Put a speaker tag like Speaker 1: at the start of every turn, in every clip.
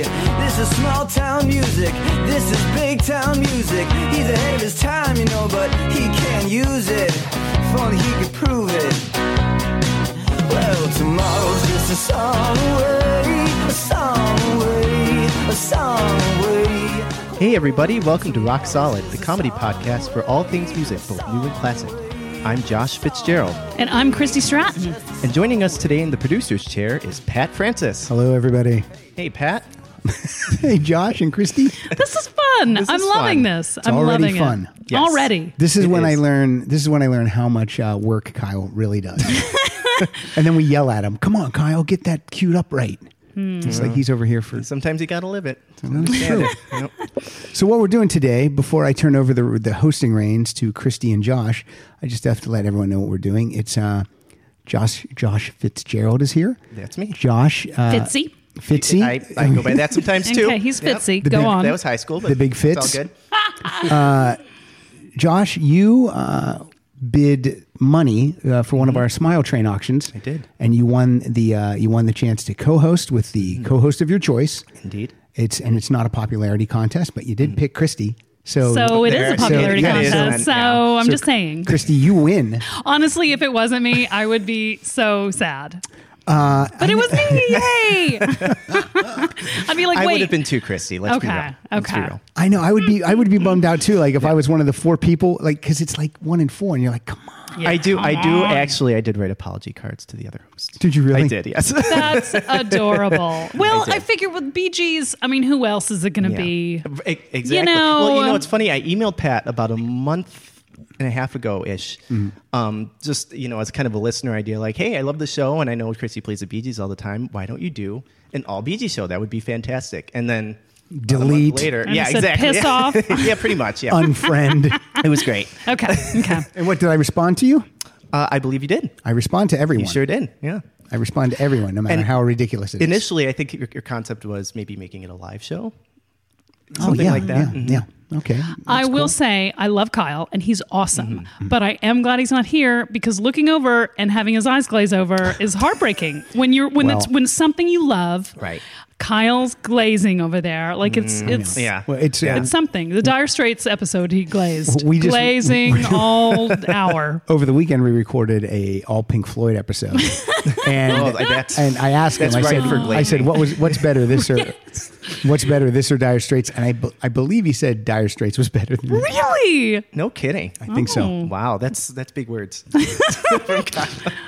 Speaker 1: is small town music. This is big town music. He's ahead of his time, you know, but he can't use it. If only he could prove it. Well, tomorrow's just a song away, a song away, a song away.
Speaker 2: Hey, everybody, welcome to Rock Solid, the comedy podcast for all things music, both new and classic. I'm Josh Fitzgerald,
Speaker 3: And I'm Christy Stratton.
Speaker 2: and joining us today in the producer's chair is Pat Francis.
Speaker 4: Hello, everybody.
Speaker 2: Hey, Pat.
Speaker 4: Hey, Josh and Christy.
Speaker 3: This is fun.
Speaker 2: This
Speaker 3: I'm
Speaker 2: is
Speaker 3: loving
Speaker 2: fun.
Speaker 3: this.
Speaker 2: It's
Speaker 3: I'm
Speaker 4: already
Speaker 3: loving
Speaker 4: fun.
Speaker 3: it.
Speaker 2: Yes.
Speaker 3: Already.
Speaker 4: This is
Speaker 2: It
Speaker 4: when I
Speaker 2: is.
Speaker 4: learn. This is when I learn how much uh, work Kyle really does. and then we yell at him. Come on, Kyle, get that queued up right.
Speaker 2: Hmm.
Speaker 4: It's like he's over here for.
Speaker 2: Sometimes you gotta live it.
Speaker 4: That's true.
Speaker 2: Yep.
Speaker 4: So what we're doing today, before I turn over the the hosting reins to Christy and Josh, I just have to let everyone know what we're doing. It's uh, Josh Josh Fitzgerald is here.
Speaker 2: That's me.
Speaker 4: Josh uh,
Speaker 3: Fitzy.
Speaker 4: Fitzy.
Speaker 2: I, I go by that sometimes too.
Speaker 3: Okay, he's
Speaker 2: Yep.
Speaker 3: Fitzy.
Speaker 4: The
Speaker 3: Go
Speaker 4: big-
Speaker 3: on.
Speaker 2: That was high school, but
Speaker 4: The big
Speaker 2: it's all
Speaker 4: Fitz.
Speaker 2: good.
Speaker 4: Josh, you uh, bid money uh, for one of our Smile Train auctions. I
Speaker 2: Mm-hmm. did.
Speaker 4: and you won the uh, you won the chance to co-host with the
Speaker 2: Mm-hmm.
Speaker 4: co-host of your choice.
Speaker 2: Indeed.
Speaker 4: It's and it's not a popularity contest, but you did pick Christy. So,
Speaker 3: so
Speaker 2: Mm-hmm.
Speaker 3: it is
Speaker 2: There,
Speaker 3: a
Speaker 2: so
Speaker 3: popularity
Speaker 4: yeah, it is.
Speaker 3: contest. So
Speaker 2: Yeah.
Speaker 3: I'm
Speaker 4: so
Speaker 3: just saying.
Speaker 4: Christy, you win.
Speaker 3: Honestly, if it wasn't me, I would be so sad.
Speaker 2: Uh,
Speaker 3: but it was me. Yay. I'd be like,
Speaker 2: I
Speaker 3: wait.
Speaker 2: would have been too, Christy. Let's be
Speaker 3: Okay,
Speaker 2: real. Let's be
Speaker 3: okay.
Speaker 2: real.
Speaker 4: I know I would be I would be bummed out too. Like if I was one of the four people, like because it's like one in four, and you're like, come on.
Speaker 3: Yeah,
Speaker 2: I do. I
Speaker 3: come
Speaker 2: do
Speaker 3: on.
Speaker 2: actually. I did write apology cards to the other host.
Speaker 4: Did you really?
Speaker 2: I did. Yes.
Speaker 3: That's adorable. Well,
Speaker 2: did.
Speaker 3: I, figure with BG's, I mean, who else is it going to
Speaker 2: Yeah.
Speaker 3: be?
Speaker 2: E- exactly.
Speaker 3: know-
Speaker 2: well, you know, it's funny. I emailed Pat about a month and a half ago ish. Um, just you know, as kind of a listener idea, like, hey, I love the show, and I know Chrissy plays the Bee Gees all the time. Why don't you do an all Bee Gees show? That would be fantastic. And then about a month
Speaker 4: Delete.
Speaker 2: later.
Speaker 3: And
Speaker 2: yeah,
Speaker 3: it said,
Speaker 2: exactly.
Speaker 3: "Piss
Speaker 2: yeah.
Speaker 3: off."
Speaker 2: yeah, pretty much. Yeah,
Speaker 4: Unfriend.
Speaker 2: it was great.
Speaker 3: Okay. Okay.
Speaker 4: and what did I respond to you?
Speaker 2: Uh, I believe you did.
Speaker 4: I respond to everyone.
Speaker 2: You sure did. Yeah.
Speaker 4: I respond to everyone, no matter
Speaker 2: And
Speaker 4: how ridiculous it is.
Speaker 2: Initially, I think your, your concept was maybe making it a live show.
Speaker 4: Oh,
Speaker 2: something
Speaker 4: yeah,
Speaker 2: like that.
Speaker 4: Yeah,
Speaker 2: Mhm.
Speaker 4: yeah. Okay.
Speaker 3: I will say I love Kyle and he's
Speaker 4: Mm-hmm,
Speaker 3: awesome, but I am glad he's not here because looking over and having his eyes glaze over is heartbreaking. When you're when it's
Speaker 4: Well-
Speaker 3: when something you love,
Speaker 2: Right.
Speaker 3: Kyle's glazing over there, like it's
Speaker 4: Mm,
Speaker 3: it's
Speaker 2: Yeah.
Speaker 4: Well, it's uh,
Speaker 3: It's something. The Dire Straits episode he glazed,
Speaker 4: We just-
Speaker 3: glazing all hour.
Speaker 4: over the weekend we recorded a all Pink Floyd episode, and
Speaker 2: Oh, that's-
Speaker 4: and I asked him.
Speaker 2: that's
Speaker 4: I
Speaker 2: right
Speaker 4: said,
Speaker 2: for
Speaker 4: I
Speaker 2: glazing.
Speaker 4: said, what was what's better this or what's better this or Dire Straits? And I, be- I believe he said Dire Straits was better than this.
Speaker 3: Really?
Speaker 2: No kidding. I
Speaker 4: think so. Oh.
Speaker 2: Wow, that's that's big words.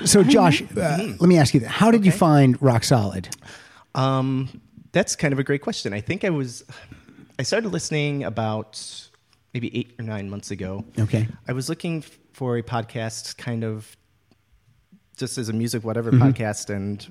Speaker 4: So Josh, uh,
Speaker 2: Mm-hmm.
Speaker 4: let me ask you: that. How did you find Rock Solid?
Speaker 2: Um, that's kind of a great question. I think I was, I started listening about maybe eight or nine months ago.
Speaker 4: Okay.
Speaker 2: I was looking f- for a podcast, kind of, just as a music whatever
Speaker 4: Mm-hmm.
Speaker 2: podcast, and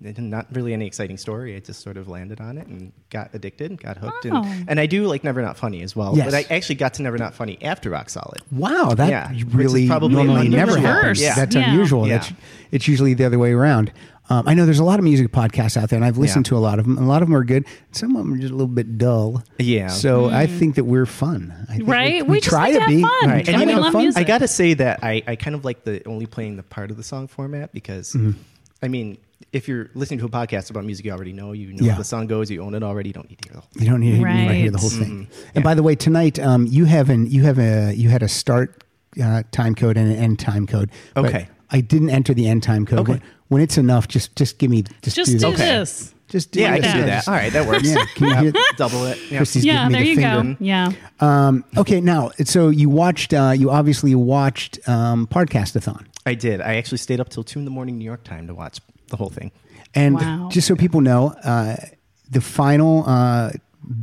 Speaker 2: it- not really any exciting story. I just sort of landed on it and got addicted, got hooked,
Speaker 3: Oh.
Speaker 2: and and I do like Never Not Funny as well.
Speaker 4: Yes.
Speaker 2: But I actually got to Never Not Funny after Rock Solid.
Speaker 4: Wow, that
Speaker 2: Yeah, which is
Speaker 4: really
Speaker 2: probably
Speaker 4: normally
Speaker 2: like the
Speaker 4: never
Speaker 3: reverse.
Speaker 4: happens.
Speaker 2: Yeah.
Speaker 4: That's
Speaker 3: Yeah.
Speaker 4: unusual.
Speaker 2: Yeah.
Speaker 4: That's, it's usually the other way around. Um, I know there's a lot of music podcasts out there, and I've listened
Speaker 2: Yeah.
Speaker 4: to a lot of them. A lot of them are good. Some of them are just a little bit dull.
Speaker 2: Yeah.
Speaker 4: So I think that we're fun. I think
Speaker 3: Mm. Right?
Speaker 4: We,
Speaker 3: We just
Speaker 4: try
Speaker 3: like
Speaker 4: to
Speaker 3: to have
Speaker 4: be.
Speaker 3: fun.
Speaker 4: Right.
Speaker 3: And
Speaker 4: we
Speaker 3: you know,
Speaker 4: have
Speaker 3: fun- music.
Speaker 2: I gotta say that I, I kind of like the only playing the part of the song format because
Speaker 4: Mm-hmm.
Speaker 2: I mean, if you're listening to a podcast about music you already know, you know
Speaker 4: Yeah.
Speaker 2: how the song goes, you own it already, you don't need to hear the whole
Speaker 4: You don't need to hear- hear the
Speaker 3: Right.
Speaker 4: whole thing.
Speaker 2: Mm-hmm.
Speaker 4: And by the way, tonight um, you have an you have a you had a start uh, time code and an end time code. but
Speaker 2: Okay.
Speaker 4: I didn't enter the end time code.
Speaker 2: Okay.
Speaker 4: When, when it's enough, just just give me just,
Speaker 3: Just
Speaker 4: do
Speaker 3: do
Speaker 4: this.
Speaker 3: this.
Speaker 4: Just do
Speaker 2: Yeah, I
Speaker 4: this.
Speaker 2: can do
Speaker 4: Just-
Speaker 2: that. All right, that works.
Speaker 4: Yeah, can you hear-
Speaker 2: Double it. Yeah.
Speaker 4: Christy's
Speaker 3: Yeah,
Speaker 4: giving
Speaker 3: there
Speaker 4: me
Speaker 3: you
Speaker 4: the finger.
Speaker 3: go. Yeah.
Speaker 4: Um, okay, now so you watched. Uh, you obviously watched um, Podcastathon,
Speaker 2: I did. I actually stayed up till two in the morning New York time to watch the whole thing.
Speaker 4: and
Speaker 3: Wow.
Speaker 4: just so people know, uh, the final uh,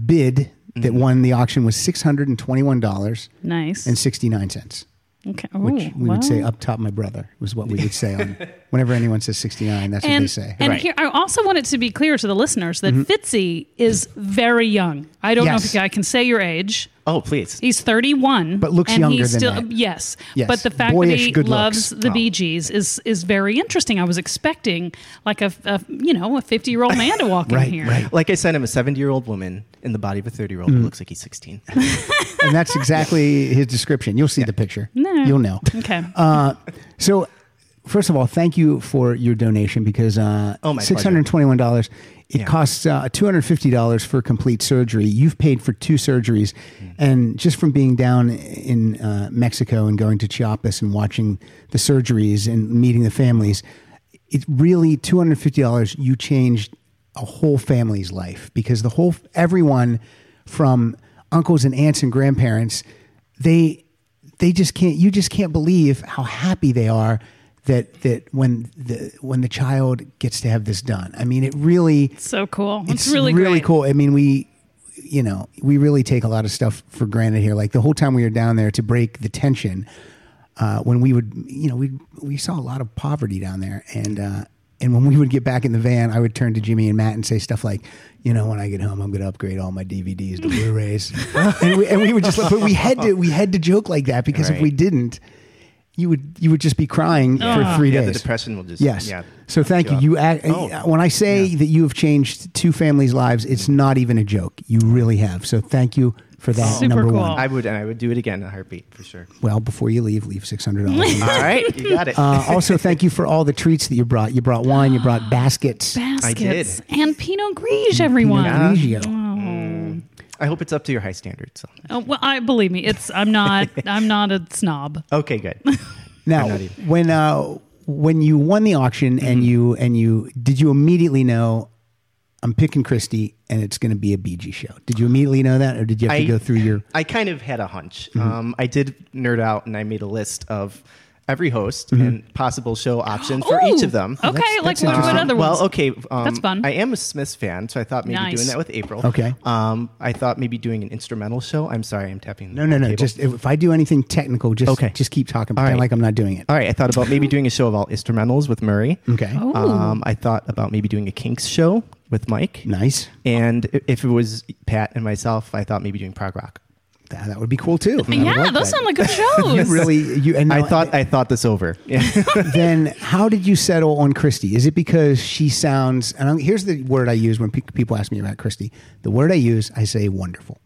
Speaker 4: bid that
Speaker 2: Mm-hmm.
Speaker 4: won the auction was six hundred and twenty-one dollars
Speaker 3: Nice.
Speaker 4: and sixty-nine cents.
Speaker 3: okay.
Speaker 4: Which
Speaker 3: Ooh,
Speaker 4: we would say
Speaker 3: wow.
Speaker 4: up top, my brother was what we would say on whenever anyone says sixty-nine. That's what
Speaker 3: and,
Speaker 4: they say.
Speaker 3: and
Speaker 2: Right.
Speaker 3: here, I also want it to be clear to the listeners that Fitzy is very young. I don't know
Speaker 4: Mm-hmm. Yes.
Speaker 3: if you- I can say your age.
Speaker 2: Oh, please.
Speaker 3: He's 31,
Speaker 4: But looks
Speaker 3: and
Speaker 4: younger
Speaker 3: he's
Speaker 4: than
Speaker 3: still,
Speaker 4: that.
Speaker 3: Yes,
Speaker 4: Yes.
Speaker 3: but the fact
Speaker 4: Boyish
Speaker 3: that he
Speaker 4: good
Speaker 3: loves
Speaker 4: looks.
Speaker 3: the
Speaker 4: Oh.
Speaker 3: Bee Gees is is very interesting. I was expecting like a, a you know a 50 year old man to walk
Speaker 4: Right,
Speaker 3: in here.
Speaker 4: right.
Speaker 2: Like I said, I'm a 70 year old woman in the body of a 30 year old
Speaker 4: Mm.
Speaker 2: who looks like he's 16.
Speaker 4: And that's exactly his description. You'll see the picture.
Speaker 3: No.
Speaker 4: You'll know.
Speaker 3: Okay.
Speaker 4: So, first of all, thank you for your donation because uh,
Speaker 2: Oh, my pleasure.
Speaker 4: six hundred twenty-one dollars It
Speaker 2: Yeah.
Speaker 4: costs uh, two hundred fifty dollars for complete surgery. You've paid for two surgeries,
Speaker 2: Mm-hmm.
Speaker 4: and just from being down in uh, Mexico and going to Chiapas and watching the surgeries and meeting the families, it really two hundred fifty dollars. You changed a whole family's life because the whole everyone from uncles and aunts and grandparents they they just can't you just can't believe how happy they are that that when the when the child gets to have this done i mean it really
Speaker 3: So cool. It's,
Speaker 4: it's
Speaker 3: really great.
Speaker 4: cool i mean we you know we really take a lot of stuff for granted here like the whole time we were down there to break the tension uh, when we would you know we we saw a lot of poverty down there and uh and when we would get back in the van, I would turn to Jimmy and Matt and say stuff like, "You know, when I get home, I'm going to upgrade all my DVDs to Blu-rays." and, we, and we would just, but we had to, we had to joke like that because if
Speaker 2: Right.
Speaker 4: we didn't, you would, you would just be crying for three
Speaker 2: yeah,
Speaker 4: days.
Speaker 2: the depression will just
Speaker 4: Yes.
Speaker 2: yeah.
Speaker 4: So thank you.
Speaker 2: up.
Speaker 4: You act,
Speaker 2: Oh.
Speaker 4: when I say that you have changed two families' lives, it's not even a joke. You really have. So thank you for that.
Speaker 3: Super
Speaker 4: number
Speaker 3: cool.
Speaker 4: one.
Speaker 2: I would and I would do it again in a heartbeat for sure.
Speaker 4: Well, before you leave, leave six hundred dollars.
Speaker 2: All right, you got it.
Speaker 4: uh, also, thank you for all the treats that you brought. You brought wine. You brought baskets.
Speaker 3: Baskets and Pinot
Speaker 4: Mm-hmm.
Speaker 3: Grigio, everyone.
Speaker 4: Grigio.
Speaker 2: I hope it's up to your high standards. So.
Speaker 3: Oh, well, I believe me. It's I'm not I'm not a snob.
Speaker 2: Okay, good.
Speaker 4: Now, when uh, when you won the auction and
Speaker 2: Mm-hmm.
Speaker 4: you and you did you immediately know I'm picking Christie and it's going to be a BG show? Did you immediately know that, or did you have to go through your?
Speaker 2: I kind of had a hunch.
Speaker 4: Mm-hmm.
Speaker 2: Um, I did nerd out and I made a list of every host and possible show options for each
Speaker 3: Ooh,
Speaker 2: of them.
Speaker 3: Okay,
Speaker 4: Mm-hmm. that's-
Speaker 3: like
Speaker 4: that's
Speaker 3: what, what
Speaker 4: interesting.
Speaker 3: other ones?
Speaker 2: Well, okay. Um,
Speaker 3: That's fun.
Speaker 2: I am a Smiths fan, so I thought maybe
Speaker 3: Nice.
Speaker 2: doing that with April.
Speaker 4: Okay.
Speaker 2: Um, I thought maybe doing an instrumental show. I'm sorry, I'm tapping.
Speaker 4: No, no, no.
Speaker 2: Table.
Speaker 4: Just if, if I do anything technical, just
Speaker 2: Okay.
Speaker 4: just keep talking. Pretend
Speaker 2: right.
Speaker 4: like I'm not doing it.
Speaker 2: All right, I thought about maybe doing a show of all instrumentals with Murray.
Speaker 4: Okay.
Speaker 3: Oh.
Speaker 2: Um, I thought about maybe doing a Kinks show with Mike.
Speaker 4: Nice.
Speaker 2: And i- if it was Pat and myself, I thought maybe doing prog rock.
Speaker 4: That, that would be cool too. I would
Speaker 3: yeah,
Speaker 4: love
Speaker 3: those
Speaker 4: that.
Speaker 3: sound like good shows.
Speaker 4: You really you and
Speaker 2: I
Speaker 4: now-
Speaker 2: thought I thought this over. Yeah.
Speaker 4: then how did you settle on Christy? Is it because she sounds and I'm, here's the word I use when pe- people ask me about Christy. The word I use, I say wonderful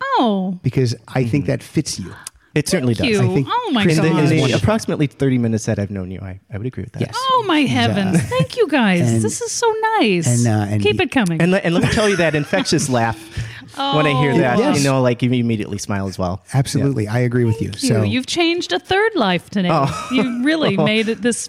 Speaker 3: Oh,
Speaker 4: because I think
Speaker 2: Hmm.
Speaker 4: that fits you.
Speaker 2: It certainly
Speaker 3: thank
Speaker 2: does.
Speaker 3: you.
Speaker 2: I think
Speaker 3: oh my
Speaker 2: in the, in
Speaker 3: gosh.
Speaker 2: the
Speaker 4: Wonderful.
Speaker 2: approximately 30 minutes that I've known you, I, I would agree with that.
Speaker 4: Yes.
Speaker 3: Oh my heavens! Thank you guys.
Speaker 4: and-
Speaker 3: this is so nice.
Speaker 4: and, uh, and-
Speaker 3: Keep it coming.
Speaker 2: And, let, and let me tell you that infectious laugh when I hear
Speaker 3: Oh.
Speaker 2: that,
Speaker 4: Yes.
Speaker 2: you know, like you immediately smile as well.
Speaker 4: Absolutely, I agree with you.
Speaker 3: you.
Speaker 4: so
Speaker 3: You've changed a third life today.
Speaker 2: Oh.
Speaker 3: You really made it this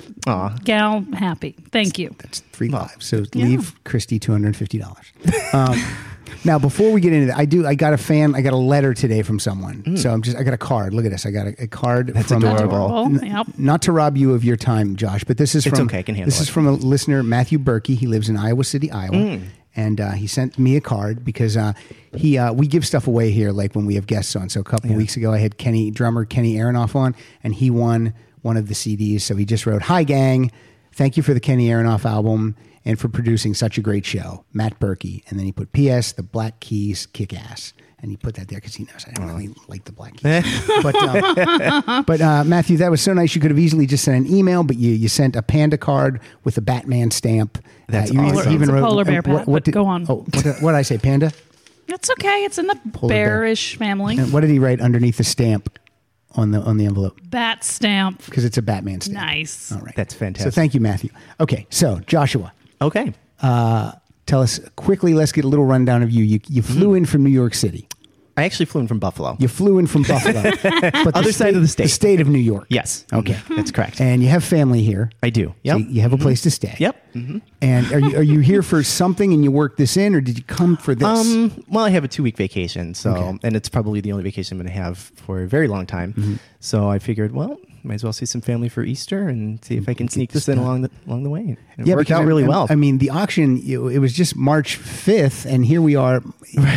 Speaker 3: gal happy. Thank you.
Speaker 4: It's free live. So leave Christy two hundred and fifty dollars. Um, now, before we get into that, I do. I got a fan. I got a letter today from someone. So I'm just. I got a card. Look at this. I got a, a card from
Speaker 2: adorable.
Speaker 3: Adorable. Yep.
Speaker 4: Not to rob you of your time, Josh, but this is
Speaker 2: It's
Speaker 4: from
Speaker 2: okay, I can handle
Speaker 4: this is
Speaker 2: it. Mm.
Speaker 4: from a listener, Matthew Berkey. He lives in Iowa City, Iowa, and uh, he sent me a card because uh, he uh, we give stuff away here, like when we have guests on. So a couple weeks ago, I had Kenny drummer Kenny Aronoff on, and he won one of the CDs. So he just wrote, "Hi gang, thank you for the Kenny Aronoff album and for producing such a great show, Matt Berkey." And then he put, "P.S. The Black Keys kick ass." And he put that there because he knows I don't really like the Black Keys. but um, but uh, Matthew, that was so nice. You could have easily just sent an email, but you, you sent a panda card with a Batman stamp.
Speaker 2: That's
Speaker 4: uh, you
Speaker 2: awesome.
Speaker 3: It's a polar bear, Pat, but
Speaker 4: did,
Speaker 3: go on.
Speaker 4: Oh, what, did- what did I say? Panda.
Speaker 3: That's okay. It's in the
Speaker 4: bear.
Speaker 3: bearish family.
Speaker 4: And what did he write underneath the stamp on the on the envelope?
Speaker 3: Bat stamp.
Speaker 4: Because it's a Batman stamp.
Speaker 3: Nice.
Speaker 4: All right,
Speaker 2: That's fantastic.
Speaker 4: So thank you, Matthew. Okay, so Joshua,
Speaker 2: Okay.
Speaker 4: tell us quickly. Let's get a little rundown of you. You you
Speaker 2: Hmm.
Speaker 4: flew in from New York City.
Speaker 2: I actually flew in from Buffalo.
Speaker 4: You flew in from Buffalo, but the
Speaker 2: Other side of the state.
Speaker 4: The state of New York.
Speaker 2: Yes.
Speaker 4: Okay.
Speaker 2: That's correct.
Speaker 4: And you have family here.
Speaker 2: I do.
Speaker 4: So
Speaker 2: Yep. Mm-hmm.
Speaker 4: you have a place to stay. Mm-hmm.
Speaker 2: Yep.
Speaker 4: And are you are you here for something and you work this in, or did you come for this?
Speaker 2: Um, well, I have a two week vacation, so
Speaker 4: Okay. Mm-hmm.
Speaker 2: and it's probably the only vacation I'm going to have for a very long time. So I figured, well, might as well see some family for Easter and see if I can sneak this in along the along the way. It worked
Speaker 4: because
Speaker 2: out
Speaker 4: I-
Speaker 2: really
Speaker 4: I-
Speaker 2: well.
Speaker 4: I mean, the auction you know, it was just March fifth, and here we are,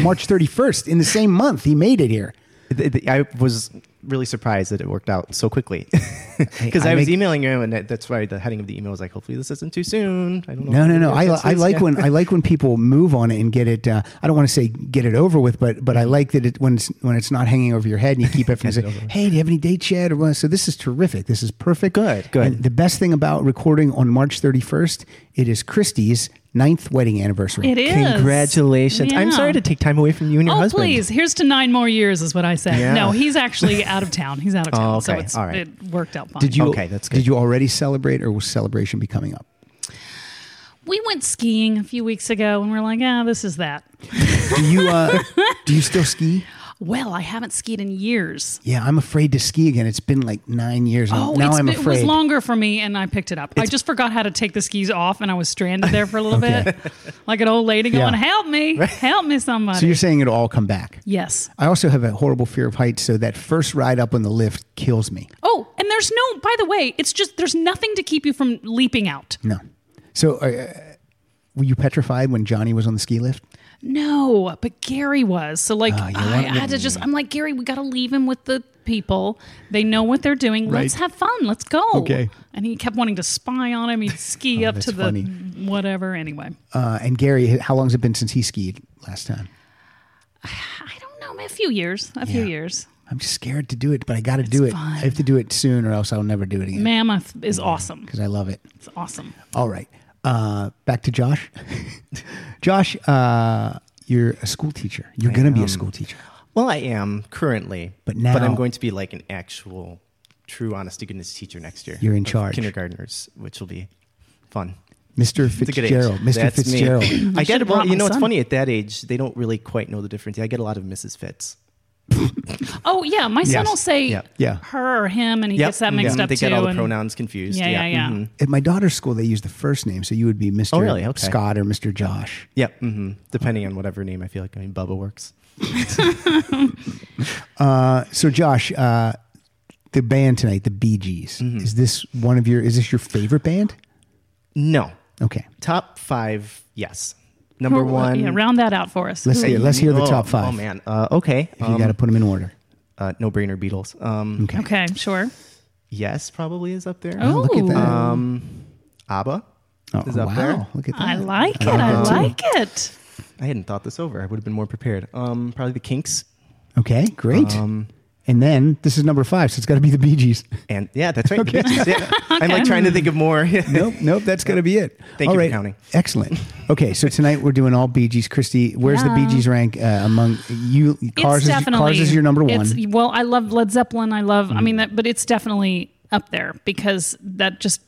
Speaker 4: March thirty first in the same month. He made it here.
Speaker 2: Th- th- I was really surprised that it worked out so quickly because
Speaker 4: I
Speaker 2: I, was
Speaker 4: make-
Speaker 2: emailing him, and that- that's why the heading of the email was like, "Hopefully, this isn't too soon." I don't know.
Speaker 4: No,
Speaker 2: if
Speaker 4: no,
Speaker 2: it
Speaker 4: no. I,
Speaker 2: gets
Speaker 4: I
Speaker 2: this-
Speaker 4: like
Speaker 2: yeah.
Speaker 4: when I like when people move on it and get it. Uh, I don't want to say get it over with, but
Speaker 2: Mm-hmm.
Speaker 4: but I like that it when it's when it's not hanging over your head and you keep it from saying, "Hey, do you have any dates yet?" Or what? so this is terrific. This is perfect.
Speaker 2: Good, good.
Speaker 4: And the best thing about recording on March thirty first, it is Christie's ninth wedding anniversary.
Speaker 3: It is.
Speaker 2: Congratulations! I'm
Speaker 3: Yeah.
Speaker 2: sorry to take time away from you and your
Speaker 3: Oh
Speaker 2: husband.
Speaker 3: please! Here's to nine more years, is what I say.
Speaker 2: Yeah. Oh,
Speaker 3: No, he's actually out of town. He's out of town, so
Speaker 2: okay.
Speaker 3: it's,
Speaker 2: All right.
Speaker 3: it worked out fine.
Speaker 4: Did you?
Speaker 2: Okay, that's good.
Speaker 4: Did you already celebrate, or will celebration be coming up?
Speaker 3: we went skiing a few weeks ago and we're like, ah, this is that.
Speaker 4: Do you uh, do you still ski?
Speaker 3: Well, I haven't skied in years.
Speaker 4: Yeah, I'm afraid to ski again. It's been like nine years. and
Speaker 3: Oh,
Speaker 4: now
Speaker 3: it's
Speaker 4: I'm
Speaker 3: been- it
Speaker 4: afraid.
Speaker 3: was longer for me, and I picked it up. I just forgot how to take the skis off, and I was stranded there for a little bit, like an old lady going,
Speaker 4: Yeah.
Speaker 3: "Help me, help me, somebody."
Speaker 4: So you're saying it'll all come back?
Speaker 3: yes.
Speaker 4: I also have a horrible fear of heights, so that first ride up on the lift kills me.
Speaker 3: Oh, and there's no. By the way, it's just there's nothing to keep you from leaping out.
Speaker 4: No. So, uh, were you petrified when Johnny was on the ski lift?
Speaker 3: No, but Gary was. So like,
Speaker 4: you
Speaker 3: I, I
Speaker 4: want-
Speaker 3: had to just. I'm like, Gary, we got to leave him with the people. They know what they're doing. Let's
Speaker 4: Right.
Speaker 3: have fun. Let's go.
Speaker 4: Okay.
Speaker 3: And he kept wanting to spy on him. He'd ski up
Speaker 4: that's
Speaker 3: to the
Speaker 4: funny.
Speaker 3: whatever. Anyway,
Speaker 4: Uh, and Gary, how long's it been since he skied last time?
Speaker 3: I don't know. maybe A few years. A few
Speaker 4: Yeah.
Speaker 3: years.
Speaker 4: I'm just scared to do it, but I got to do it. I have to do it soon, or else I'll never do it again
Speaker 3: Mammoth is awesome.
Speaker 4: because I love it.
Speaker 3: It's awesome.
Speaker 4: All right, uh, back to Josh. Josh, uh, you're a school teacher. You're going to be a school teacher.
Speaker 2: Well, I am currently,
Speaker 4: But
Speaker 2: but
Speaker 4: now-
Speaker 2: I'm going to be like an actual, true, honest to goodness teacher next year.
Speaker 4: You're in
Speaker 2: of
Speaker 4: charge.
Speaker 2: kindergartners, which will be fun.
Speaker 4: Mr.
Speaker 2: It's a good age.
Speaker 4: Fitzgerald, Mr.
Speaker 2: That's me.
Speaker 4: Fitzgerald.
Speaker 2: I
Speaker 3: should
Speaker 2: get
Speaker 3: have
Speaker 2: well.
Speaker 3: brought
Speaker 2: You
Speaker 3: my
Speaker 2: know, it's
Speaker 3: son.
Speaker 2: funny at that age, they don't really quite know the difference. I get a lot of Mrs. Fitz.
Speaker 3: Oh yeah, my son
Speaker 2: Yes.
Speaker 3: will say
Speaker 2: Yep.
Speaker 4: Yeah.
Speaker 3: her or him, and he
Speaker 2: Yep.
Speaker 3: gets that mixed
Speaker 2: Mhm.
Speaker 3: up
Speaker 2: They
Speaker 3: too.
Speaker 2: get all the
Speaker 3: and-
Speaker 2: pronouns confused.
Speaker 3: Yeah, yeah, yeah.
Speaker 2: mhm.
Speaker 4: At my daughter's school, they use the first name, so you would be Mr.
Speaker 2: Oh, really? Okay.
Speaker 4: Scott or Mr. Josh.
Speaker 2: Yeah, hmm depending on whatever name I feel like. I mean, Bubba works.
Speaker 4: So, Josh, uh, the band tonight, the Bee Gees,
Speaker 2: Mm-hmm.
Speaker 4: is this one of your? Is this your favorite band?
Speaker 2: No,
Speaker 4: Okay,
Speaker 2: top five. Yes, number
Speaker 3: Who-
Speaker 2: one.
Speaker 3: Yeah, round that out for us.
Speaker 4: let's
Speaker 3: Who-
Speaker 4: hear, let's hear the
Speaker 2: Oh,
Speaker 4: top five.
Speaker 2: Oh man. Uh, okay.
Speaker 4: you got to put them in order.
Speaker 2: no brainer. Beatles. Um,
Speaker 3: Okay, sure.
Speaker 2: Yes, probably is up there. Um,
Speaker 3: Oh,
Speaker 4: Look at that.
Speaker 2: ABBA
Speaker 4: Oh,
Speaker 2: uh, is up
Speaker 4: wow,
Speaker 2: there.
Speaker 4: look at that.
Speaker 3: I like it. I like it.
Speaker 2: I hadn't thought this over. I would have been more prepared. Um, probably the Kinks.
Speaker 4: Okay, great.
Speaker 2: Um,
Speaker 4: and then this is number five, so it's got to be the Bee Gees.
Speaker 2: And yeah, that's right. the Bee Gees, yeah. I'm like trying to think of more.
Speaker 4: nope, nope, that's got to be it.
Speaker 2: Thank you for counting.
Speaker 4: Excellent. Okay, so tonight we're doing all Bee Gees. Christy, where's the Bee
Speaker 3: Yeah.
Speaker 4: Gees rank uh, among you?
Speaker 3: it's
Speaker 4: Cars, is,
Speaker 3: definitely
Speaker 4: Cars is your number one. Mm.
Speaker 3: it's- well, I love Led Zeppelin. I love. I mean, that, but it's definitely up there because that just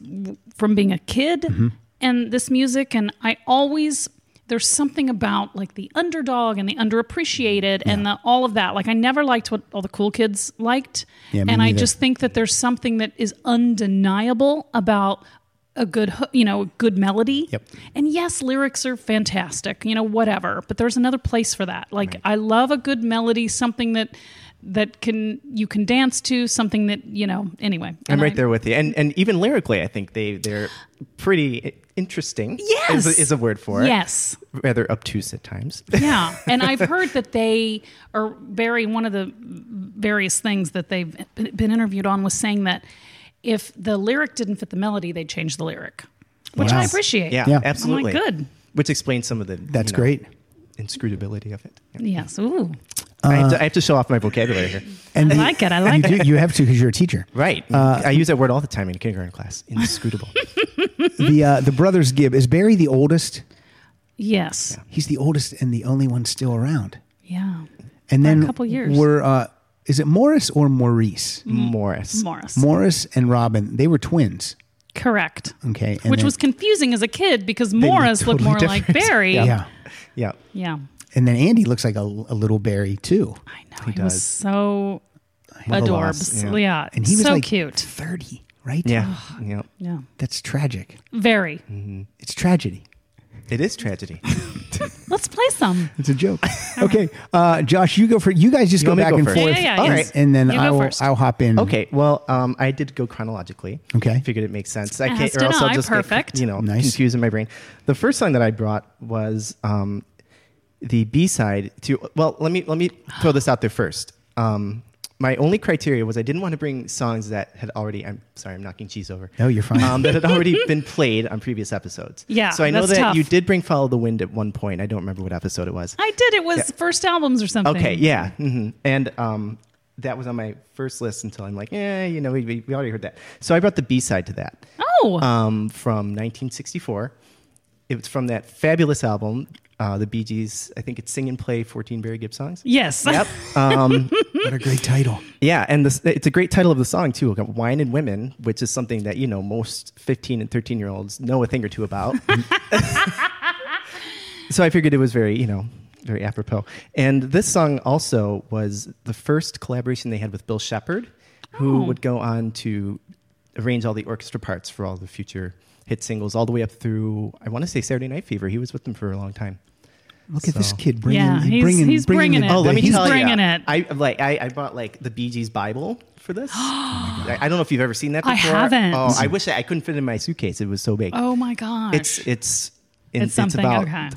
Speaker 3: from being a kid
Speaker 4: Mm-hmm.
Speaker 3: and this music, and I always there's something about like the underdog and the underappreciated and the, all of that. Like I never liked what all the cool kids liked,
Speaker 4: Yeah, me
Speaker 3: and I
Speaker 4: neither.
Speaker 3: just think that there's something that is undeniable about a good hoo- you know good melody
Speaker 4: Yep.
Speaker 3: and yes lyrics are fantastic you know whatever but there's another place for that like i love a good melody something that that can you can dance to something that you know anyway
Speaker 2: I'm
Speaker 3: And
Speaker 2: right
Speaker 3: I-
Speaker 2: there with you. And and even lyrically, I think they they're pretty interesting.
Speaker 3: Yes.
Speaker 2: is, a- is a word for it.
Speaker 3: yes
Speaker 2: rather obtuse at times.
Speaker 3: yeah and i've heard that they or barry one of the various things that they've been interviewed on was saying that if the lyric didn't fit the melody they'd change the lyric which
Speaker 4: Wow.
Speaker 3: i appreciate
Speaker 2: Yeah,
Speaker 4: Yeah.
Speaker 2: absolutely.
Speaker 3: Oh my good.
Speaker 2: Which explains some of the
Speaker 4: that's
Speaker 2: you know,
Speaker 4: great.
Speaker 2: inscrutability of it. Yeah.
Speaker 3: yes ooh
Speaker 2: I, have to, I have to show off my vocabulary here.
Speaker 4: And
Speaker 3: i
Speaker 4: the-
Speaker 3: like it i like
Speaker 4: you,
Speaker 3: it
Speaker 4: do, you have to because you're a teacher.
Speaker 2: Right. I use that word all the time in kindergarten class. Inscrutable.
Speaker 4: The uh, the brothers Gibb is Barry the oldest.
Speaker 3: yes
Speaker 4: He's the oldest and the only one still around.
Speaker 3: yeah.
Speaker 4: And
Speaker 3: For a
Speaker 4: then
Speaker 3: couple years.
Speaker 4: were uh, is it Morris or Maurice?
Speaker 2: Morris.
Speaker 3: Morris.
Speaker 4: Morris and Robin, they were twins.
Speaker 3: Correct.
Speaker 4: Okay, and
Speaker 3: Which
Speaker 4: then-
Speaker 3: was confusing as a kid because
Speaker 4: look
Speaker 3: Morris looked
Speaker 4: totally
Speaker 3: more like
Speaker 4: different.
Speaker 3: Barry.
Speaker 4: Yeah.
Speaker 2: Yeah.
Speaker 3: Yeah.
Speaker 4: and then Andy looks like a, a little Barry too,
Speaker 3: I know. He, was
Speaker 2: does.
Speaker 3: so
Speaker 4: What a
Speaker 3: adorbs.
Speaker 4: loss.
Speaker 3: Yeah.
Speaker 4: and he was
Speaker 3: so
Speaker 4: like
Speaker 3: cute.
Speaker 4: thirty, right?
Speaker 2: Yeah. yeah.
Speaker 3: Yeah.
Speaker 4: that's tragic.
Speaker 3: Very.
Speaker 4: Mm. It's tragedy.
Speaker 2: It is tragedy.
Speaker 3: Let's play some.
Speaker 4: It's a joke. okay, uh, Josh, you go for you guys. Just
Speaker 2: You
Speaker 4: go
Speaker 2: want me to
Speaker 4: back
Speaker 2: go
Speaker 4: and
Speaker 2: first?
Speaker 4: forth.
Speaker 3: Yeah, yeah, yeah,
Speaker 4: All
Speaker 3: yes.
Speaker 4: right, and then
Speaker 3: You go
Speaker 4: I will.
Speaker 3: first.
Speaker 4: I'll hop in.
Speaker 2: okay. Well, um, I did go chronologically.
Speaker 4: Mm-hmm. Okay.
Speaker 2: Figured it makes sense. I
Speaker 3: As
Speaker 2: can't,
Speaker 3: did
Speaker 2: or else
Speaker 3: I.
Speaker 2: I'll just
Speaker 3: Perfect.
Speaker 2: get, you know,
Speaker 4: Nice.
Speaker 2: confused in my brain. The first song that I brought was um, the B side to. Well, let me let me throw this out there first. Um, my only criteria was I didn't want to bring songs that had already. I'm sorry, I'm knocking cheese over.
Speaker 4: No, you're fine.
Speaker 2: Um, that had already been played on previous episodes.
Speaker 3: Yeah,
Speaker 2: So I know
Speaker 3: that's
Speaker 2: that
Speaker 3: tough.
Speaker 2: you did bring "Follow the Wind" at one point. I don't remember what episode it was.
Speaker 3: I did. It was first albums or something.
Speaker 2: Okay, yeah, hmm and um, that was on my first list until I'm like, yeah, you know, we, we we already heard that. So I brought the B side to that
Speaker 3: Oh.
Speaker 2: Uh, um, from 1964. It was from that fabulous album uh, the Bee Gees. I think it's Sing and Play 14 Barry Gibb songs.
Speaker 3: Yes.
Speaker 2: Yep. Um,
Speaker 4: What a great title.
Speaker 2: yeah, and this, it's a great title of the song too, "Wine and Women," which is something that you know most 15 and 13 year olds know a thing or two about. so I figured it was very, you know, very apropos. And this song also was the first collaboration they had with Bill Shepard, who would go on to arrange all the orchestra parts for all the future hit singles, all the way up through I want to say Saturday Night Fever. He was with them for a long time.
Speaker 4: Look at this
Speaker 2: So-
Speaker 4: kid bringing,
Speaker 3: Yeah, he's-
Speaker 4: bringing,
Speaker 3: he's bringing
Speaker 4: the-
Speaker 3: it.
Speaker 2: Oh, let me
Speaker 3: He's
Speaker 2: tell
Speaker 3: bringing
Speaker 2: you,
Speaker 3: it.
Speaker 2: I like I, I bought like the Bee Gees Bible for this. Oh I, I don't know if you've ever seen that.
Speaker 3: I
Speaker 2: before.
Speaker 3: haven't.
Speaker 2: Oh, I wish I, I couldn't fit it in my suitcase. It was so big.
Speaker 3: Oh my gosh.
Speaker 2: it's it's in-
Speaker 3: It's something,
Speaker 2: about
Speaker 3: okay.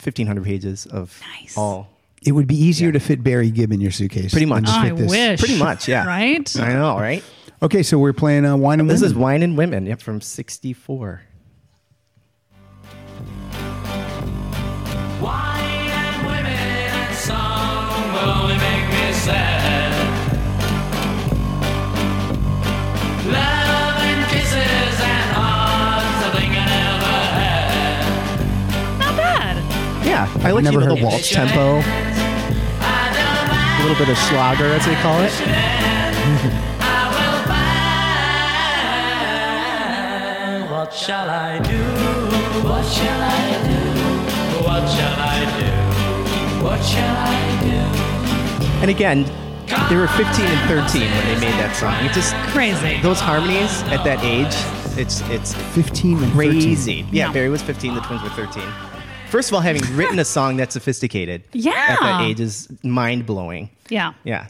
Speaker 2: fifteen hundred pages of
Speaker 3: Nice.
Speaker 2: all.
Speaker 4: It would be easier to fit Barry Gibb in your suitcase.
Speaker 2: Pretty much.
Speaker 4: than to
Speaker 3: I
Speaker 4: fit this.
Speaker 3: wish.
Speaker 2: Pretty much, yeah.
Speaker 3: Right?
Speaker 2: I know, right?
Speaker 4: Okay, so we're playing uh, Wine and
Speaker 2: This is
Speaker 4: Women.
Speaker 2: Wine and Women. Yep, from sixty four.
Speaker 5: Wine and women and song will only make me sad. Love and kisses and hearts, a thing I never had.
Speaker 3: Not bad.
Speaker 2: Yeah, I like
Speaker 4: Never
Speaker 2: you know,
Speaker 4: heard
Speaker 2: the
Speaker 4: of
Speaker 2: waltz
Speaker 5: that.
Speaker 2: tempo,
Speaker 5: I don't mind,
Speaker 2: a little bit of schlager as they call it.
Speaker 5: I will find. What shall I do? What shall I do? What shall I do? What shall I do?
Speaker 2: And again, they were fifteen and thirteen when they made that song. It just
Speaker 3: Crazy.
Speaker 2: those harmonies at that age. It's it's
Speaker 4: 15 and 13.
Speaker 2: crazy. Yeah,
Speaker 3: No.
Speaker 2: Barry was 15. The twins were 13. First of all, having written a song that's sophisticated
Speaker 3: Yeah.
Speaker 2: at that age is mind blowing.
Speaker 3: Yeah.
Speaker 2: Yeah,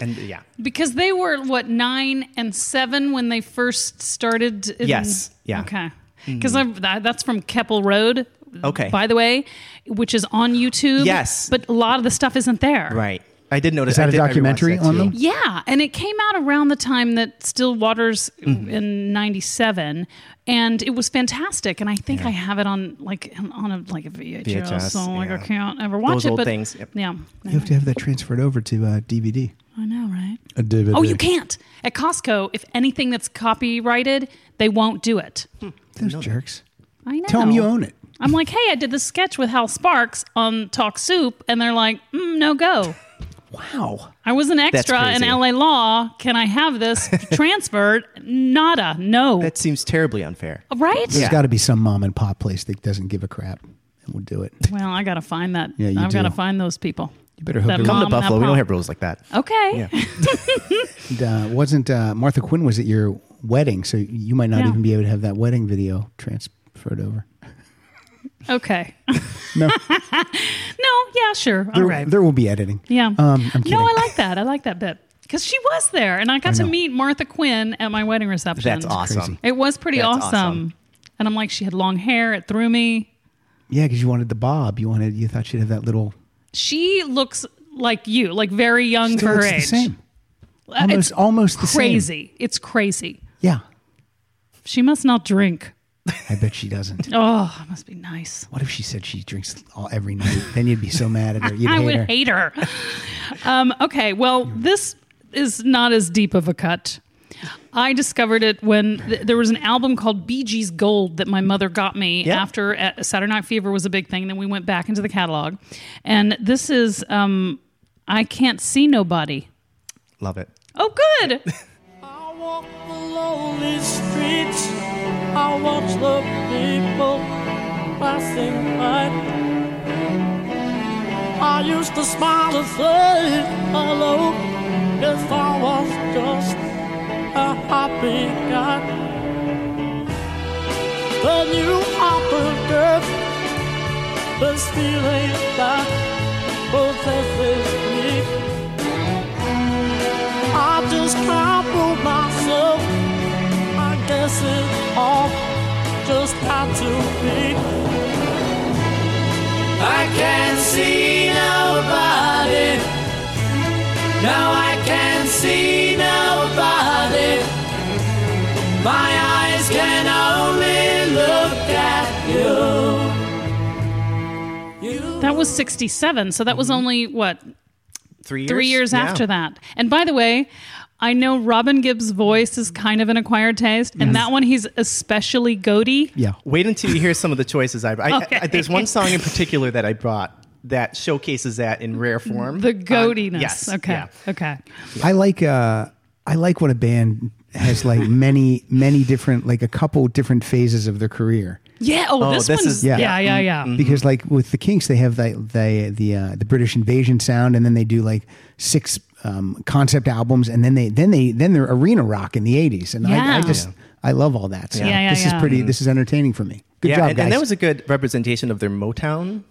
Speaker 2: and yeah,
Speaker 3: Because they were what nine and seven when they first started. In,
Speaker 2: Yes. Yeah. Mm-hmm.
Speaker 3: Okay. Because that, that's from Keppel Road.
Speaker 2: Okay.
Speaker 3: By the way, which is on YouTube.
Speaker 2: Yes.
Speaker 3: But a lot of the stuff isn't there.
Speaker 2: right. I did notice.
Speaker 4: Is that
Speaker 2: I
Speaker 4: a
Speaker 2: did- I rewatched
Speaker 4: documentary
Speaker 2: that
Speaker 4: on
Speaker 2: too.
Speaker 4: them?
Speaker 3: Yeah, and it came out around the time that Still Waters
Speaker 4: Mm-hmm.
Speaker 3: in '97, and it was fantastic. And I think I have it on like on a like a VHS,
Speaker 2: VHS,
Speaker 3: so like I
Speaker 2: yeah.
Speaker 3: can't ever watch
Speaker 2: Those
Speaker 3: it.
Speaker 2: old
Speaker 3: but
Speaker 2: things, yep.
Speaker 3: yeah,
Speaker 4: You have to have that transferred over to uh, DVD.
Speaker 3: I know, right?
Speaker 4: A DVD.
Speaker 3: Oh, you can't at Costco. If anything that's copyrighted, they won't do it.
Speaker 4: Those jerks.
Speaker 3: I know.
Speaker 4: Tell them you own it.
Speaker 3: I'm like, hey, I did this sketch with Hal Sparks on Talk Soup, and they're like, mm, no go.
Speaker 4: Wow.
Speaker 3: I was an extra in
Speaker 2: crazy.
Speaker 3: LA Law. Can I have this transferred? Nada. No.
Speaker 2: That seems terribly unfair.
Speaker 3: right?
Speaker 4: There's
Speaker 2: Yeah.
Speaker 4: got to be some mom and pop place that doesn't give a crap and will do it.
Speaker 3: Well, I gotta find that.
Speaker 4: Yeah, you
Speaker 3: I've gotta
Speaker 4: do.
Speaker 3: find those people.
Speaker 4: You better hook
Speaker 3: That
Speaker 4: it
Speaker 2: Come
Speaker 3: mom-
Speaker 4: up.
Speaker 2: to
Speaker 3: and that
Speaker 2: Buffalo. We
Speaker 3: pop.
Speaker 2: don't have rules like that.
Speaker 3: Okay.
Speaker 2: Yeah.
Speaker 4: And, uh, wasn't uh, Martha Quinn was at your wedding, so you might not
Speaker 3: Yeah.
Speaker 4: even be able to have that wedding video transferred over.
Speaker 3: Okay.
Speaker 4: No,
Speaker 3: No. Yeah. Sure. All
Speaker 4: there,
Speaker 3: right.
Speaker 4: there will be editing.
Speaker 3: yeah.
Speaker 4: Um, I'm kidding.
Speaker 3: no, I like that. I like that bit because she was there, and I got to
Speaker 4: know.
Speaker 3: meet Martha Quinn at my wedding reception.
Speaker 2: That's awesome.
Speaker 4: crazy.
Speaker 3: It was pretty
Speaker 2: That's
Speaker 3: awesome.
Speaker 2: awesome.
Speaker 3: And I'm like, she had long hair. It threw me.
Speaker 4: Yeah, because you wanted the bob. You wanted. You thought she'd have that little.
Speaker 3: She looks like you, like very young
Speaker 4: Still
Speaker 3: for her
Speaker 4: looks the
Speaker 3: age.
Speaker 4: same.
Speaker 3: Uh,
Speaker 4: Almost,
Speaker 3: it's
Speaker 4: almost the same.
Speaker 3: crazy. It's crazy.
Speaker 4: Yeah,
Speaker 3: She must not drink.
Speaker 4: I bet she doesn't.
Speaker 3: Oh, it must be nice.
Speaker 4: What if she said she drinks all, every night? Then you'd be so mad at her. You'd
Speaker 3: I
Speaker 4: hate
Speaker 3: would
Speaker 4: her.
Speaker 3: hate her. um, okay, well, this is not as deep of a cut. I discovered it when th- there was an album called Bee Gees Gold that my mother got me
Speaker 2: Yeah.
Speaker 3: after uh, Saturday Night Fever was a big thing. Then we went back into the catalog. And this is um, I Can't See Nobody.
Speaker 2: Love it.
Speaker 3: Oh, good.
Speaker 5: I walk the lonely streets. I watch the people passing by. I used to smile and say hello if I was just a happy guy. The new operative, this feeling that possesses me. I just can't prove myself. I guess it all just had to be. I can't see nobody. No, I can't see nobody. My eyes can only look at you. You.
Speaker 3: that was 67. So that was only, what,
Speaker 2: Three Mm-hmm. years.
Speaker 3: three years
Speaker 2: Yeah.
Speaker 3: after that. And by the way, I know Robin Gibb's voice is kind of an acquired taste, and that one he's especially goaty.
Speaker 4: Yeah.
Speaker 2: Wait until you hear some of the choices I've. I,
Speaker 3: Okay.
Speaker 2: I, there's one song in particular that I brought that showcases that in rare form.
Speaker 3: The
Speaker 2: Um,
Speaker 3: goatiness.
Speaker 2: yes.
Speaker 3: Okay.
Speaker 2: yeah.
Speaker 3: Okay.
Speaker 4: I like uh I like when a band has like many many different like a couple different phases of their career
Speaker 3: Yeah. Oh, this,
Speaker 2: this
Speaker 3: one's Mm,
Speaker 2: is-
Speaker 3: yeah,
Speaker 4: yeah.
Speaker 3: yeah, yeah, yeah.
Speaker 2: Mm-hmm.
Speaker 4: because like with the Kinks they have the the the uh, the British invasion sound and then they do like six um, concept albums and then they then they then they're arena rock in the 80s and I, I
Speaker 3: Yeah.
Speaker 4: just I love all that. So
Speaker 3: Yeah, yeah,
Speaker 4: this
Speaker 3: yeah.
Speaker 4: is pretty this is entertaining for me.
Speaker 2: Mm-hmm.
Speaker 4: Good
Speaker 2: yeah,
Speaker 4: job
Speaker 2: and,
Speaker 4: guys.
Speaker 2: and that was a good representation of their Motown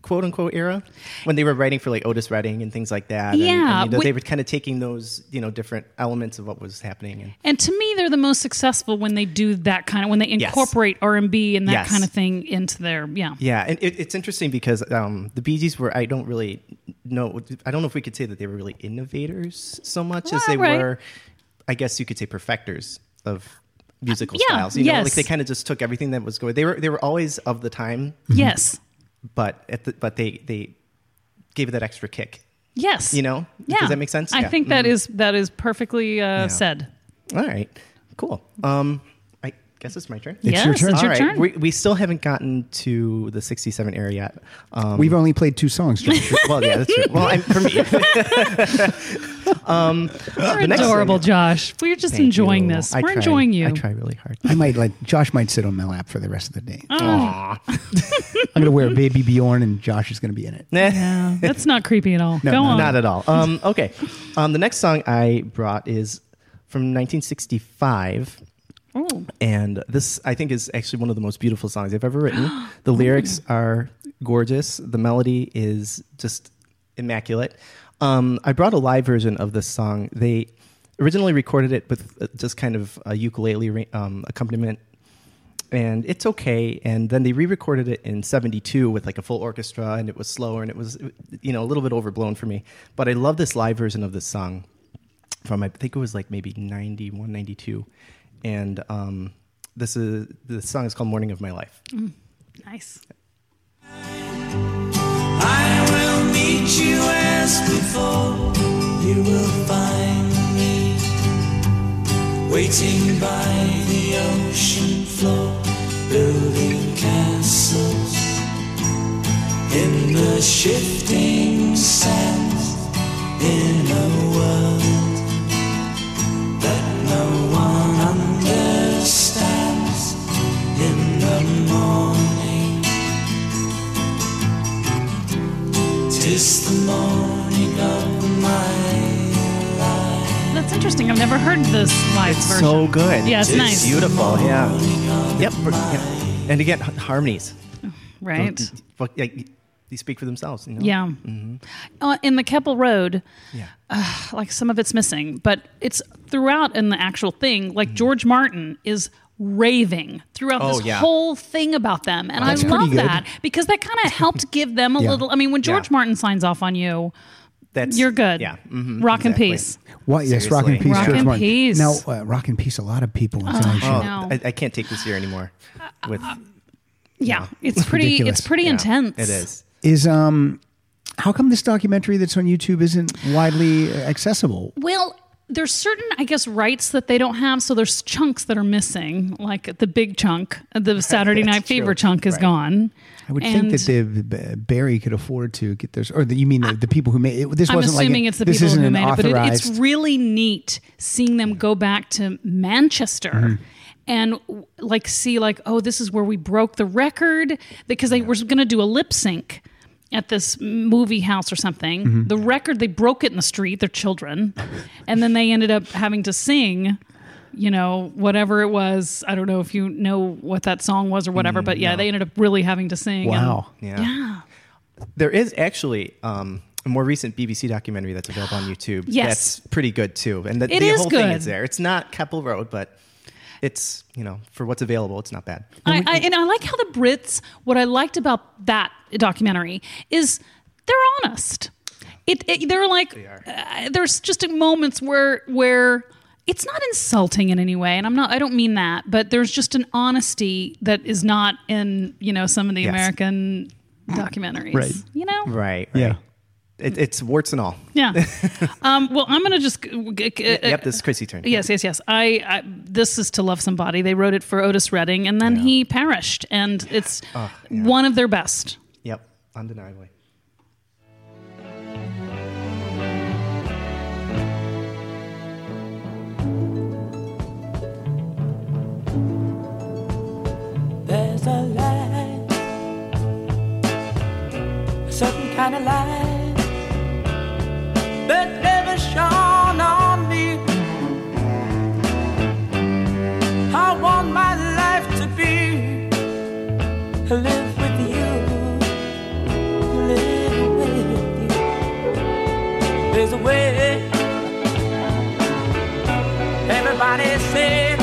Speaker 2: quote unquote era when they were writing for like Otis Redding and things like that. And- and,
Speaker 3: Yeah,
Speaker 2: you know,
Speaker 3: we-
Speaker 2: they were kind of taking those you know different elements of what was happening. And,
Speaker 3: And to me, they're the most successful when they do that kind of when they incorporate R and B and that
Speaker 2: Yes.
Speaker 3: kind of thing into their yeah.
Speaker 2: yeah, and it, it's interesting because um, the Bee Gees were I don't really know I don't know if we could say that they were really innovators so much as
Speaker 3: Well,
Speaker 2: they
Speaker 3: right.
Speaker 2: were, I guess you could say perfecters of musical
Speaker 3: yeah,
Speaker 2: styles. You know, like
Speaker 3: yes.
Speaker 2: they kind of just took everything that was going. They were they were always of the time,
Speaker 3: Yes.
Speaker 2: but at the, but they they gave it that extra kick.
Speaker 3: Yes.
Speaker 2: You know?
Speaker 3: Yeah.
Speaker 2: Does that make sense?
Speaker 3: I
Speaker 2: Yeah. Mm-hmm.
Speaker 3: think that is that is perfectly uh, said.
Speaker 2: All right, cool. Um, I guess it's my turn.
Speaker 3: yes,
Speaker 4: your turn.
Speaker 3: it's
Speaker 2: All
Speaker 3: your
Speaker 2: right,
Speaker 3: turn.
Speaker 2: We, we still haven't gotten to the 67 area yet. Um,
Speaker 4: We've only played two songs. Josh.
Speaker 2: well, yeah, that's true. Well, I'm, for me,
Speaker 3: You're
Speaker 2: next
Speaker 3: adorable, Josh. We're just enjoying
Speaker 2: you.
Speaker 3: this.
Speaker 2: I
Speaker 3: We're
Speaker 2: tried.
Speaker 3: enjoying you.
Speaker 2: I try really hard.
Speaker 4: I might like Josh might sit on my lap for the rest of the day.
Speaker 3: Oh.
Speaker 2: Aw.
Speaker 4: I'm gonna wear a baby Bjorn and Josh is gonna be in it.
Speaker 3: Yeah, that's not creepy at all.
Speaker 4: No,
Speaker 3: Go
Speaker 4: no,
Speaker 3: on.
Speaker 2: Not at all. Um, okay. Um, the next song I brought is from 1965.
Speaker 3: Oh.
Speaker 2: And this, I think, is actually one of the most beautiful songs I've ever written. The lyrics are gorgeous. The melody is just immaculate. Um, I brought a live version of this song. They originally recorded it with uh, just kind of a ukulele re- um, accompaniment, and it's okay. And then they re-recorded it in '72 with like a full orchestra, and it was slower, and it was, you know, a little bit overblown for me. But I love this live version of this song from I think it was like maybe 91, 92. And um, this is the song is called Morning of My Life.
Speaker 3: Nice.
Speaker 5: I will meet you as before. You will find me waiting by the ocean floor, building castles in the shifting sands in a world that no one understands in the morning. Tis the morning of my life.
Speaker 3: That's interesting. I've never heard this live version.
Speaker 2: So good.
Speaker 3: Yeah, it's
Speaker 2: It's
Speaker 3: nice.
Speaker 2: Beautiful. Yeah. Yep. yeah. And again, h- harmonies.
Speaker 3: right.
Speaker 2: Fuck, Like, they speak for themselves. You know?
Speaker 3: Yeah. Uh, in the Keppel Road,
Speaker 2: Mm-hmm.
Speaker 3: uh,
Speaker 2: Yeah.
Speaker 3: like some of it's missing, but it's throughout in the actual thing. Like George Martin is raving throughout
Speaker 2: Mm. Oh,
Speaker 3: this
Speaker 2: yeah. Oh,
Speaker 3: whole thing about them, and I
Speaker 4: That's pretty
Speaker 3: love
Speaker 4: good.
Speaker 3: that because that kind of helped give them a
Speaker 4: Yeah.
Speaker 3: little. I mean, when George
Speaker 2: Yeah.
Speaker 3: Martin signs off on you,
Speaker 2: That's
Speaker 3: you're good.
Speaker 2: Yeah. mhm,
Speaker 3: Rock
Speaker 2: exactly.
Speaker 3: and peace.
Speaker 4: What? Yes, rock and
Speaker 2: Seriously.
Speaker 4: peace.
Speaker 3: Rock
Speaker 4: George
Speaker 3: and
Speaker 4: Martin.
Speaker 3: peace.
Speaker 4: Now, uh, rock and peace. A lot of people. in Philly
Speaker 2: Oh,
Speaker 4: show.
Speaker 3: No.
Speaker 2: I, I can't take this year anymore. With
Speaker 3: Yeah, it's pretty.
Speaker 4: ridiculous.
Speaker 3: It's pretty
Speaker 2: yeah,
Speaker 3: intense.
Speaker 2: It is.
Speaker 4: Is um, how come this documentary that's on YouTube isn't widely accessible?
Speaker 3: Well, there's certain, I guess, rights that they don't have. So there's chunks that are missing, like the big chunk, the Saturday Night Fever chunk is gone.
Speaker 4: I would think that the B- Barry could afford to get this, or the, you mean the, the people who made it? This
Speaker 3: I'm
Speaker 4: wasn't like
Speaker 3: assuming
Speaker 4: a-
Speaker 3: it's the
Speaker 4: this
Speaker 3: people
Speaker 4: isn't
Speaker 3: who
Speaker 4: an
Speaker 3: made it, but it, it's
Speaker 4: authorized-
Speaker 3: really neat seeing them go back to Manchester.
Speaker 4: Mm-hmm.
Speaker 3: And w- like see like oh this is where we broke the record because they were going to do a lip sync at this movie house or something.
Speaker 4: Mm-hmm.
Speaker 3: The record they broke it in the street. Their children, and then they ended up having to sing. You know whatever it was. I don't know if you know what that song was or whatever, but yeah, they ended up really having to sing. and-
Speaker 4: Mm, wow.
Speaker 2: Yeah. There is actually um, a more recent BBC documentary that's available on YouTube.
Speaker 3: Yes.
Speaker 2: That's pretty good too. And the,
Speaker 3: It
Speaker 2: the
Speaker 3: is
Speaker 2: whole thing
Speaker 3: good.
Speaker 2: is there. It's not Keppel Road, but it's, you know, for what's available, it's not bad.
Speaker 3: I, I, and I like how the Brits, what I liked about that documentary is they're honest. It, it they're like uh, there's just moments where where it's not insulting in any way and I'm not I don't mean that, but there's just an honesty that is not in, you know, some of the
Speaker 2: Yes.
Speaker 3: American documentaries.
Speaker 4: Right.
Speaker 3: You know?
Speaker 2: Right. right.
Speaker 4: Yeah.
Speaker 2: It, it's warts and all.
Speaker 3: Yeah. um, well, I'm going to just. Yep,
Speaker 2: Yep, this is Chrissy turn.
Speaker 3: Yes, yes, yes. I, I this is to love somebody. They wrote it for Otis Redding, and then he perished, and it's one of their best.
Speaker 2: Yep, undeniably.
Speaker 5: There's a light, a certain kind of light that never shone on me. I want my life to be live with you, live with you. There's a way. Everybody said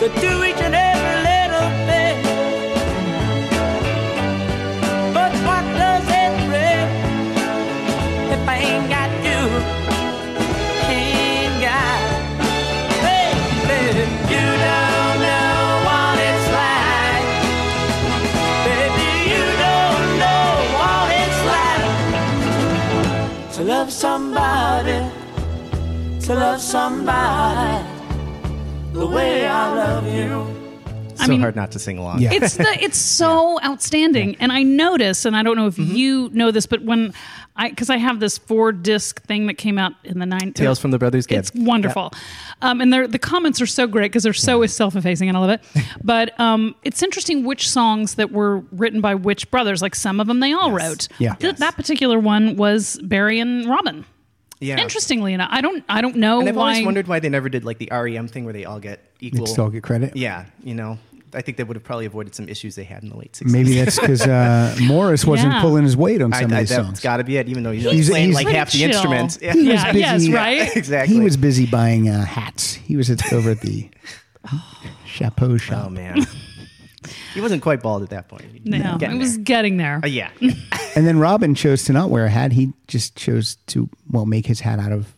Speaker 5: to do each and every little thing. But what does it bring if I ain't got you? Ain't got baby. You don't know what it's like, baby. You don't know what it's like to love somebody, to love somebody the way I love you.
Speaker 2: So
Speaker 3: mean-
Speaker 2: hard not to sing along.
Speaker 4: Yeah.
Speaker 3: It's the it's so outstanding, and I notice, and I don't know if
Speaker 2: Mm-hmm.
Speaker 3: you know this, but when I because I have this four disc thing that came out in the nine
Speaker 2: Tales from the Brothers Gibb.
Speaker 3: It's wonderful. Um, and they're- the comments are so great because they're so self effacing and I love it. But um, it's interesting which songs that were written by which brothers. Like some of them they all wrote.
Speaker 4: Yeah.
Speaker 3: Th- That particular one was Barry and Robin.
Speaker 2: Yeah.
Speaker 3: Interestingly enough, I don't I don't know
Speaker 2: And I've
Speaker 3: why.
Speaker 2: always wondered why they never did like the REM thing where they all get equal.
Speaker 4: Still get credit.
Speaker 2: Yeah, you know, I think they would have probably avoided some issues they had in the late 60s.
Speaker 4: Maybe that's because uh, Morris wasn't
Speaker 3: Yeah.
Speaker 4: pulling his weight on
Speaker 2: I,
Speaker 4: some
Speaker 2: I,
Speaker 4: of these
Speaker 2: that's
Speaker 4: songs.
Speaker 2: got to be it, even though you
Speaker 4: He's-
Speaker 2: he's playing
Speaker 4: he's-
Speaker 2: like half the
Speaker 3: Pretty chill.
Speaker 2: instruments. Yeah.
Speaker 4: He was
Speaker 3: yeah,
Speaker 4: busy-
Speaker 3: yes, right.
Speaker 2: exactly.
Speaker 4: He was busy buying uh, hats. He was at, over at the chapeau shop.
Speaker 2: Oh
Speaker 3: Um,
Speaker 2: man, he wasn't quite bald at that point.
Speaker 3: No,
Speaker 2: Getting
Speaker 3: it was
Speaker 2: there.
Speaker 3: getting there.
Speaker 2: Uh, yeah,
Speaker 4: and then Robin chose to not wear a hat. He just chose to well make his hat out of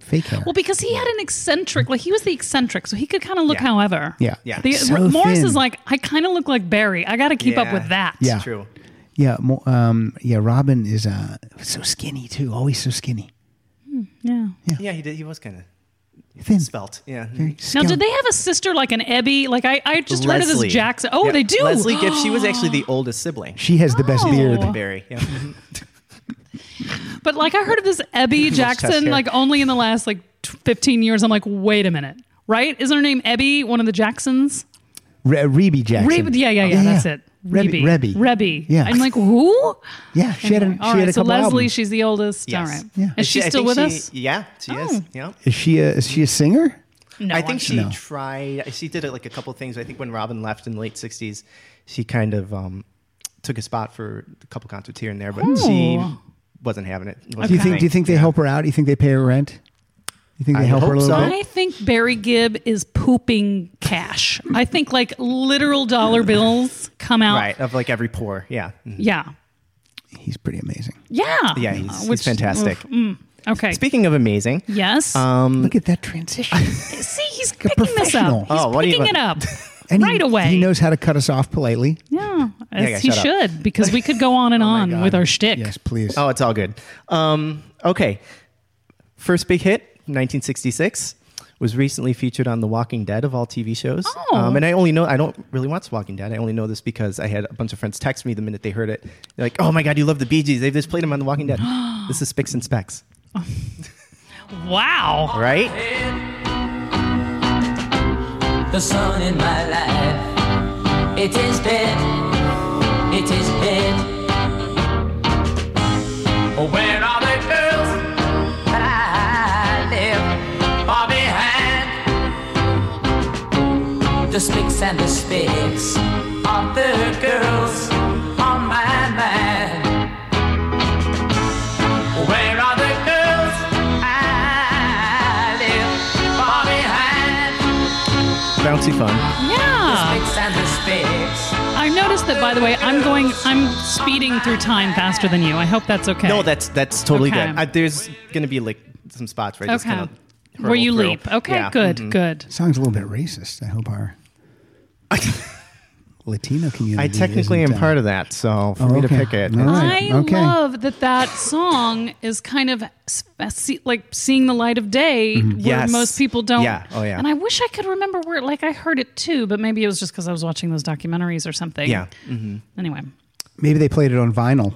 Speaker 4: fake hair.
Speaker 3: Well, because he had an eccentric, like he was the eccentric, so he could kind of look
Speaker 2: Yeah.
Speaker 3: however.
Speaker 4: yeah,
Speaker 2: Yeah.
Speaker 3: The,
Speaker 4: So
Speaker 3: Morris
Speaker 4: thin.
Speaker 3: is like, I kind of look like Barry. I got to keep up
Speaker 2: Yeah.
Speaker 3: with that.
Speaker 4: Yeah.
Speaker 2: it's true.
Speaker 4: yeah. Mo- um, yeah. Robin is uh, so skinny too. Always so skinny,
Speaker 3: Yeah.
Speaker 2: Yeah, he did. He was kind of
Speaker 4: thin,
Speaker 2: spelt. Yeah.
Speaker 4: very.
Speaker 3: Now,
Speaker 4: skeletal.
Speaker 3: did they have a sister like an Ebby? Like I, I just heard of
Speaker 2: Leslie.
Speaker 3: this Jackson. Oh,
Speaker 2: Yeah.
Speaker 3: they do.
Speaker 2: Leslie Gibb. She was actually the oldest sibling.
Speaker 4: She has the best
Speaker 3: Oh.
Speaker 4: beard.
Speaker 2: Barry. Yeah.
Speaker 3: But like I heard of this Ebby
Speaker 2: chest
Speaker 3: Jackson
Speaker 2: hair.
Speaker 3: like only in the last like t- 15 years. I'm like, wait a minute, right? Isn't her name Ebby? One of the Jacksons?
Speaker 4: Re- Rebe Jackson. Oh,
Speaker 3: Reb- yeah, yeah, yeah, That's it. Rebby.
Speaker 4: Rebe. Rebbe.
Speaker 3: Rebby.
Speaker 4: Yeah.
Speaker 3: I'm like, who?
Speaker 4: Yeah, she had, an,
Speaker 3: All
Speaker 4: she had
Speaker 3: right.
Speaker 4: a
Speaker 3: So
Speaker 4: couple
Speaker 3: Leslie,
Speaker 4: albums.
Speaker 3: she's the oldest.
Speaker 2: Yes.
Speaker 3: All right.
Speaker 4: Yeah.
Speaker 3: Is she,
Speaker 2: I
Speaker 3: still
Speaker 2: think
Speaker 3: with
Speaker 2: she-
Speaker 3: us?
Speaker 2: Yeah, she is.
Speaker 3: Oh.
Speaker 2: Yeah.
Speaker 4: Is she a, is she a singer?
Speaker 3: No,
Speaker 2: I think she
Speaker 4: No.
Speaker 2: tried. She did like a couple things. I think when Robin left in the late '60s, she kind of um, took a spot for a couple concerts here and there, but she
Speaker 3: Ooh.
Speaker 2: wasn't having it.
Speaker 4: Do you think? Do you think they help her out? Do you think they pay her rent? You think they
Speaker 2: I
Speaker 4: help her a
Speaker 2: hope
Speaker 4: little
Speaker 2: so.
Speaker 4: bit?
Speaker 3: I think Barry Gibb is pooping cash. I think like literal dollar bills come out.
Speaker 2: Right of like every poor. Yeah.
Speaker 3: Yeah.
Speaker 4: He's pretty amazing.
Speaker 3: Yeah. Uh,
Speaker 2: Yeah. He's,
Speaker 3: Which-
Speaker 2: he's fantastic.
Speaker 3: oof, mm. okay.
Speaker 2: Speaking of amazing,
Speaker 3: yes.
Speaker 2: Um,
Speaker 4: Look at that transition.
Speaker 3: See, he's
Speaker 4: a
Speaker 3: picking this up. He's
Speaker 4: professional.
Speaker 2: Oh, what do you
Speaker 3: picking it up
Speaker 4: And he-
Speaker 3: right away.
Speaker 4: He knows how to cut us off politely.
Speaker 3: yeah, as
Speaker 2: yeah,
Speaker 3: he
Speaker 2: shut up.
Speaker 3: should because we could go on and
Speaker 4: my
Speaker 3: on
Speaker 4: God.
Speaker 3: with our shtick.
Speaker 4: Yes, please.
Speaker 2: Oh, it's all good. Um, okay. First big hit, 1966, was recently featured on The Walking Dead of all TV shows.
Speaker 3: Oh.
Speaker 2: Um, and I only know, I don't really watch The Walking Dead. I only know this because I had a bunch of friends text me the minute they heard it. They're like, oh my God, you love the Bee Gees. They've just played them on The Walking Dead. this is Spicks and Specks,
Speaker 3: Wow.
Speaker 2: right?
Speaker 5: the sun in my life. It is dead, it is dead. Where are the girls that I live far behind? The spicks and the spicks of the girls on my mind. Where are the girls I live far behind?
Speaker 2: Bouncy fun.
Speaker 3: Yeah.
Speaker 5: Spicks and the spicks.
Speaker 3: I noticed that by the way, I'm going I'm speeding through time faster than you. I hope that's okay.
Speaker 2: No, that's that's totally
Speaker 3: Okay.
Speaker 2: good. Uh, there's going to be like some spots right
Speaker 3: okay. Where you
Speaker 2: Mm-hmm.
Speaker 3: leap. Okay, good, good.
Speaker 4: Song's a little bit racist. I hope our Latino community.
Speaker 2: I technically am
Speaker 4: isn't, uh,
Speaker 2: part of that, so for
Speaker 4: Oh,
Speaker 2: me to
Speaker 4: okay.
Speaker 2: pick it,
Speaker 4: All right.
Speaker 3: I
Speaker 4: okay.
Speaker 3: love that that song is kind of s- se- like seeing the light of day where
Speaker 2: Mm-hmm. Yes.
Speaker 3: most people don't.
Speaker 2: Yeah. Oh, yeah.
Speaker 3: And I wish I could remember where, like, I heard it too, but maybe it was just because I was watching those documentaries or something.
Speaker 2: yeah, Mm-hmm.
Speaker 3: Anyway.
Speaker 4: Maybe they played it on vinyl.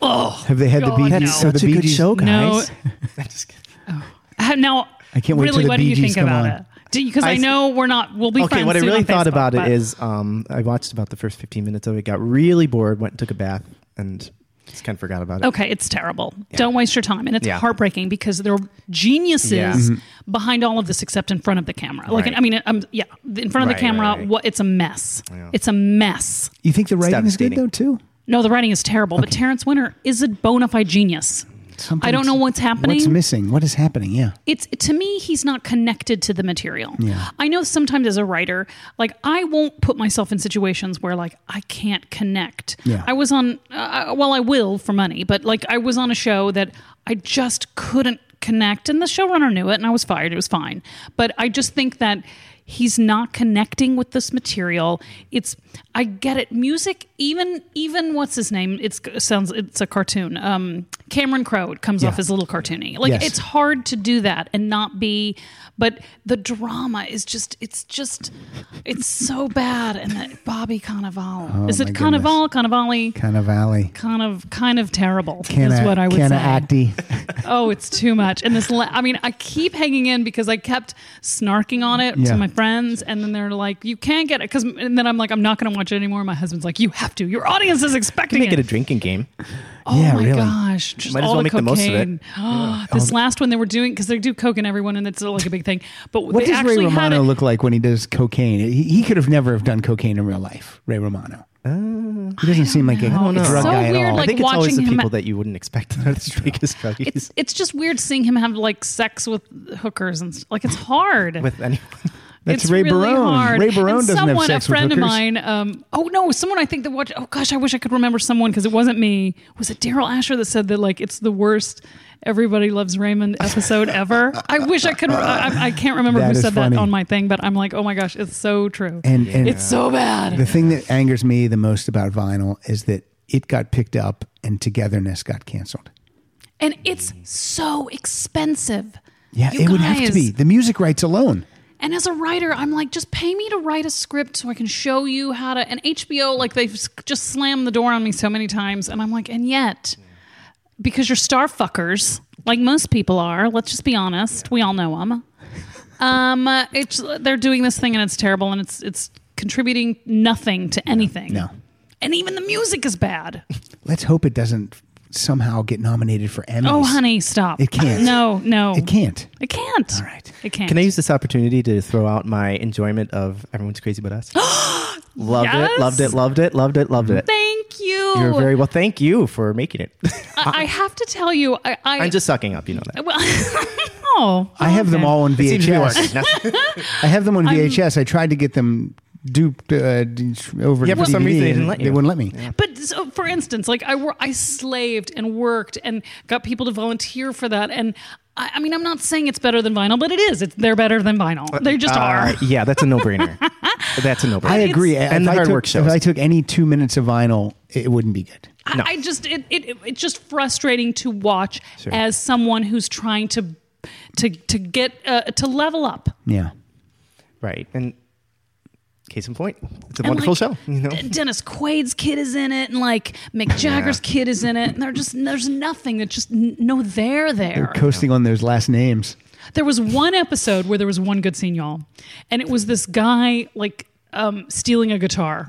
Speaker 3: Oh.
Speaker 4: Have they had
Speaker 3: God,
Speaker 4: the Bee
Speaker 3: no.
Speaker 4: Gees? so
Speaker 2: Such
Speaker 4: the
Speaker 2: a
Speaker 4: Bee
Speaker 2: good
Speaker 4: Gees-
Speaker 2: show,
Speaker 3: No.
Speaker 2: guys. I'm just kidding.
Speaker 3: Uh, Now,
Speaker 4: I can't wait till
Speaker 3: really,
Speaker 4: the
Speaker 3: what
Speaker 4: Bee
Speaker 3: do you
Speaker 4: Gees
Speaker 3: think
Speaker 4: come
Speaker 3: about
Speaker 4: on.
Speaker 3: it? Because I,
Speaker 2: I-
Speaker 3: know we're not, we'll be
Speaker 2: okay,
Speaker 3: friends
Speaker 2: what I
Speaker 3: soon
Speaker 2: really
Speaker 3: on
Speaker 2: thought
Speaker 3: Facebook,
Speaker 2: about
Speaker 3: but-
Speaker 2: it is um, I watched about the first 15 minutes of it, got really bored, went and took a bath, and just kind of forgot about it.
Speaker 3: Okay, it's terrible. Don't waste your time. And it's
Speaker 2: Yeah.
Speaker 3: heartbreaking because there are geniuses Mm-hmm.
Speaker 2: Yeah. Mhm.
Speaker 3: behind all of this except in front of the camera. Like,
Speaker 2: Right.
Speaker 3: I mean, um, yeah, in front of
Speaker 2: Right,
Speaker 3: the camera,
Speaker 2: right, right.
Speaker 3: what it's a mess.
Speaker 2: Yeah.
Speaker 3: It's a mess.
Speaker 4: You think the writing is good
Speaker 2: devastating.
Speaker 4: though too?
Speaker 3: No, the writing is terrible, but Terrence Winter is a bona fide genius. I don't know what's happening.
Speaker 4: What's missing? What is happening? Yeah.
Speaker 3: it's to me he's not connected to the material i know sometimes as a writer like i won't put myself in situations where like i can't connect
Speaker 4: Yeah.
Speaker 3: i was on uh, well i will for money but like i was on a show that i just couldn't connect and the showrunner knew it and i was fired it was fine but i just think that he's not connecting with this material it's i get it music even even what's his name it's it sounds it's a cartoon um cameron crowe comes off as a little cartoony like
Speaker 4: Yes.
Speaker 3: it's hard to do that and not be but the drama is just it's just it's so bad and that bobby cannavale is
Speaker 4: Oh my
Speaker 3: it
Speaker 4: goodness.
Speaker 3: cannavale cannavale
Speaker 4: Kind of valley.
Speaker 3: kind of kind of terrible
Speaker 4: Canna,
Speaker 3: is what i would
Speaker 4: Canna
Speaker 3: say
Speaker 4: Acti.
Speaker 3: oh it's too much and this la- i mean i keep hanging in because i kept snarking on it
Speaker 4: Yeah.
Speaker 3: to my friends and then they're like you can't get it because and then i'm like i'm not going to watch it anymore my husband's like you have to your audience is expecting
Speaker 2: Make
Speaker 3: it
Speaker 2: it a drinking game.
Speaker 3: Oh
Speaker 4: Yeah,
Speaker 3: my
Speaker 4: really.
Speaker 3: gosh! Just
Speaker 2: Might as
Speaker 3: all
Speaker 2: well
Speaker 3: the
Speaker 2: make the
Speaker 3: cocaine.
Speaker 2: most of it.
Speaker 3: this last one they were doing because they do coke in everyone, and it's uh, like a big thing. But
Speaker 4: What
Speaker 3: they
Speaker 4: does Ray
Speaker 3: actually had
Speaker 4: Romano
Speaker 3: it-
Speaker 4: look like when he does cocaine? He, he could have never have done cocaine in real life, Ray Romano.
Speaker 2: Uh,
Speaker 4: he doesn't seem like a
Speaker 3: know.
Speaker 4: drug
Speaker 3: It's so
Speaker 4: guy at
Speaker 3: weird,
Speaker 4: all.
Speaker 2: I
Speaker 3: like-
Speaker 2: think it's always
Speaker 3: watching
Speaker 2: the
Speaker 3: him-
Speaker 2: people that you wouldn't expect are the biggest druggies
Speaker 3: It's it's just weird seeing him have like sex with hookers and s- like it's hard.
Speaker 2: with anyone.
Speaker 4: That's
Speaker 3: it's
Speaker 4: Ray
Speaker 3: really
Speaker 4: Barone.
Speaker 3: Hard.
Speaker 4: Ray Barone
Speaker 3: and
Speaker 4: doesn't have
Speaker 3: someone,
Speaker 4: sex
Speaker 3: a
Speaker 4: with
Speaker 3: friend
Speaker 4: hookers.
Speaker 3: of mine. Um, oh no, someone I think that watched. Oh gosh, I wish I could remember someone because it wasn't me. Was it Daryl Asher that said that like it's the worst Everybody Loves Raymond episode ever? I wish I could. I, I- I can't remember
Speaker 4: That
Speaker 3: who
Speaker 4: is
Speaker 3: said
Speaker 4: funny.
Speaker 3: that on my thing, but I'm like, oh my gosh, it's so true.
Speaker 4: And, and
Speaker 3: it's so bad.
Speaker 4: the thing that angers me the most about vinyl is that it got picked up and togetherness got canceled.
Speaker 3: And it's so expensive.
Speaker 4: Yeah,
Speaker 3: You
Speaker 4: it would have to
Speaker 3: guys.
Speaker 4: be. The music rights alone.
Speaker 3: And as a writer, I'm like, just pay me to write a script so I can show you how to. And HBO, like, they've s- just slammed the door on me so many times. And I'm like, and yet, because you're star fuckers, like most people are, let's just be honest, we all know them. Um, uh, it's they're doing this thing and it's terrible and it's it's contributing nothing to anything.
Speaker 4: no.
Speaker 3: And even the music is bad.
Speaker 4: Let's hope it doesn't somehow get nominated for Emmys.
Speaker 3: Oh, honey, stop.
Speaker 4: It can't.
Speaker 3: No, no.
Speaker 4: It can't.
Speaker 3: It can't. All
Speaker 4: right.
Speaker 3: It can't.
Speaker 2: Can I use this opportunity to throw out my enjoyment of Everyone's Crazy But Us? loved it,
Speaker 3: Yes.
Speaker 2: loved it, loved it, loved it, loved it.
Speaker 3: Thank you.
Speaker 2: You're very well. Thank you for making it.
Speaker 3: I, I have to tell you, I, I
Speaker 2: I'm just sucking up, you know that.
Speaker 3: well. oh,
Speaker 4: I have them
Speaker 3: okay.
Speaker 4: all on
Speaker 2: It seems to be working.
Speaker 4: VHS. I have them on VHS. I tried to get them duped uh, d- over.
Speaker 2: Yeah,
Speaker 4: to
Speaker 2: for some
Speaker 4: DVD,
Speaker 2: reason they didn't
Speaker 4: and
Speaker 2: let
Speaker 4: They
Speaker 2: you.
Speaker 4: wouldn't let me.
Speaker 3: But so, for instance, like I wor- I slaved and worked and got people to volunteer for that, and I, I mean, I'm not saying it's better than vinyl, but it is. It's they're better than vinyl. They just are.
Speaker 2: Uh, yeah, that's a no-brainer. that's a no-brainer.
Speaker 4: I agree.
Speaker 2: And
Speaker 4: if
Speaker 2: the
Speaker 4: I
Speaker 2: hard
Speaker 4: took,
Speaker 2: work shows.
Speaker 4: If I took any two minutes of vinyl, it wouldn't be good.
Speaker 3: I, I just it, it it's just frustrating to watch as someone who's trying to to to get uh, to level up.
Speaker 4: Yeah.
Speaker 2: right. And case in point, it's a
Speaker 3: And,
Speaker 2: wonderful
Speaker 3: like,
Speaker 2: show. You know,
Speaker 3: D- Dennis Quaid's kid is in it, and like Mick Jagger's kid is in it, and they're just there's nothing that just n- no there there.
Speaker 4: Coasting on those last names.
Speaker 3: There was one episode where there was one good scene, y'all, and it was this guy like um, stealing a guitar.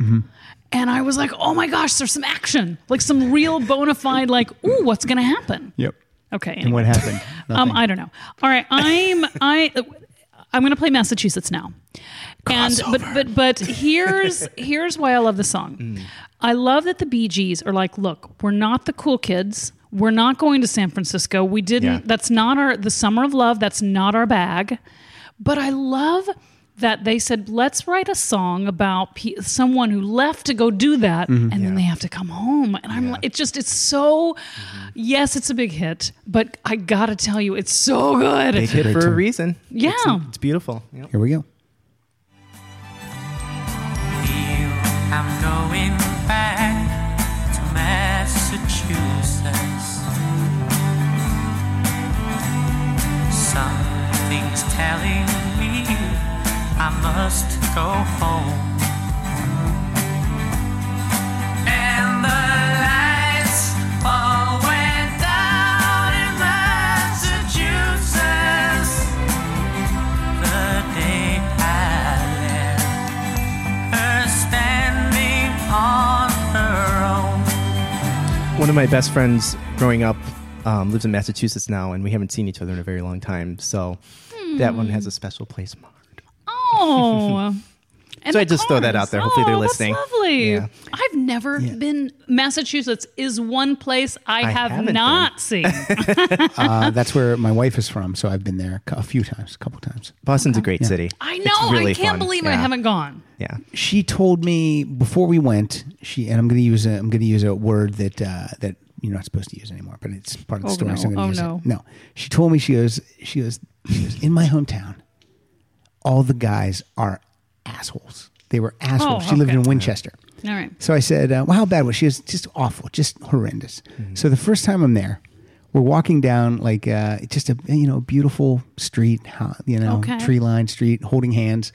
Speaker 3: And I was like, oh my gosh, there's some action, like some real bona fide, like, ooh, what's gonna happen?
Speaker 4: Yep.
Speaker 3: Okay. Anyway.
Speaker 4: And what happened?
Speaker 3: Um, I don't know. All right, I'm I I'm gonna play Massachusetts now. And but but but here's here's why I love the song. I love that the Bee Gees are like, look, we're not the cool kids. We're not going to San Francisco. We didn't.
Speaker 2: Yeah.
Speaker 3: That's not our the summer of love. That's not our bag. But I love that they said, let's write a song about pe- someone who left to go do that,
Speaker 2: Mm-hmm.
Speaker 3: and then they have to come home. And I'm, like, it just, it's so.
Speaker 2: Mm-hmm.
Speaker 3: Yes, it's a big hit, but I gotta tell you, it's so good.
Speaker 2: they did
Speaker 4: great
Speaker 2: for a
Speaker 4: tune.
Speaker 2: reason.
Speaker 3: Yeah.
Speaker 2: It's, it's beautiful. Yep.
Speaker 4: Here we go.
Speaker 5: Here something's telling me I must go home. And the lights all went down in Massachusetts the day I left her standing on her own.
Speaker 2: One of my best friends growing up um, lives in Massachusetts now, and we haven't seen each other in a very long time. So that one has a special place. in my heart.
Speaker 3: Oh. And
Speaker 2: So
Speaker 3: the
Speaker 2: I just throw that
Speaker 3: cars.
Speaker 2: out there. Hopefully they're
Speaker 3: Oh,
Speaker 2: listening.
Speaker 3: That's lovely.
Speaker 2: Yeah.
Speaker 3: I've never been. Massachusetts is one place I, have
Speaker 2: haven't
Speaker 3: not seen.
Speaker 4: Uh, that's where my wife is from, so I've been there a few times, a couple times.
Speaker 2: Boston's a great city.
Speaker 3: I
Speaker 2: It's
Speaker 3: know. I
Speaker 2: really
Speaker 3: can't
Speaker 2: fun.
Speaker 3: believe I
Speaker 2: Yeah.
Speaker 3: haven't gone.
Speaker 2: Yeah.
Speaker 4: she told me before we went. She and I'm going to use a I'm going to use a word that uh, that you're not supposed to use anymore, but it's part of the
Speaker 3: Oh,
Speaker 4: story.
Speaker 3: no.
Speaker 4: So I'm going
Speaker 3: Oh,
Speaker 4: to use
Speaker 3: no.
Speaker 4: it. No, she told me she goes she goes she goes in my hometown. All the guys are assholes. They were assholes.
Speaker 3: Oh,
Speaker 4: she lived
Speaker 3: okay.
Speaker 4: in Winchester.
Speaker 3: All right.
Speaker 4: So I said, uh, "Well, how bad was she?" She was just awful, just horrendous. So the first time I'm there, we're walking down like uh, just a you know beautiful street, ho- you know
Speaker 3: Okay.
Speaker 4: tree lined street, holding hands,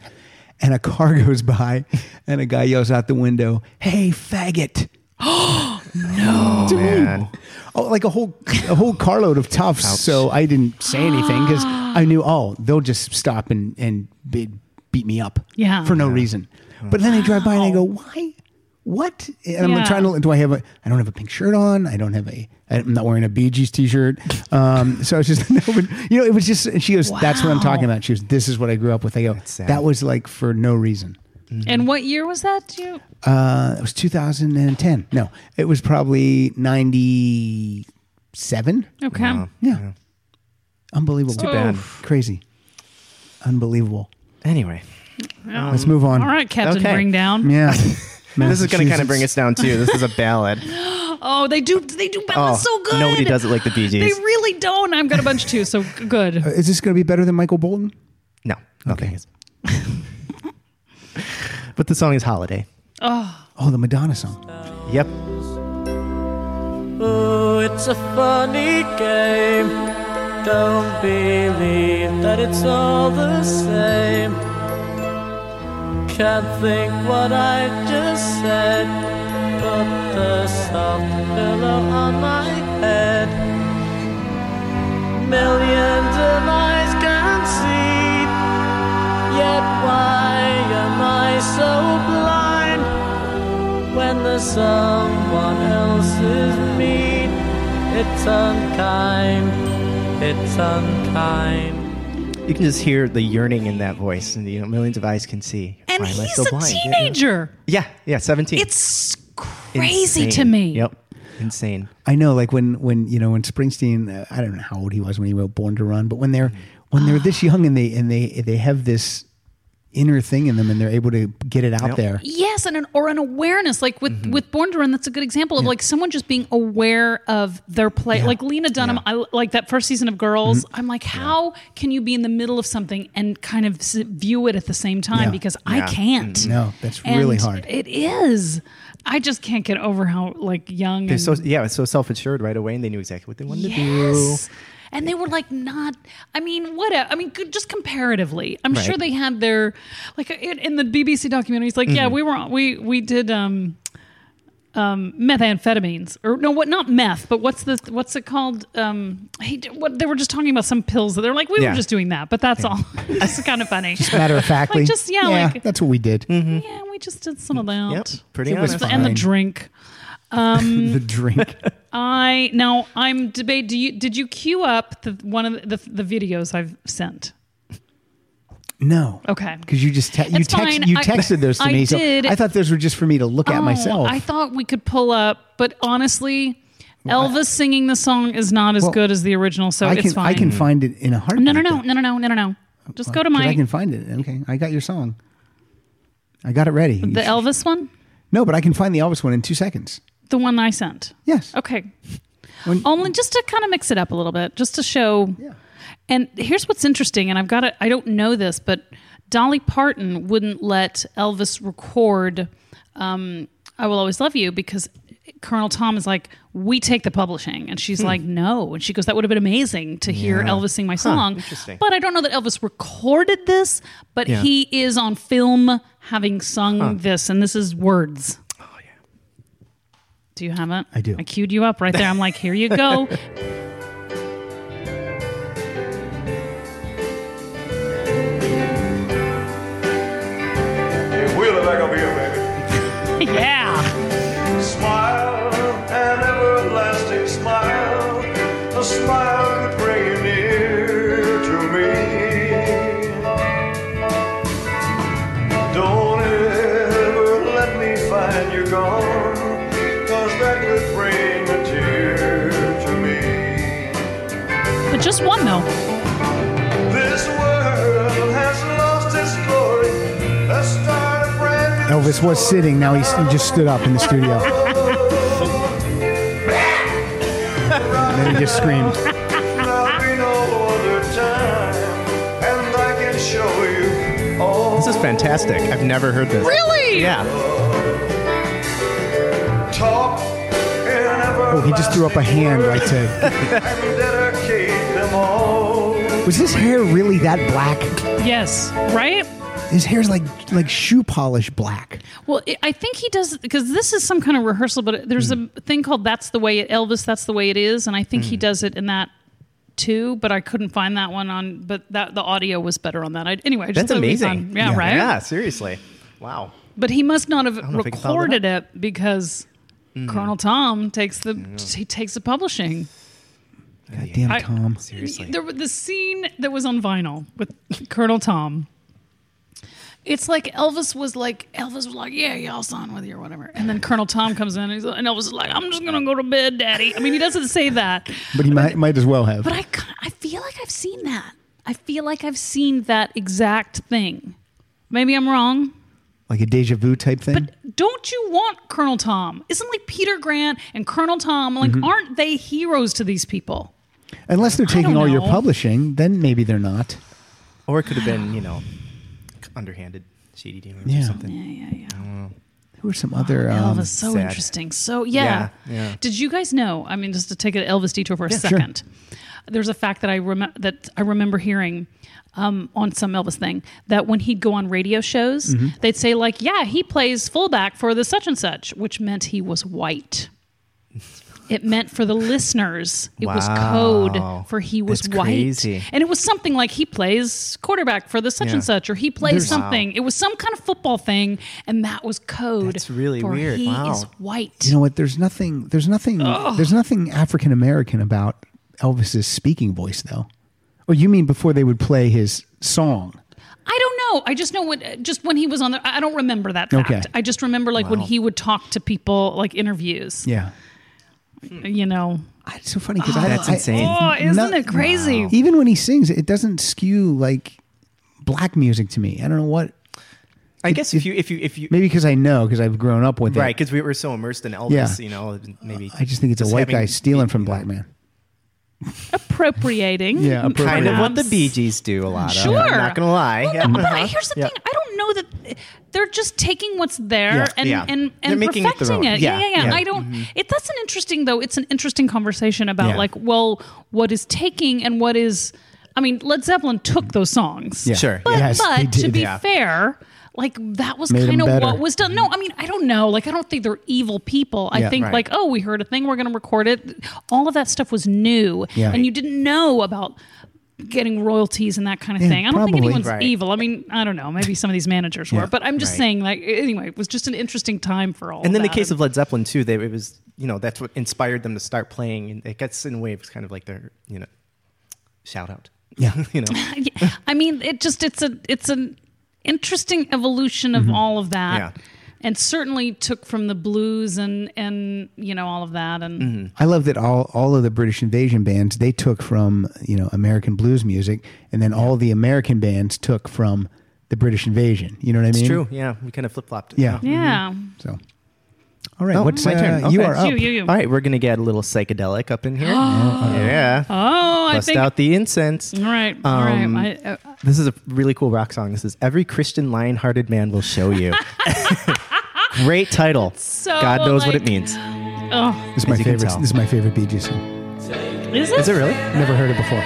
Speaker 4: and a car goes by, and a guy yells out the window, "Hey, faggot!"
Speaker 2: Oh, man.
Speaker 4: Oh, like a whole a whole carload of toughs. So I didn't say anything because I knew, oh, they'll just stop and and be, beat me up,
Speaker 3: Yeah.
Speaker 4: for no reason. But then I drive by and I go, why? What? And I'm
Speaker 3: Yeah.
Speaker 4: trying to. Do I have a? I don't have a pink shirt on. I don't have a. I'm not wearing a Bee Gees t-shirt. Um, so it's just, no, but, you know, it was just. And she goes, "That's what I'm talking about." She goes, "This is what I grew up with." I go,
Speaker 2: sad.
Speaker 4: "That was like for no reason."
Speaker 2: Mm-hmm.
Speaker 3: And what year was that? Do You
Speaker 4: Uh, it was 2010. No, it was probably 97.
Speaker 3: okay?
Speaker 4: Yeah. Unbelievable.
Speaker 3: too bad.
Speaker 4: Crazy. Unbelievable.
Speaker 2: Anyway,
Speaker 4: Let's move on.
Speaker 3: Um, All right, Captain
Speaker 2: Okay.
Speaker 3: Bring Down.
Speaker 4: Yeah.
Speaker 2: this is going to kind of bring us down too. This is a ballad.
Speaker 3: Oh, they do. They do ballads
Speaker 2: Oh,
Speaker 3: so good.
Speaker 2: nobody does it like the Bee
Speaker 3: They
Speaker 2: Gees.
Speaker 3: really don't. I've got a bunch too. So g- good.
Speaker 4: Is this going to be better than Michael Bolton?
Speaker 2: No, nothing is. but the song is "Holiday."
Speaker 4: Oh, the Madonna song.
Speaker 2: Yep.
Speaker 5: Ooh, Oh, it's a funny game. Don't believe that it's all the same. Can't think what I just said. Put the soft pillow on my head. Millions of eyes can see. Yet why am I so blind? when there's someone else's mean. It's unkind, it's unkind.
Speaker 2: You can just hear the yearning in that voice, and you know millions of eyes can see.
Speaker 3: And
Speaker 2: Why am I
Speaker 3: he's
Speaker 2: so
Speaker 3: a
Speaker 2: blind? Yeah, yeah.
Speaker 3: teenager.
Speaker 2: Yeah, yeah, seventeen.
Speaker 3: It's crazy
Speaker 2: Insane.
Speaker 3: to me.
Speaker 2: Yep, insane.
Speaker 4: I know, like when, when you know, when Springsteen, uh, I don't know how old he was when he wrote Born to Run, but when they're,
Speaker 2: Mm-hmm.
Speaker 4: when they're this young and they, and they, they have this inner thing in them and they're able to get it out
Speaker 2: Yep.
Speaker 4: there.
Speaker 3: Yes, and an or an awareness like with
Speaker 2: Mm-hmm.
Speaker 3: with Born to Run. That's a good example of like someone just being aware of their play. Like Lena Dunham, I like that first season of Girls.
Speaker 2: Mm-hmm.
Speaker 3: I'm like, how can you be in the middle of something and kind of s- view it at the same time?
Speaker 4: Yeah.
Speaker 3: Because
Speaker 2: Yeah. Mm-hmm.
Speaker 3: I can't.
Speaker 4: No, that's really
Speaker 3: And
Speaker 4: hard.
Speaker 3: It is. I just can't get over how like young
Speaker 2: They're
Speaker 3: and
Speaker 2: so yeah, it's so self-assured right away, and they knew exactly what they wanted
Speaker 3: Yes. And they were like not. I mean, what? a- I mean, good- just comparatively, I'm
Speaker 2: Right.
Speaker 3: sure they had their like in, in the BBC documentaries. Like,
Speaker 2: Mm-hmm.
Speaker 3: yeah, we were we we did um, um, methamphetamines or no, what? Not meth, but what's the what's it called? Um, hey, d- what they were just talking about some pills that they're like we
Speaker 2: Yeah.
Speaker 3: were just doing that, but that's all. it's kind of funny.
Speaker 4: Matter of factly.
Speaker 3: Like, just, yeah, like-
Speaker 4: that's what we did.
Speaker 2: Mm-hmm.
Speaker 3: yeah, we just did some of that.
Speaker 2: to. Yep, pretty
Speaker 4: It was
Speaker 2: honest.
Speaker 4: fun.
Speaker 3: And the
Speaker 4: Fine.
Speaker 3: drink.
Speaker 4: the drink.
Speaker 3: I now I'm debate. Do you did you queue up the one of the, the, the videos I've sent?
Speaker 4: No.
Speaker 3: Okay.
Speaker 4: Because you just te- you
Speaker 3: It's
Speaker 4: text
Speaker 3: fine.
Speaker 4: you
Speaker 3: I-
Speaker 4: texted those to
Speaker 3: I
Speaker 4: me.
Speaker 3: did.
Speaker 4: So I thought those were just for me to look at
Speaker 3: Oh,
Speaker 4: myself.
Speaker 3: I thought we could pull up, but honestly, Elvis singing the song is not as
Speaker 4: Well,
Speaker 3: good as the original, so
Speaker 4: I
Speaker 3: it's
Speaker 4: can
Speaker 3: fine.
Speaker 4: I can find it in a heartbeat.
Speaker 3: no, no, no, no, no, no, no, no, no. Just go to
Speaker 4: 'Cause I
Speaker 3: my
Speaker 4: can find it. Okay, I got your song. I got it ready. You
Speaker 3: the
Speaker 4: sh-
Speaker 3: Elvis one,
Speaker 4: no, but I can find the Elvis one in two seconds.
Speaker 3: the one I sent.
Speaker 4: Yes.
Speaker 3: Okay.
Speaker 4: When-
Speaker 3: Only just to kind of mix it up a little bit, just to show.
Speaker 4: Yeah.
Speaker 3: And here's what's interesting, and I've got to, I don't know this, but Dolly Parton wouldn't let Elvis record um, I Will Always Love You because Colonel Tom is like, "We take the publishing," and she's like, "No," and she goes, "That would have been amazing to hear Elvis sing my song."
Speaker 2: interesting.
Speaker 3: But I don't know that Elvis recorded this, but
Speaker 2: Yeah.
Speaker 3: he is on film having sung this, and this is words. Oh yeah. Do you have it?
Speaker 4: I do.
Speaker 3: I queued you up right there. I'm like, here you go.
Speaker 6: Hey, wheel it back up here, baby.
Speaker 3: yeah.
Speaker 6: Smile, an everlasting smile, a smile that bring you near to me. Don't ever let me find you gone, cause that could bring a tear to me.
Speaker 3: But just one though.
Speaker 6: This world has lost its glory. Let's start a brand new
Speaker 4: Elvis was
Speaker 6: story.
Speaker 4: sitting. Now he's, he just stood up in the studio. and then he just screamed.
Speaker 6: There'll be no other time, and I can show you all.
Speaker 2: This is fantastic. I've never heard this.
Speaker 3: Really?
Speaker 2: Yeah.
Speaker 6: Talk and
Speaker 4: Oh, he just threw up a hand right to.
Speaker 6: and dedicate them all.
Speaker 4: Was his hair really that black?
Speaker 3: Yes. Right.
Speaker 4: His hair's like like shoe polish black.
Speaker 3: Well, i I think he does because this is some kind of rehearsal, but there's
Speaker 2: Mm.
Speaker 3: a thing called "That's the Way It Elvis." That's the way it is, and I think he does it in that too. But I couldn't find that one on. But that the audio was better on that. I, anyway, I just
Speaker 2: That's
Speaker 3: thought it was
Speaker 2: amazing.
Speaker 3: fun. Yeah, right.
Speaker 2: Yeah, seriously. Wow.
Speaker 3: But he must not have
Speaker 2: know if I can follow Mm-hmm.
Speaker 3: recorded it because Colonel Tom takes the he takes the publishing.
Speaker 4: Damn,
Speaker 3: I-
Speaker 4: Tom.
Speaker 2: Seriously.
Speaker 3: There was the scene that was on vinyl with Colonel Tom. It's like Elvis was like Elvis was like, yeah, yeah, I'll sign with you or whatever. And then Colonel Tom comes in and, he's, and Elvis is like, I'm just gonna go to bed, Daddy. I mean, he doesn't say that,
Speaker 4: But he might might as well have.
Speaker 3: but I kind- I feel like I've seen that. I feel like I've seen that exact thing. Maybe I'm wrong.
Speaker 4: Like a deja vu type thing.
Speaker 3: Don't you want Colonel Tom? Isn't like Peter Grant and Colonel Tom like aren't they heroes to these people?
Speaker 4: Unless they're taking
Speaker 3: don't
Speaker 4: all your
Speaker 3: know.
Speaker 4: publishing, then maybe they're not.
Speaker 2: Or it could have been, you know, underhanded, shady dealings
Speaker 4: Yeah.
Speaker 2: or something.
Speaker 3: Yeah, yeah, yeah.
Speaker 4: Who are some other? Um,
Speaker 3: Elvis, so
Speaker 2: sad.
Speaker 3: interesting. So yeah.
Speaker 2: Yeah, yeah.
Speaker 3: Did you guys know? I mean, just to take an Elvis detour for a second. There's a fact that I remember that I remember hearing um, on some Elvis thing that when he'd go on radio shows,
Speaker 2: Mm-hmm.
Speaker 3: they'd say like, "Yeah, he plays fullback for the such and such," which meant he was white. It meant for the listeners, it was
Speaker 2: Wow.
Speaker 3: code for he was
Speaker 2: That's
Speaker 3: white,
Speaker 2: crazy.
Speaker 3: and it was something like he plays quarterback for the such
Speaker 2: Yeah.
Speaker 3: and such, or he plays
Speaker 4: There's-
Speaker 3: something. It was some kind of football thing, and that was code.
Speaker 2: That's really
Speaker 3: for
Speaker 2: weird.
Speaker 3: He
Speaker 2: Wow.
Speaker 3: is white.
Speaker 4: you know what? There's nothing. There's nothing. There's nothing African American about Elvis's speaking voice, though. Oh, you mean before they would play his song?
Speaker 3: I don't know. I just know when uh, just when he was on there. I I don't remember that fact.
Speaker 4: Okay.
Speaker 3: I just remember like when he would talk to people like interviews.
Speaker 4: Yeah,
Speaker 3: You know.
Speaker 4: I, it's so funny because I
Speaker 2: That's
Speaker 4: I-
Speaker 2: insane.
Speaker 3: Oh, isn't
Speaker 4: Not-
Speaker 3: it crazy?
Speaker 4: Even when he sings, it doesn't skew like black music to me. I don't know what.
Speaker 2: I guess if you, if you, if you,
Speaker 4: Maybe because I know because I've grown up with
Speaker 2: right,
Speaker 4: it.
Speaker 2: because we were so immersed in Elvis,
Speaker 4: Yeah.
Speaker 2: you know, maybe.
Speaker 4: I just think it's a white
Speaker 2: having-
Speaker 4: guy stealing from black man.
Speaker 3: Appropriating. Mm-hmm.
Speaker 4: Yeah,
Speaker 2: Kind of
Speaker 4: appropriating.
Speaker 2: what the Bee Gees do a lot
Speaker 3: Sure.
Speaker 2: of. I'm not going to lie.
Speaker 3: Well,
Speaker 2: Yeah.
Speaker 3: no, but I,
Speaker 2: Uh-huh.
Speaker 3: here's the
Speaker 2: Yeah.
Speaker 3: thing. I don't know that they're just taking what's there
Speaker 4: Yeah.
Speaker 3: and
Speaker 2: Yeah.
Speaker 3: and
Speaker 2: They're
Speaker 3: and
Speaker 2: making it their
Speaker 3: perfecting
Speaker 2: own.
Speaker 3: it. Yeah,
Speaker 2: Yeah.
Speaker 3: yeah, yeah.
Speaker 2: Yeah. Mm-hmm.
Speaker 3: I don't. It that's an interesting though. It's an interesting conversation about
Speaker 2: Yeah.
Speaker 3: like, well, what is taking and what is. I mean, Led Zeppelin took those songs.
Speaker 4: Yeah.
Speaker 2: Sure.
Speaker 3: But,
Speaker 4: Yes, they
Speaker 3: but to
Speaker 4: did.
Speaker 3: be
Speaker 2: Yeah.
Speaker 3: fair, like that was
Speaker 4: Made 'em
Speaker 3: kind of
Speaker 4: better.
Speaker 3: what was done. No, I mean, I don't know. Like, I don't think they're evil people. I
Speaker 4: Yeah.
Speaker 3: think
Speaker 2: Right.
Speaker 3: like, oh, we heard a thing, we're going to record it. All of that stuff was new,
Speaker 4: Yeah.
Speaker 3: and you didn't know about getting royalties and that kind of
Speaker 4: Yeah,
Speaker 3: thing. I don't think
Speaker 4: probably.
Speaker 3: anyone's
Speaker 2: Right.
Speaker 3: evil. I mean, I don't know. Maybe some of these managers
Speaker 4: Yeah.
Speaker 3: were, but I'm just
Speaker 2: Right.
Speaker 3: saying. Like, anyway, it was just an interesting time for all.
Speaker 2: And then
Speaker 3: that.
Speaker 2: the case of Led Zeppelin too, they it was you know that's what inspired them to start playing, and it gets in waves, kind of like their you know shout out.
Speaker 4: Yeah.
Speaker 2: you know,
Speaker 3: Yeah. I mean, it just it's a it's an interesting evolution of all of that.
Speaker 2: Mm-hmm. Yeah.
Speaker 3: And certainly took from the blues and and you know all of that and
Speaker 2: Mm-hmm.
Speaker 4: I love that all all of the British invasion bands they took from you know American blues music, and then all the American bands took from the British invasion. You know what I mean?
Speaker 2: it's true. Yeah, we kind of flip flopped.
Speaker 4: Yeah.
Speaker 3: yeah.
Speaker 4: So, all right,
Speaker 2: Oh,
Speaker 4: what's
Speaker 2: my turn.
Speaker 4: uh, You
Speaker 2: Okay.
Speaker 4: are up.
Speaker 3: You, you, you.
Speaker 2: All right, we're gonna get a little psychedelic up in here. yeah,
Speaker 3: Oh, I
Speaker 2: bust
Speaker 3: think. Mm.
Speaker 2: out the incense.
Speaker 3: All right, all right.
Speaker 2: Um,
Speaker 3: I, uh,
Speaker 2: This is a really cool rock song. This is Every Christian Lion-Hearted Man Will Show You. Great title.
Speaker 3: so,
Speaker 2: God knows what
Speaker 3: like,
Speaker 2: it means.
Speaker 3: Oh,
Speaker 4: This is my
Speaker 2: As you can
Speaker 4: favorite.
Speaker 2: tell.
Speaker 4: This is my favorite Bee Gees song.
Speaker 3: is it?
Speaker 2: Is it really?
Speaker 4: Never heard it before.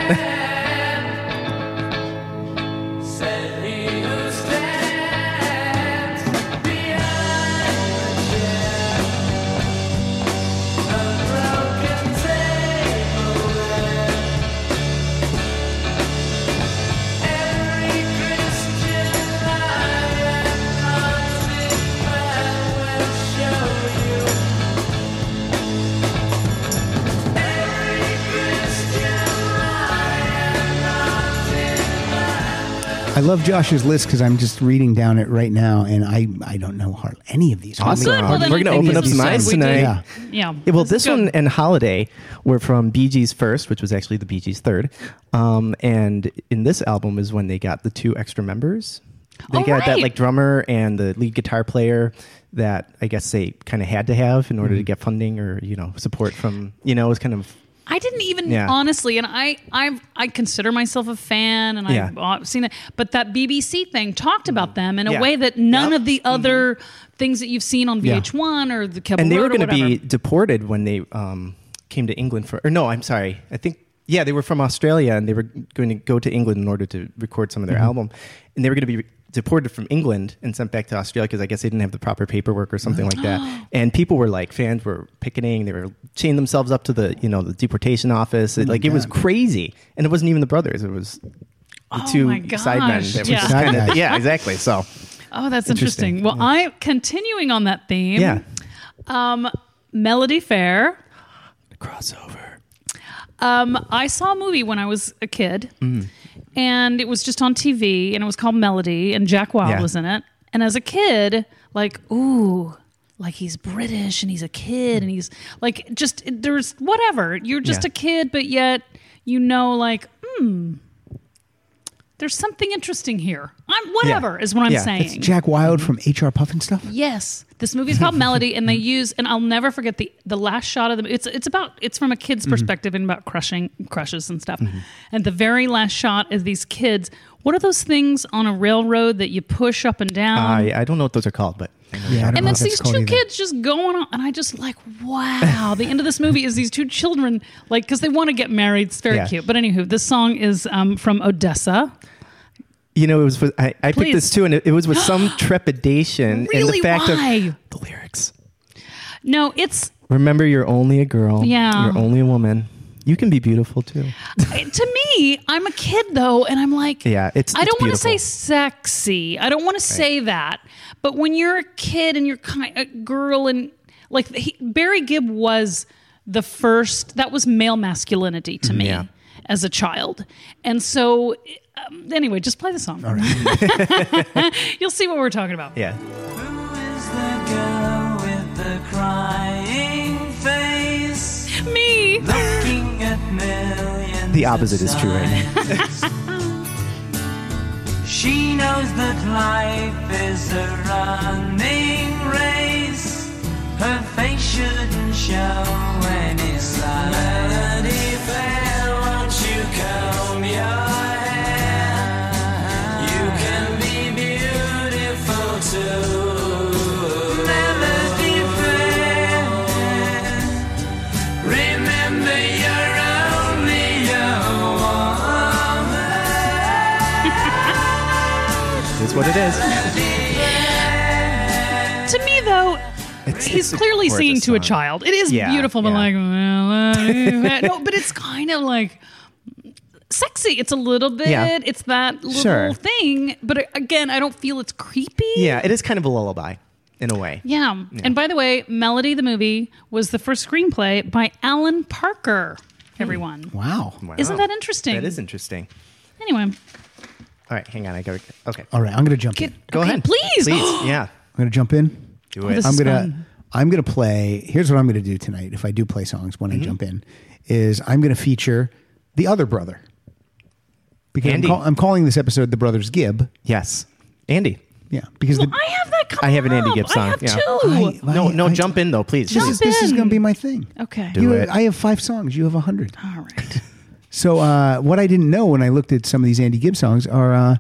Speaker 4: I love Josh's list because I'm just reading down it right now, and I I don't know hardly any of these.
Speaker 2: Awesome.
Speaker 3: Good. Well, then
Speaker 2: We're going to
Speaker 3: I think
Speaker 2: open
Speaker 3: it's
Speaker 2: up some
Speaker 3: decent.
Speaker 2: eyes
Speaker 3: We did.
Speaker 2: tonight.
Speaker 4: Yeah.
Speaker 3: Yeah.
Speaker 2: Yeah, well,
Speaker 3: This
Speaker 2: this
Speaker 3: is good.
Speaker 2: one and Holiday were from Bee Gees first, which was actually the Bee Gees third. Um, and in this album is when they got the two extra members. They
Speaker 3: Oh,
Speaker 2: got that
Speaker 3: right.
Speaker 2: like drummer and the lead guitar player that I guess they kind of had to have in
Speaker 3: Mm-hmm.
Speaker 2: order to get funding or you know support from you know it was kind of
Speaker 3: I didn't even
Speaker 2: Yeah.
Speaker 3: honestly, and I I I consider myself a fan, and
Speaker 2: Yeah.
Speaker 3: I've uh, seen it. But that BBC thing talked about them in a
Speaker 2: Yeah.
Speaker 3: way that none
Speaker 2: Yep. Mm-hmm.
Speaker 3: of the other things that you've seen on
Speaker 4: Yeah.
Speaker 3: VH1 or the Kevin
Speaker 2: and they were
Speaker 3: going to
Speaker 2: be deported when they um, came to England for or no I'm sorry I think yeah they were from Australia and they were going to go to England in order to record some of
Speaker 3: Mm-hmm.
Speaker 2: their album and they were going to be deported from England and sent back to Australia because I guess they didn't have the proper paperwork or something like that and people were like fans were picketing they were chaining themselves up to the you know the deportation office it, like it was crazy and it wasn't even the brothers it was the
Speaker 3: Oh
Speaker 2: two
Speaker 3: my
Speaker 2: sidemen
Speaker 3: gosh,
Speaker 2: that were
Speaker 3: yeah.
Speaker 2: just kinda-
Speaker 4: Side guys.
Speaker 2: yeah exactly so
Speaker 3: Oh, that's
Speaker 2: Interesting.
Speaker 3: interesting. Well, I continuing on that theme.
Speaker 2: yeah
Speaker 3: Um, Melody Fair.
Speaker 2: crossover
Speaker 3: Um, I saw a movie when I was a kid, and it was just on TV, and it was called Melody, and Jack Wild
Speaker 2: Yeah.
Speaker 3: was in it. And as a kid, like, ooh, like he's British and he's a kid, and he's like, just there's whatever. You're just
Speaker 2: Yeah.
Speaker 3: a kid, but yet you know, like, hmm, there's something interesting here. I'm whatever is what I'm
Speaker 2: Yeah.
Speaker 3: saying.
Speaker 4: It's Jack Wild from HR Puff and stuff.
Speaker 3: Yes, this movie's called Melody, and they use and I'll never forget the the last shot of the it's it's about it's from a
Speaker 2: Mm-hmm.
Speaker 3: kid's perspective and about crushing crushes and stuff. And the very last shot is these kids. What are those things on a railroad that you push up and down?
Speaker 2: I, I don't know what those are called but
Speaker 4: Yeah, I don't
Speaker 3: and
Speaker 4: know
Speaker 3: it's
Speaker 4: what that's
Speaker 3: these
Speaker 4: called
Speaker 3: two
Speaker 4: either.
Speaker 3: kids just going on, and I just like, wow. the end of this movie is these two children, like, because they want to get married. It's very
Speaker 2: Yeah.
Speaker 3: cute. But anywho, this song is um, from Odessa.
Speaker 2: You know, it was. With, I, I picked
Speaker 3: Please.
Speaker 2: this too, and it, it was with some trepidation and
Speaker 3: Really?
Speaker 2: the fact
Speaker 3: Why?
Speaker 2: of the lyrics.
Speaker 3: No, it's
Speaker 2: Remember, you're only a girl.
Speaker 3: Yeah.
Speaker 2: you're only a woman. You can be beautiful too.
Speaker 3: to me, I'm a kid though, and I'm like,
Speaker 2: Yeah, it's-
Speaker 3: I
Speaker 2: it's
Speaker 3: don't want to
Speaker 2: beautiful.
Speaker 3: say sexy. I don't want to say that. But when you're a kid and you're kind a girl and like he, Barry Gibb was the first. That was male masculinity to me
Speaker 2: Mm, Yeah.
Speaker 3: as a child, and so. Um, anyway, just play the song. You'll see what we're talking about.
Speaker 2: Yeah,
Speaker 5: Who's the girl with the crying face?
Speaker 3: Me.
Speaker 5: Looking at millions.
Speaker 2: the opposite is true right now.
Speaker 5: She knows that life is a running race. Her face shouldn't show any sign. Melody fair, won't you comb your hair? You can be beautiful too. Melody fair, remember you're only a woman.
Speaker 2: It's what it is.
Speaker 3: To me, though,
Speaker 2: It's,
Speaker 3: he's
Speaker 2: it's
Speaker 3: clearly
Speaker 2: gorgeous
Speaker 3: singing to a
Speaker 2: song.
Speaker 3: child. It is
Speaker 2: Yeah,
Speaker 3: beautiful, but
Speaker 2: yeah.
Speaker 3: like no, but it's kind of like sexy. It's a little bit.
Speaker 2: Yeah.
Speaker 3: It's that little
Speaker 2: Sure.
Speaker 3: thing. But again, I don't feel it's creepy.
Speaker 2: Yeah, it is kind of a lullaby, in a way.
Speaker 3: Yeah. And by the way, Melody the movie was the first screenplay by Alan Parker. Everyone,
Speaker 4: Wow.
Speaker 3: isn't that interesting?
Speaker 2: Hmm. Oh, That is interesting.
Speaker 3: Anyway,
Speaker 2: All right, hang on. I got. Okay,
Speaker 4: All right, I'm gonna jump.
Speaker 3: get,
Speaker 4: in.
Speaker 2: go
Speaker 3: okay,
Speaker 2: ahead.
Speaker 3: please. Oh,
Speaker 2: Please. yeah.
Speaker 4: I'm gonna jump in.
Speaker 2: Do it.
Speaker 3: This
Speaker 4: I'm
Speaker 3: is
Speaker 4: gonna
Speaker 3: fun.
Speaker 4: I'm gonna play. Here's what I'm gonna do tonight. If I do play songs
Speaker 3: Mm-hmm.
Speaker 4: when I jump in, is I'm gonna feature the other brother. Because I'm,
Speaker 2: Andy.
Speaker 4: call, I'm calling this episode the brothers Gibb.
Speaker 2: yes, Andy.
Speaker 4: Yeah, because
Speaker 3: Well,
Speaker 4: the,
Speaker 3: I have that. Come
Speaker 2: I have an Andy
Speaker 3: up.
Speaker 2: Gibb song,
Speaker 3: I have
Speaker 2: yeah.
Speaker 3: two.
Speaker 4: I-
Speaker 2: No, no,
Speaker 4: I-
Speaker 2: jump in though, please.
Speaker 4: this is, this is
Speaker 3: in.
Speaker 4: gonna be my thing.
Speaker 3: okay. Ah.
Speaker 2: Do
Speaker 4: You,
Speaker 2: it.
Speaker 4: I have five songs. You have a hundred.
Speaker 3: All right.
Speaker 4: So uh, what I didn't know when I looked at some of these Andy Gibb songs are uh,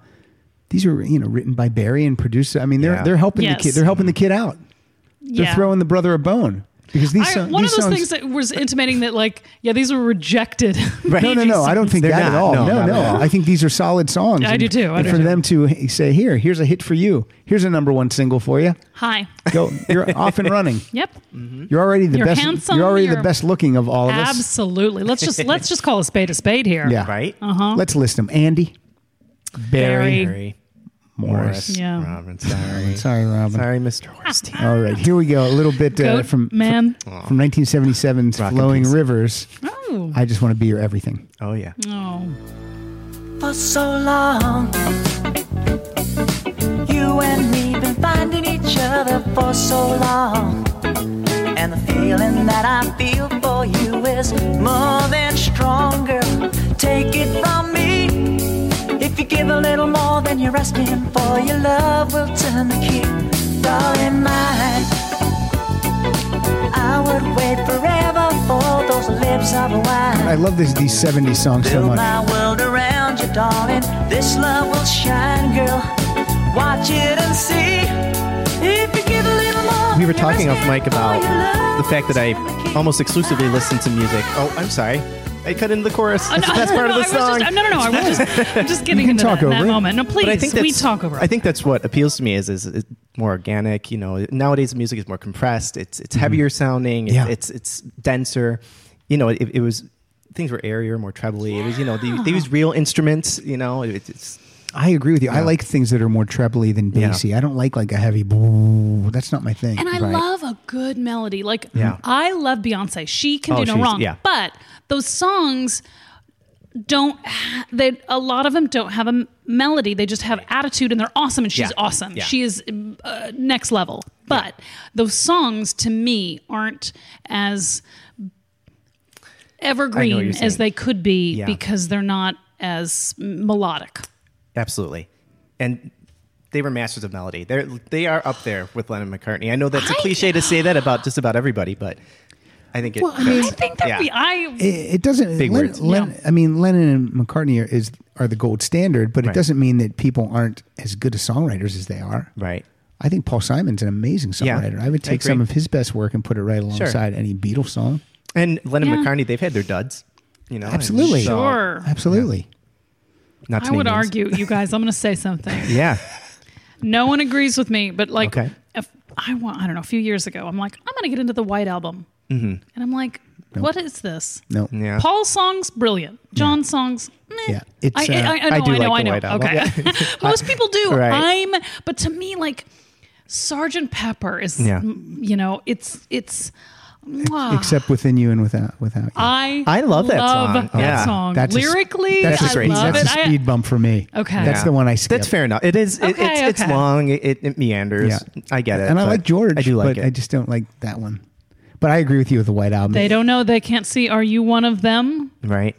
Speaker 4: these are you know written by Barry and produced. I mean they're
Speaker 2: Yeah.
Speaker 4: they're helping
Speaker 3: Yes.
Speaker 4: the kid. They're helping the kid out. They're
Speaker 3: yeah.
Speaker 4: throwing the brother a bone. Because these,
Speaker 3: I,
Speaker 4: so-
Speaker 3: one of
Speaker 4: these
Speaker 3: those
Speaker 4: songs-
Speaker 3: things that was intimating that like yeah these were rejected.
Speaker 2: Right.
Speaker 4: No, no, no. I don't think
Speaker 2: They're
Speaker 4: that at
Speaker 2: not.
Speaker 4: all.
Speaker 2: No,
Speaker 4: No, no.
Speaker 2: not at all.
Speaker 4: I think these are solid songs.
Speaker 3: I
Speaker 4: And-
Speaker 3: do too. I
Speaker 4: and
Speaker 3: do
Speaker 4: for
Speaker 3: too.
Speaker 4: them to h- say, here, here's a hit for you. Here's a number one single for you.
Speaker 3: Hi.
Speaker 4: Go. You're off and running.
Speaker 3: Yep.
Speaker 4: You're already the
Speaker 3: You're
Speaker 4: best.
Speaker 3: handsome,
Speaker 4: you're already
Speaker 3: you're-
Speaker 4: the best looking of all of us.
Speaker 3: Absolutely. Let's just let's just call a spade a spade here.
Speaker 4: Yeah.
Speaker 2: Right?
Speaker 4: Let's list them. Andy, Barry,
Speaker 3: Oh, Barry.
Speaker 2: Barry
Speaker 4: Morris.
Speaker 3: Yeah.
Speaker 2: Robin, sorry.
Speaker 4: Sorry, Robin.
Speaker 2: Sorry, Mr. Horstein.
Speaker 4: All right, here we go. A little bit uh,
Speaker 3: Goat
Speaker 4: from
Speaker 3: man.
Speaker 4: from 1977's
Speaker 2: Rock in
Speaker 4: "Flowing
Speaker 2: Peace.
Speaker 4: Rivers."
Speaker 3: Oh.
Speaker 4: I just want to be your everything.
Speaker 2: Oh, yeah.
Speaker 3: oh.
Speaker 7: for so long. You and me been finding each other for so long. And the feeling that I feel for you is more than stronger. Take it from me. If you give a little more than you're asking for, your love will turn the key. Darling, mine. I would wait forever for those lips of wine.
Speaker 4: I love this these 70s songs so
Speaker 7: Build
Speaker 4: much.
Speaker 7: my world around you, darling. This love will shine, girl. Watch it and see. If you give a little more,
Speaker 2: We were talking off mic about the fact that I almost exclusively listen to music. Oh, I'm sorry. I cut into the chorus. That's the best part
Speaker 3: Oh, no,
Speaker 2: of the
Speaker 3: I was
Speaker 2: song.
Speaker 3: Just, no, no, no. I was just, I'm just getting
Speaker 4: can
Speaker 3: into
Speaker 4: talk
Speaker 3: that, in
Speaker 4: over
Speaker 3: that
Speaker 4: it.
Speaker 3: moment. No, please.
Speaker 2: but I think that's,
Speaker 3: we talk over.
Speaker 2: I think that's what appeals to me is is it's more organic. You know, nowadays the music is more compressed. It's it's heavier sounding. It's,
Speaker 4: Yeah.
Speaker 2: it's it's denser. You know, it, it was things were airier, more trebly. It was you know they, they used real instruments. You know, it, it's
Speaker 4: I agree with you. I like things that are more trebly than
Speaker 2: Yeah.
Speaker 4: bassy. I don't like like a heavy. boo. That's not my thing.
Speaker 3: and I
Speaker 2: Right.
Speaker 3: love a good melody. Like
Speaker 2: Yeah.
Speaker 3: I love Beyonce. She can
Speaker 2: Oh,
Speaker 3: do no
Speaker 2: she's-
Speaker 3: wrong.
Speaker 2: yeah.
Speaker 3: But those songs don't ha- they a lot of them don't have a m- melody they just have attitude and they're awesome and she's
Speaker 2: Yeah.
Speaker 3: awesome
Speaker 2: Yeah.
Speaker 3: she is uh, next level but those songs to me aren't as
Speaker 2: you're
Speaker 3: evergreen
Speaker 2: saying.
Speaker 3: as they could be
Speaker 2: Yeah.
Speaker 3: because they're not as melodic
Speaker 2: absolutely, and they were masters of melody. They are they are up there with Lennon McCartney. I know that's a
Speaker 3: I-
Speaker 2: cliche to say that about just about everybody, but I think it.
Speaker 4: Well, I mean-
Speaker 3: i think that
Speaker 2: Yeah.
Speaker 3: we i
Speaker 4: it, it doesn't.
Speaker 2: Big
Speaker 4: Len-
Speaker 2: words.
Speaker 4: Len-
Speaker 3: Yeah.
Speaker 4: I mean, Lennon and McCartney are, is are the gold standard, but
Speaker 2: Right.
Speaker 4: it doesn't mean that people aren't as good as songwriters as they are.
Speaker 2: right.
Speaker 4: I think Paul Simon's an amazing
Speaker 2: Yeah.
Speaker 4: songwriter. I would
Speaker 2: I
Speaker 4: take some
Speaker 2: agree.
Speaker 4: of his best work and put it right alongside any Beatles song.
Speaker 2: And Lennon
Speaker 3: Yeah.
Speaker 2: McCartney, they've had their duds. You know, and
Speaker 4: Absolutely.
Speaker 2: so-
Speaker 3: sure
Speaker 4: Absolutely.
Speaker 2: Not to
Speaker 3: I
Speaker 2: name
Speaker 3: would
Speaker 2: names.
Speaker 3: argue, you guys. I'm going to say something.
Speaker 2: Yeah.
Speaker 3: No one agrees with me, but like,
Speaker 2: Okay.
Speaker 3: if I want, I don't know. A few years ago, I'm like, I'm going to get into the White Album, and I'm like, what is this?
Speaker 4: No.
Speaker 2: Mm-hmm. Yeah.
Speaker 3: Paul's songs brilliant. John's songs. Meh.
Speaker 4: Yeah. It's,
Speaker 3: I,
Speaker 4: uh,
Speaker 3: I, I know.
Speaker 2: I
Speaker 3: I,
Speaker 2: do
Speaker 3: know.
Speaker 2: like the
Speaker 3: I
Speaker 2: White
Speaker 3: know.
Speaker 2: Album.
Speaker 3: Okay. Most people do.
Speaker 2: Right.
Speaker 3: I'm. But to me, like, Sergeant Pepper is.
Speaker 2: Yeah.
Speaker 3: m- You know, it's it's. mwah.
Speaker 4: Except within you and without without you.
Speaker 3: I
Speaker 2: I love that song.
Speaker 3: that
Speaker 2: Yeah.
Speaker 3: song.
Speaker 4: That's a s-
Speaker 3: Ah, lyrically.
Speaker 4: that's a
Speaker 3: I
Speaker 4: speed,
Speaker 3: love
Speaker 4: that's
Speaker 3: it.
Speaker 4: a
Speaker 3: I-
Speaker 4: speed bump for me.
Speaker 3: Okay.
Speaker 4: That's
Speaker 2: Yeah.
Speaker 4: the one I skip.
Speaker 2: That's fair enough. It is. It, it's,
Speaker 3: Okay,
Speaker 2: it's
Speaker 3: okay.
Speaker 2: long. It, it meanders.
Speaker 4: Yeah.
Speaker 2: I get it.
Speaker 4: And I
Speaker 2: but
Speaker 4: like George.
Speaker 2: I do like
Speaker 4: but
Speaker 2: it.
Speaker 4: I just don't like that one. But I agree with you with the White Album.
Speaker 3: They don't know. They can't see. Are you one of them?
Speaker 2: right.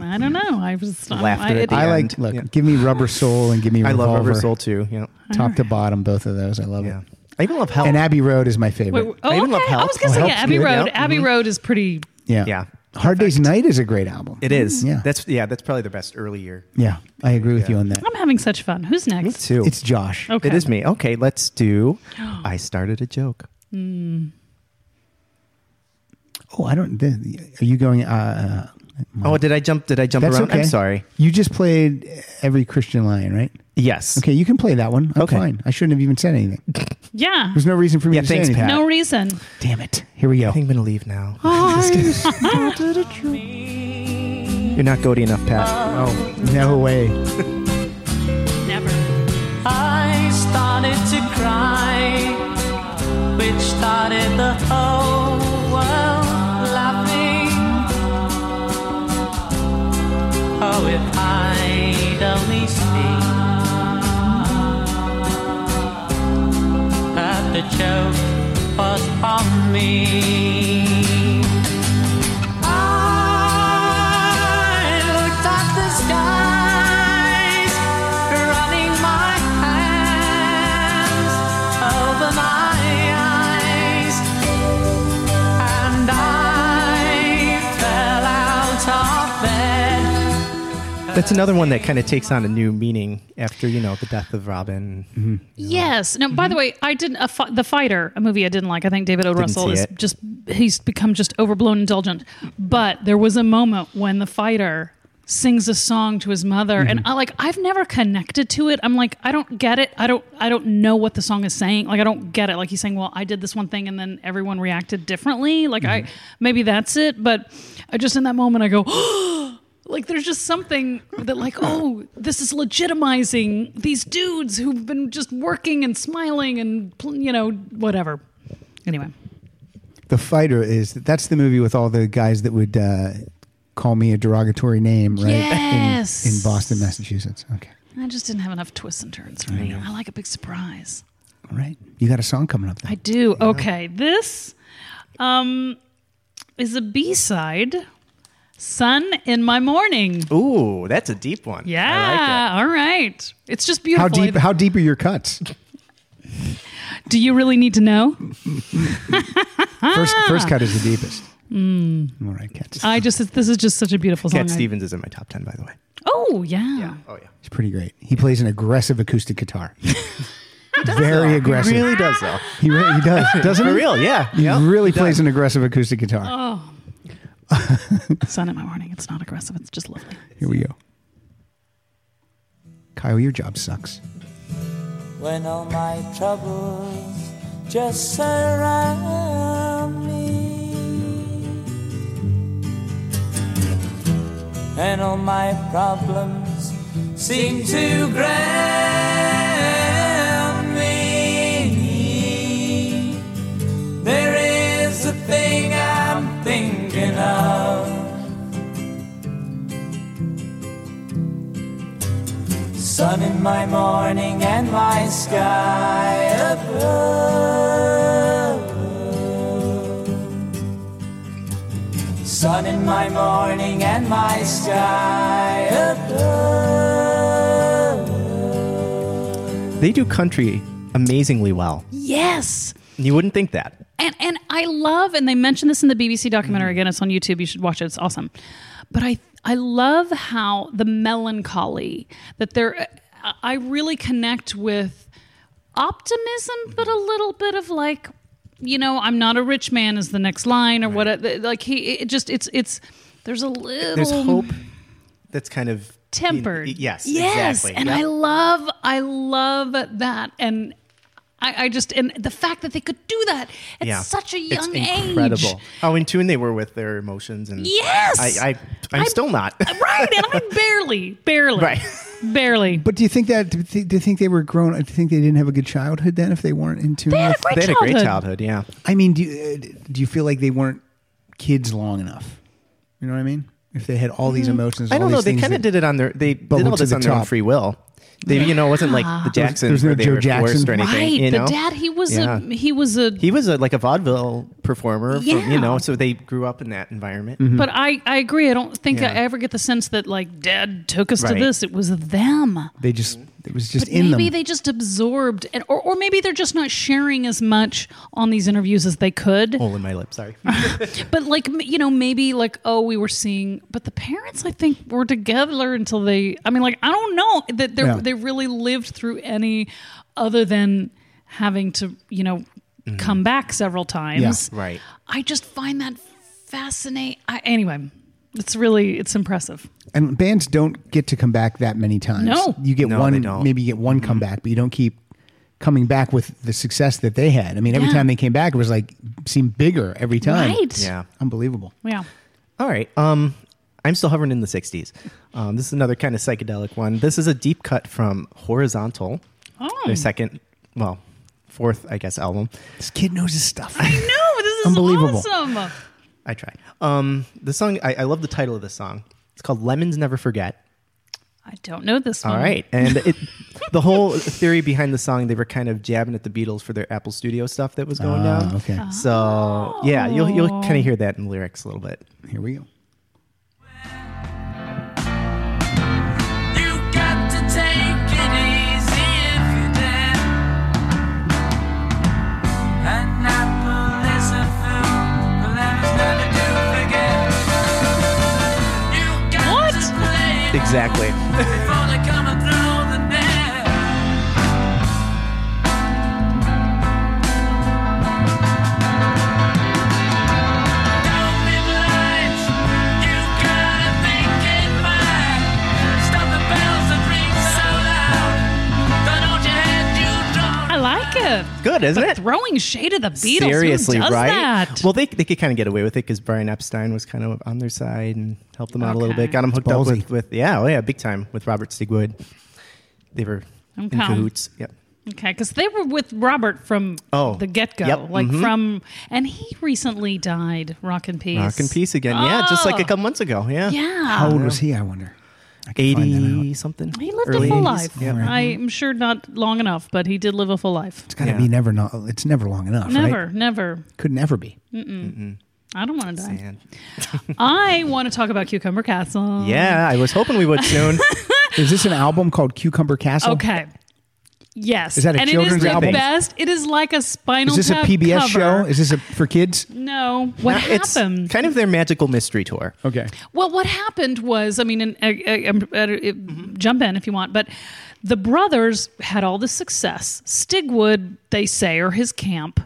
Speaker 3: I don't know. I was I-
Speaker 2: Laughter
Speaker 3: I,
Speaker 2: at the
Speaker 4: I
Speaker 2: end.
Speaker 4: like. Look,
Speaker 2: Yeah.
Speaker 4: give me Rubber Soul and give me.
Speaker 2: I
Speaker 4: Revolver,
Speaker 2: love Rubber Soul too. Yeah.
Speaker 4: Top to bottom, both of those. I love
Speaker 2: Yeah.
Speaker 4: it.
Speaker 2: I even love Help.
Speaker 4: And Abbey Road is my favorite.
Speaker 3: Wait, wait, oh,
Speaker 2: I even love
Speaker 3: okay. I
Speaker 2: Help.
Speaker 3: was gonna
Speaker 2: Oh,
Speaker 3: say yeah,
Speaker 2: Help's
Speaker 3: Abbey
Speaker 2: good,
Speaker 3: Road.
Speaker 2: yeah. Mm-hmm.
Speaker 3: Abbey Road is pretty.
Speaker 4: yeah.
Speaker 2: yeah.
Speaker 4: Hard Day's Night is a great album.
Speaker 2: It is.
Speaker 4: Yeah.
Speaker 2: That's yeah. That's probably the best early year.
Speaker 4: yeah, I agree with you on that.
Speaker 3: I'm having such fun. Who's next?
Speaker 2: Too.
Speaker 4: It's Josh.
Speaker 3: Okay.
Speaker 2: It is me. Okay. Let's do. I started a joke.
Speaker 4: Oh, I don't. the- Are you going? Uh,
Speaker 2: Oh, did I jump? Did I jump
Speaker 4: that's
Speaker 2: around?
Speaker 4: okay.
Speaker 2: I'm sorry.
Speaker 4: You just played every Christian Lion, right?
Speaker 2: Yes.
Speaker 4: Okay, you can play that one. I'm
Speaker 2: Okay.
Speaker 4: fine. I shouldn't have even said anything.
Speaker 3: Yeah.
Speaker 4: There's no reason for me
Speaker 2: Yeah,
Speaker 4: to
Speaker 2: thanks,
Speaker 4: say anything.
Speaker 2: Pat.
Speaker 3: No reason.
Speaker 4: Damn it. Here we go.
Speaker 2: I think I'm gonna leave now. You're not goaty enough, Pat.
Speaker 4: Oh, no way.
Speaker 3: Never.
Speaker 7: I started to cry, which started the whole world laughing. Oh, if I'd only seen that the joke was on me. I looked at the skies, running my hands over my eyes, and I fell out of bed.
Speaker 2: That's another one that kind of takes on a new meaning after you know the death of Robin.
Speaker 3: Yes. Now, by the
Speaker 2: Mm-hmm.
Speaker 3: way, I didn't. A fi- the Fighter, a movie I didn't like. I think David O. Russell
Speaker 2: see
Speaker 3: is
Speaker 2: it.
Speaker 3: just he's become just overblown indulgent. But there was a moment when the Fighter sings a song to his mother, and
Speaker 2: Mm-hmm.
Speaker 3: I like I've never connected to it. I'm like I don't get it. I don't I don't know what the song is saying. Like I don't get it. Like he's saying, well, I did this one thing, and then everyone reacted differently. Like
Speaker 2: Mm-hmm.
Speaker 3: I maybe that's it. But I just in that moment I go. like there's just something that like oh this is legitimizing these dudes who've been just working and smiling and pl- you know whatever anyway
Speaker 4: The Fighter is that's the movie with all the guys that would uh, call me a derogatory name, right?
Speaker 3: Yes.
Speaker 4: In, in Boston, Massachusetts. Okay.
Speaker 3: i just didn't have enough twists and turns for me i like a big surprise
Speaker 4: All right. You got a song coming up. Then.
Speaker 3: i do okay this um is a b-side sun in my morning
Speaker 2: Ooh, that's a deep one.
Speaker 3: yeah all right it's just beautiful
Speaker 4: How deep? How deep are your cuts?
Speaker 3: do you really need to know
Speaker 4: First, first cut is the deepest. All right, cats.
Speaker 3: i just this is just such a beautiful song
Speaker 2: Cat
Speaker 3: Oh, I-
Speaker 2: Stevens is in my top ten, by the way.
Speaker 3: oh yeah,
Speaker 2: Oh yeah,
Speaker 4: It's pretty great. He plays an aggressive acoustic guitar. Very aggressive.
Speaker 2: really does though. Mm-hmm.
Speaker 4: He, re- he does, doesn't
Speaker 2: For
Speaker 4: he?
Speaker 2: real, yeah.
Speaker 4: He
Speaker 2: yeah.
Speaker 4: really plays an aggressive acoustic guitar.
Speaker 3: sun in my morning it's not aggressive it's just lovely
Speaker 4: Here we go. Kyle, your job sucks.
Speaker 5: when all my troubles just surround me and all my problems seem to ground me there is a thing i'm thinking of sun in my morning and my sky above. Sun in my morning and my sky above.
Speaker 2: They do country amazingly well.
Speaker 3: Yes.
Speaker 2: You wouldn't think that.
Speaker 3: And and I love and they mentioned this in the BBC documentary again it's on YouTube you should watch it it's awesome. But I I love how the melancholy that they're I- I really connect with optimism but a little bit of like you know I'm not a rich man is the next line or what like he it just it's it's there's a little
Speaker 2: There's hope. That's kind of
Speaker 3: Um, tempered.
Speaker 2: Yes,
Speaker 3: yes,
Speaker 2: exactly.
Speaker 3: and
Speaker 2: Yep.
Speaker 3: I love, I love that, and I, I just and the fact that they could do that at
Speaker 2: Yeah.
Speaker 3: such a
Speaker 2: It's
Speaker 3: young
Speaker 2: incredible.
Speaker 3: age.
Speaker 2: How in tune they were with their emotions and
Speaker 3: Yes,
Speaker 2: I, I I'm
Speaker 3: I-
Speaker 2: still not.
Speaker 3: Uh, right, and I barely, barely,
Speaker 2: Right.
Speaker 3: barely.
Speaker 4: But do you think that? Do you think they were grown? Do you think they didn't have a good childhood then? If they weren't in tune
Speaker 3: They had a
Speaker 4: with-
Speaker 2: they
Speaker 3: great
Speaker 2: had a
Speaker 3: childhood.
Speaker 2: great childhood, yeah.
Speaker 4: I mean, do you, uh, do you feel like they weren't kids long enough? You know what I mean? If they had all these
Speaker 3: Mm-hmm.
Speaker 4: emotions,
Speaker 2: I
Speaker 4: all
Speaker 2: don't know.
Speaker 4: these
Speaker 2: They
Speaker 4: things
Speaker 2: kind of
Speaker 4: that-
Speaker 2: did it on their. They did
Speaker 4: bubble
Speaker 2: all
Speaker 4: to
Speaker 2: this
Speaker 4: the
Speaker 2: on their own
Speaker 4: top. Ah.
Speaker 2: free will. They, you know, it wasn't like the Jacksons
Speaker 4: there's no
Speaker 2: where they
Speaker 4: Joe
Speaker 2: were forced
Speaker 4: Jackson.
Speaker 2: or anything.
Speaker 3: Right,
Speaker 2: you know?
Speaker 3: the dad. He was
Speaker 2: Yeah.
Speaker 3: a, he was a.
Speaker 2: He was a, like a vaudeville performer, from-
Speaker 3: Yeah.
Speaker 2: you know, so they grew up in that environment.
Speaker 4: Mm-hmm.
Speaker 3: but I, I agree. I don't think
Speaker 2: Yeah.
Speaker 3: I ever get the sense that like dad took us
Speaker 2: Right.
Speaker 3: to this. It was them.
Speaker 4: They just it was just
Speaker 3: But
Speaker 4: in
Speaker 3: maybe
Speaker 4: them.
Speaker 3: they just absorbed, and, or, or maybe they're just not sharing as much on these interviews as they could.
Speaker 2: Hole in my lip, sorry.
Speaker 3: But like m- you know, maybe like oh, we were seeing, but the parents I think were together until they. I mean, like I don't know that they
Speaker 4: Yeah.
Speaker 3: are they really lived through any other than having to you know
Speaker 4: Mm-hmm.
Speaker 3: come back several times.
Speaker 2: right.
Speaker 3: I just find that fascinating. I, anyway, it's really it's impressive.
Speaker 4: and bands don't get to come back that many times.
Speaker 3: No.
Speaker 4: you get
Speaker 2: No, they
Speaker 4: one.
Speaker 2: don't. Mm-hmm.
Speaker 4: Maybe you get one comeback, but you don't keep coming back with the success that they had. I mean, every
Speaker 3: Yeah.
Speaker 4: time they came back, it was like seemed bigger every time.
Speaker 3: Right?
Speaker 2: Yeah.
Speaker 4: Unbelievable.
Speaker 3: Yeah.
Speaker 2: All right. Um, I'm still hovering in the 60s. Um, this is another kind of psychedelic one. This is a deep cut from Horizontal,
Speaker 3: Oh.
Speaker 2: their second, well, fourth, I guess, album.
Speaker 4: This kid knows his stuff.
Speaker 3: No, Oh, this is
Speaker 4: Unbelievable.
Speaker 3: awesome.
Speaker 2: I try. Um, the song, I, I love the title of this song. It's called Lemons Never Forget.
Speaker 3: I don't know this one.
Speaker 2: All right, and it, the whole theory behind the song, they were kind of jabbing at the Beatles for their Apple Studio stuff that was going
Speaker 4: Ah,
Speaker 2: down.
Speaker 4: okay.
Speaker 3: Uh,
Speaker 2: So yeah, you'll you'll kind of hear that in the lyrics a little bit.
Speaker 4: Here we go.
Speaker 5: You got to take it easy if you dare. An apple is a food, but lemons never do forget. You got
Speaker 3: What?
Speaker 5: to play
Speaker 2: Exactly.
Speaker 3: it.
Speaker 2: Good, isn't it?
Speaker 3: Throwing shade at the Beatles. Who
Speaker 2: Seriously,
Speaker 3: does
Speaker 2: right?
Speaker 3: That?
Speaker 2: Well, they, they could kind of get away with it because Brian Epstein was kind of on their side and helped them out a little
Speaker 3: Okay.
Speaker 2: bit. Got them hooked up
Speaker 4: ballsy.
Speaker 2: with, with yeah, oh yeah, big time with Robert Stigwood. They were in
Speaker 3: Okay.
Speaker 2: cahoots. Yep.
Speaker 3: Okay, because they were with Robert from
Speaker 2: Oh,
Speaker 3: the get go,
Speaker 2: yep,
Speaker 3: like
Speaker 4: mm-hmm.
Speaker 3: from, and he recently died. Rock in peace.
Speaker 2: Rock in peace again. Yeah, just like a
Speaker 3: Oh.
Speaker 2: couple months ago. Yeah.
Speaker 3: Yeah.
Speaker 4: How old was he? I wonder. I can find that out.
Speaker 2: Eighty something.
Speaker 3: He lived
Speaker 2: early
Speaker 3: a full
Speaker 2: 80s.
Speaker 3: life.
Speaker 2: Yeah.
Speaker 3: I'm sure not long enough, but he did live a full life.
Speaker 4: It's gotta
Speaker 2: Yeah.
Speaker 4: be never. No, it's never long enough.
Speaker 3: Never,
Speaker 4: Right?
Speaker 3: never.
Speaker 4: Could never be.
Speaker 3: I don't want to die.
Speaker 2: And-
Speaker 3: I want to talk about Cucumber Castle.
Speaker 2: yeah, I was hoping we would soon.
Speaker 4: Is this an album called Cucumber Castle?
Speaker 3: Okay. Yes.
Speaker 4: Is that a
Speaker 3: and
Speaker 4: children's
Speaker 3: it is
Speaker 4: album?
Speaker 3: the best. It is like a spinal
Speaker 4: Is this a
Speaker 3: Tap
Speaker 4: PBS
Speaker 3: cover.
Speaker 4: show? Is this a, for kids?
Speaker 3: no. What
Speaker 2: it's
Speaker 3: happened?
Speaker 2: kind of their magical mystery tour.
Speaker 4: Okay.
Speaker 3: Well, what happened was, I mean, and, uh, uh, uh, uh, jump in if you want, but the brothers had all this success. Stigwood, they say, or his camp,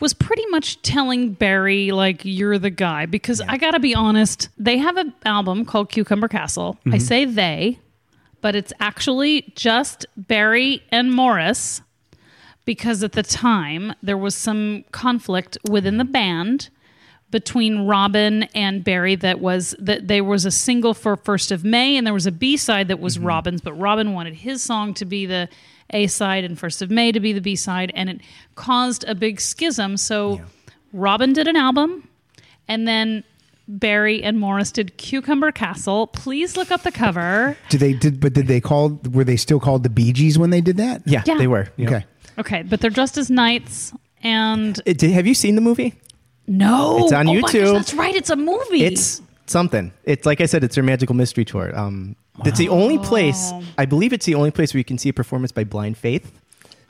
Speaker 3: was pretty much telling Barry, like, you're the guy. Because I got to be honest, they have an album called Cucumber Castle. I say they, but it's actually just Barry and Morris because at the time there was some conflict within the band between Robin and Barry that was that there was a single for First of May and there was a B side that
Speaker 2: Mm-hmm.
Speaker 3: was Robin's, but Robin wanted his song to be the A side and First of May to be the B side, and it caused a big schism. So Robin did an album, and then Barry and Morris did Cucumber Castle. Please look up the cover.
Speaker 4: Did they did? But did they call? Were they still called the Bee Gees when they did that?
Speaker 2: Yeah,
Speaker 3: Yeah.
Speaker 2: they were. yeah.
Speaker 4: Okay.
Speaker 3: Okay, but they're dressed as knights and
Speaker 2: Uh, did- have you seen the movie?
Speaker 3: No,
Speaker 2: It's on
Speaker 3: Oh my gosh,
Speaker 2: YouTube.
Speaker 3: that's right. It's a movie.
Speaker 2: It's something. It's like I said, it's their magical mystery tour. Um, It's the only place I believe it's the only place where you can see a performance by Blind Faith.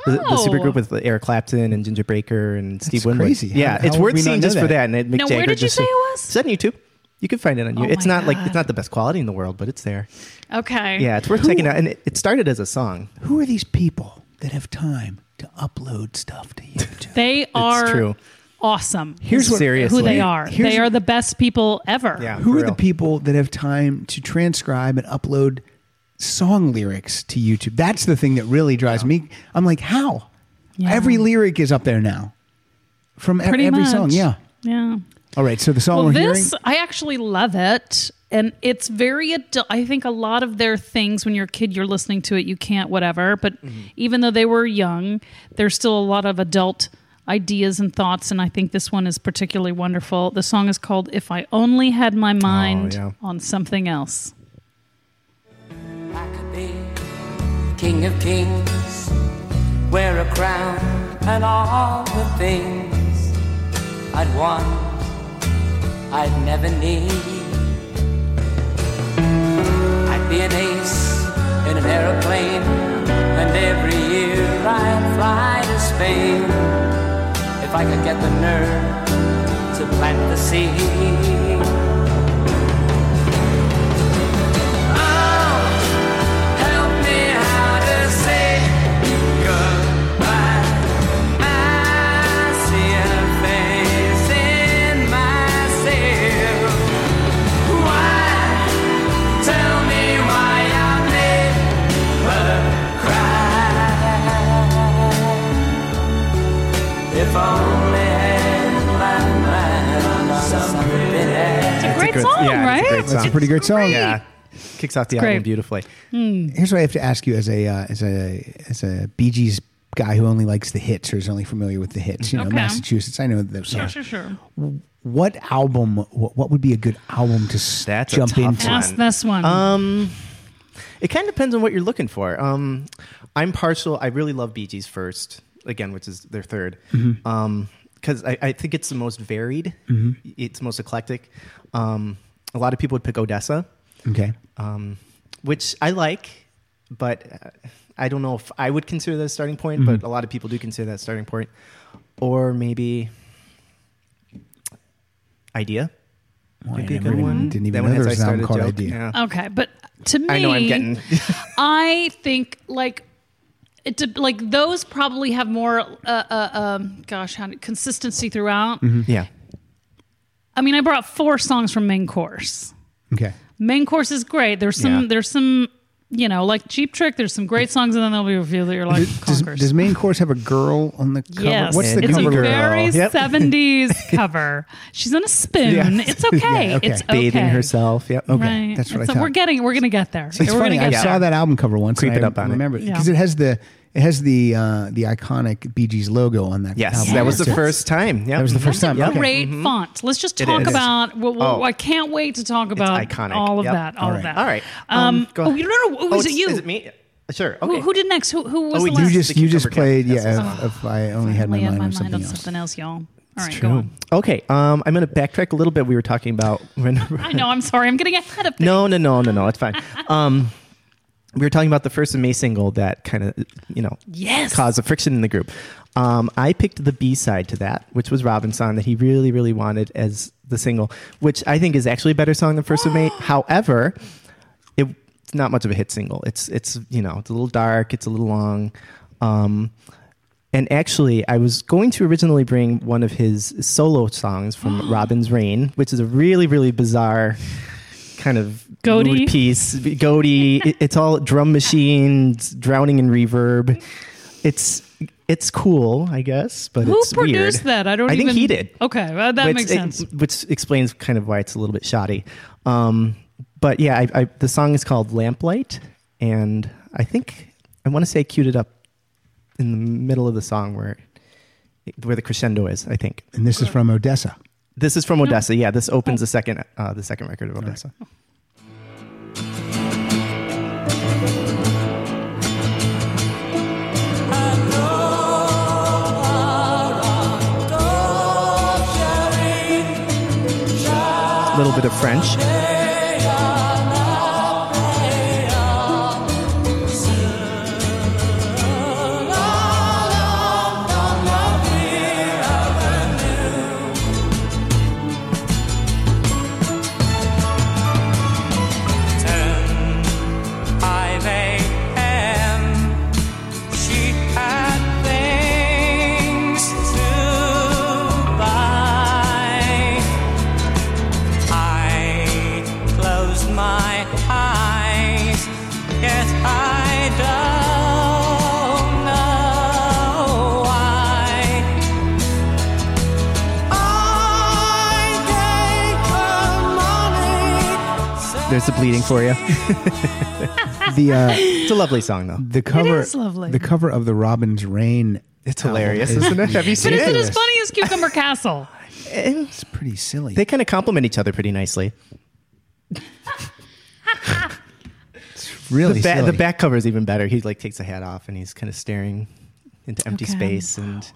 Speaker 2: The, the
Speaker 3: Oh.
Speaker 2: supergroup with Eric Clapton and Ginger Baker and Steve Winwood.
Speaker 4: crazy. How-
Speaker 2: Yeah,
Speaker 4: how
Speaker 2: it's
Speaker 4: would
Speaker 2: worth
Speaker 4: we not
Speaker 2: seeing
Speaker 4: know
Speaker 2: just for
Speaker 4: that?
Speaker 2: that. And it, Mick
Speaker 3: Now, where
Speaker 2: Jagger
Speaker 3: did you
Speaker 2: just
Speaker 3: say it was?
Speaker 2: It's on YouTube. You can find it on
Speaker 3: Oh
Speaker 2: YouTube. it's
Speaker 3: my
Speaker 2: not like
Speaker 3: God.
Speaker 2: it's not the best quality in the world, but it's there.
Speaker 3: okay.
Speaker 2: Yeah, it's worth checking out. And it, it started as a song.
Speaker 4: Who are these people that have time to upload stuff to YouTube?
Speaker 3: they are
Speaker 2: true.
Speaker 3: awesome.
Speaker 4: Here's what-
Speaker 2: Seriously.
Speaker 3: who they are.
Speaker 4: Here's-
Speaker 3: They are the best people ever.
Speaker 2: Yeah,
Speaker 4: Who
Speaker 2: for
Speaker 4: are
Speaker 2: real.
Speaker 4: the people that have time to transcribe and upload song lyrics to YouTube? That's the thing that really drives me. I'm like, how?
Speaker 3: Yeah.
Speaker 4: Every lyric is up there now from ev-
Speaker 3: Um, pretty
Speaker 4: every
Speaker 3: much.
Speaker 4: song. Yeah.
Speaker 3: yeah.
Speaker 4: All right. So the song
Speaker 3: Well,
Speaker 4: we're
Speaker 3: this
Speaker 4: hearing.
Speaker 3: I actually love it, and it's very adult. I think a lot of their things when you're a kid, you're listening to it, you can't whatever. But even though they were young, there's still a lot of adult ideas and thoughts, and I think this one is particularly wonderful. The song is called "If I Only Had My Mind
Speaker 2: yeah.
Speaker 3: on Something Else."
Speaker 8: I could be king of kings, wear a crown and all the things I'd want, I'd never need. I'd be an ace in an aeroplane, and every year I'd fly to Spain if I could get the nerve to plant the seed. Oh, Help me how to say goodbye. I see a face in myself. Why? Tell me why I made her cry. If only had my mind on something else.
Speaker 3: It's a great
Speaker 2: good-
Speaker 3: song,
Speaker 2: yeah,
Speaker 3: right?
Speaker 2: it's a great
Speaker 4: That's a
Speaker 2: song.
Speaker 4: pretty great song.
Speaker 2: Yeah. Kicks off the
Speaker 3: great.
Speaker 2: album beautifully.
Speaker 4: Here's what I have to ask you as a uh, as a as a Bee Gees guy who only likes the hits or is only familiar with the hits. You know,
Speaker 3: Okay.
Speaker 4: Massachusetts. I know those songs.
Speaker 3: Sure, sure, sure.
Speaker 4: What album? What, what would be a good album to s-
Speaker 2: That's a
Speaker 4: jump
Speaker 2: tough
Speaker 4: into?
Speaker 2: one.
Speaker 3: Ask this one.
Speaker 2: Um, it kind of depends on what you're looking for. Um, I'm partial. I really love Bee Gees first, again, which is their 3rd
Speaker 4: Mm-hmm.
Speaker 2: Um, because I, I think it's the most varied.
Speaker 4: Mm-hmm.
Speaker 2: It's most eclectic. Um, a lot of people would pick Odessa,
Speaker 4: Okay.
Speaker 2: um, which I like, but uh, I don't know if I would consider that a starting point.
Speaker 4: Mm-hmm.
Speaker 2: But a lot of people do consider that a starting point, or maybe idea.
Speaker 4: Boy,
Speaker 2: Might be
Speaker 4: I
Speaker 2: a
Speaker 4: never
Speaker 2: good
Speaker 4: even-
Speaker 2: one.
Speaker 4: Didn't even
Speaker 2: That
Speaker 4: know
Speaker 2: one
Speaker 4: there
Speaker 2: has
Speaker 4: was
Speaker 2: I
Speaker 4: an album
Speaker 2: Started
Speaker 4: called
Speaker 2: Joke.
Speaker 4: Idea.
Speaker 2: Yeah.
Speaker 3: okay, but to me,
Speaker 2: I know I'm getting.
Speaker 3: I think like it de- like those probably have more uh, uh um gosh how consistency throughout.
Speaker 2: yeah.
Speaker 3: I mean, I brought four songs from main course.
Speaker 4: Okay.
Speaker 3: Main course is great. There's some
Speaker 2: Yeah.
Speaker 3: there's some you know, like Cheap Trick, there's some great songs, and then there'll be a few that you're like,
Speaker 4: Does,
Speaker 3: conkers.
Speaker 4: does main course have a girl on the cover?
Speaker 3: Yes,
Speaker 4: What's the
Speaker 3: it's
Speaker 4: cover
Speaker 3: a
Speaker 4: girl?
Speaker 3: very
Speaker 2: Yep.
Speaker 3: 70s cover. She's on a spoon.
Speaker 2: Yeah.
Speaker 3: It's okay.
Speaker 4: Yeah, okay.
Speaker 3: It's okay.
Speaker 2: Bathing herself. Yep. Okay.
Speaker 3: Right.
Speaker 4: that's what I
Speaker 3: It's-
Speaker 4: thought.
Speaker 3: We're getting. We're gonna get there.
Speaker 4: It's
Speaker 3: we're
Speaker 4: funny.
Speaker 3: Gonna
Speaker 4: I
Speaker 3: get
Speaker 4: saw
Speaker 3: there.
Speaker 4: that album cover once.
Speaker 2: Creep
Speaker 4: and
Speaker 2: it
Speaker 4: I
Speaker 2: up on it.
Speaker 4: remember
Speaker 3: Yeah.
Speaker 4: because it has the it has the uh, the iconic Bee Gees logo on that.
Speaker 2: Yes,
Speaker 4: album.
Speaker 2: that was the
Speaker 4: That's it.
Speaker 2: first time. Yeah, mm-hmm.
Speaker 4: That was the first time. Okay.
Speaker 3: Great font. Let's just
Speaker 2: It
Speaker 3: talk
Speaker 2: is.
Speaker 3: about. Well, well,
Speaker 2: Oh.
Speaker 3: I can't wait to talk about
Speaker 2: iconic.
Speaker 3: all of
Speaker 2: Yep.
Speaker 3: that. All,
Speaker 4: All
Speaker 3: of
Speaker 4: right.
Speaker 3: that.
Speaker 2: All right.
Speaker 3: Um.
Speaker 2: go
Speaker 3: oh,
Speaker 2: ahead.
Speaker 3: you don't know. Oh, is it
Speaker 2: it's-
Speaker 3: you?
Speaker 2: Is it me? Sure. Okay.
Speaker 3: Who, who did next? Who, who was
Speaker 2: Oh,
Speaker 3: the
Speaker 2: wait,
Speaker 3: last?
Speaker 4: You just
Speaker 2: The
Speaker 4: you just
Speaker 2: cucumber guy.
Speaker 4: played.
Speaker 2: Yes,
Speaker 4: Yeah, if, if I only had my
Speaker 3: I had
Speaker 4: mind
Speaker 3: my
Speaker 4: on
Speaker 3: mind
Speaker 4: something
Speaker 3: on
Speaker 4: else.
Speaker 3: something else, y'all. All right,
Speaker 2: True.
Speaker 3: go on.
Speaker 2: Okay. Um, I'm going to backtrack a little bit. We were talking about when
Speaker 3: I know. I'm sorry. I'm getting ahead of things.
Speaker 2: No, no, no, no, no. It's fine. Um, we were talking about the first and May single that kind of, you know,
Speaker 3: Yes.
Speaker 2: caused a friction in the group. Um, I picked the B side to that, which was Robin's song that he really, really wanted as the single, which I think is actually a better song than First of May. However, it, it's not much of a hit single. It's, it's you know, it's a little dark, it's a little long. Um, and actually, I was going to originally bring one of his solo songs from Robin's Reign, which is a really, really bizarre kind of
Speaker 3: Goatee?
Speaker 2: mood piece. Goaty. it's all drum machines, drowning in reverb. It's it's cool, I guess, but
Speaker 3: Who
Speaker 2: it's weird.
Speaker 3: produced that? I don't.
Speaker 2: I think
Speaker 3: even-
Speaker 2: he did.
Speaker 3: Okay, well, that
Speaker 2: Which-
Speaker 3: makes
Speaker 2: it-
Speaker 3: sense.
Speaker 2: which explains kind of why it's a little bit shoddy. Um, but yeah, I, I, the song is called Lamplight, and I think I want to say I queued it up in the middle of the song where where the crescendo is. I think
Speaker 4: And this is from Odessa.
Speaker 2: this is from Odessa. Yeah, this opens the second uh, the second record of Odessa. A little bit of French.
Speaker 5: Five a.m. She had things to buy. I closed my eyes. Yes, I don't know why.
Speaker 2: There's the bleeding for you.
Speaker 4: The uh,
Speaker 2: It's a lovely song though.
Speaker 4: the cover
Speaker 3: is lovely.
Speaker 4: the cover of the Robin's Rain.
Speaker 2: It's hilarious, isn't it? Have you seen
Speaker 3: But is it as
Speaker 4: Yes.
Speaker 3: funny as Cucumber Castle?
Speaker 4: It's pretty silly.
Speaker 2: They kind of complement each other pretty nicely.
Speaker 4: really
Speaker 2: the, ba-
Speaker 4: silly.
Speaker 2: the back cover is even better. He like takes the hat off and he's kind of staring into empty
Speaker 3: Okay.
Speaker 2: space and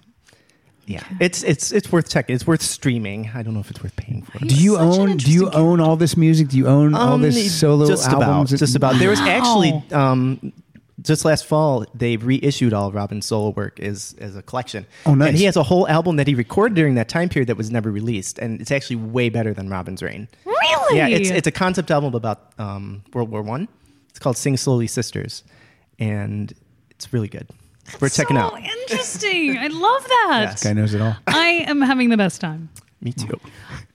Speaker 2: yeah, it's it's it's worth checking. It's worth streaming. I don't know if it's worth paying for.
Speaker 4: do you
Speaker 3: Such an
Speaker 4: own do you
Speaker 3: interesting
Speaker 4: own all this music? Do you own all this solo
Speaker 2: just
Speaker 4: albums?
Speaker 2: About, just about. There was actually
Speaker 3: Wow.
Speaker 2: um, just last fall they reissued all of Robin's solo work as as a collection.
Speaker 4: Oh, nice.
Speaker 2: And he has a whole album that he recorded during that time period that was never released, and it's actually way better than Robin's Reign.
Speaker 3: Really?
Speaker 2: Yeah, it's it's a concept album about um, World War One. It's called Sing Slowly Sisters, and it's really good. We're checking
Speaker 3: so
Speaker 2: out.
Speaker 3: interesting. I love that.
Speaker 2: Yes.
Speaker 4: guy knows it all.
Speaker 3: I am having the best time.
Speaker 2: Me too.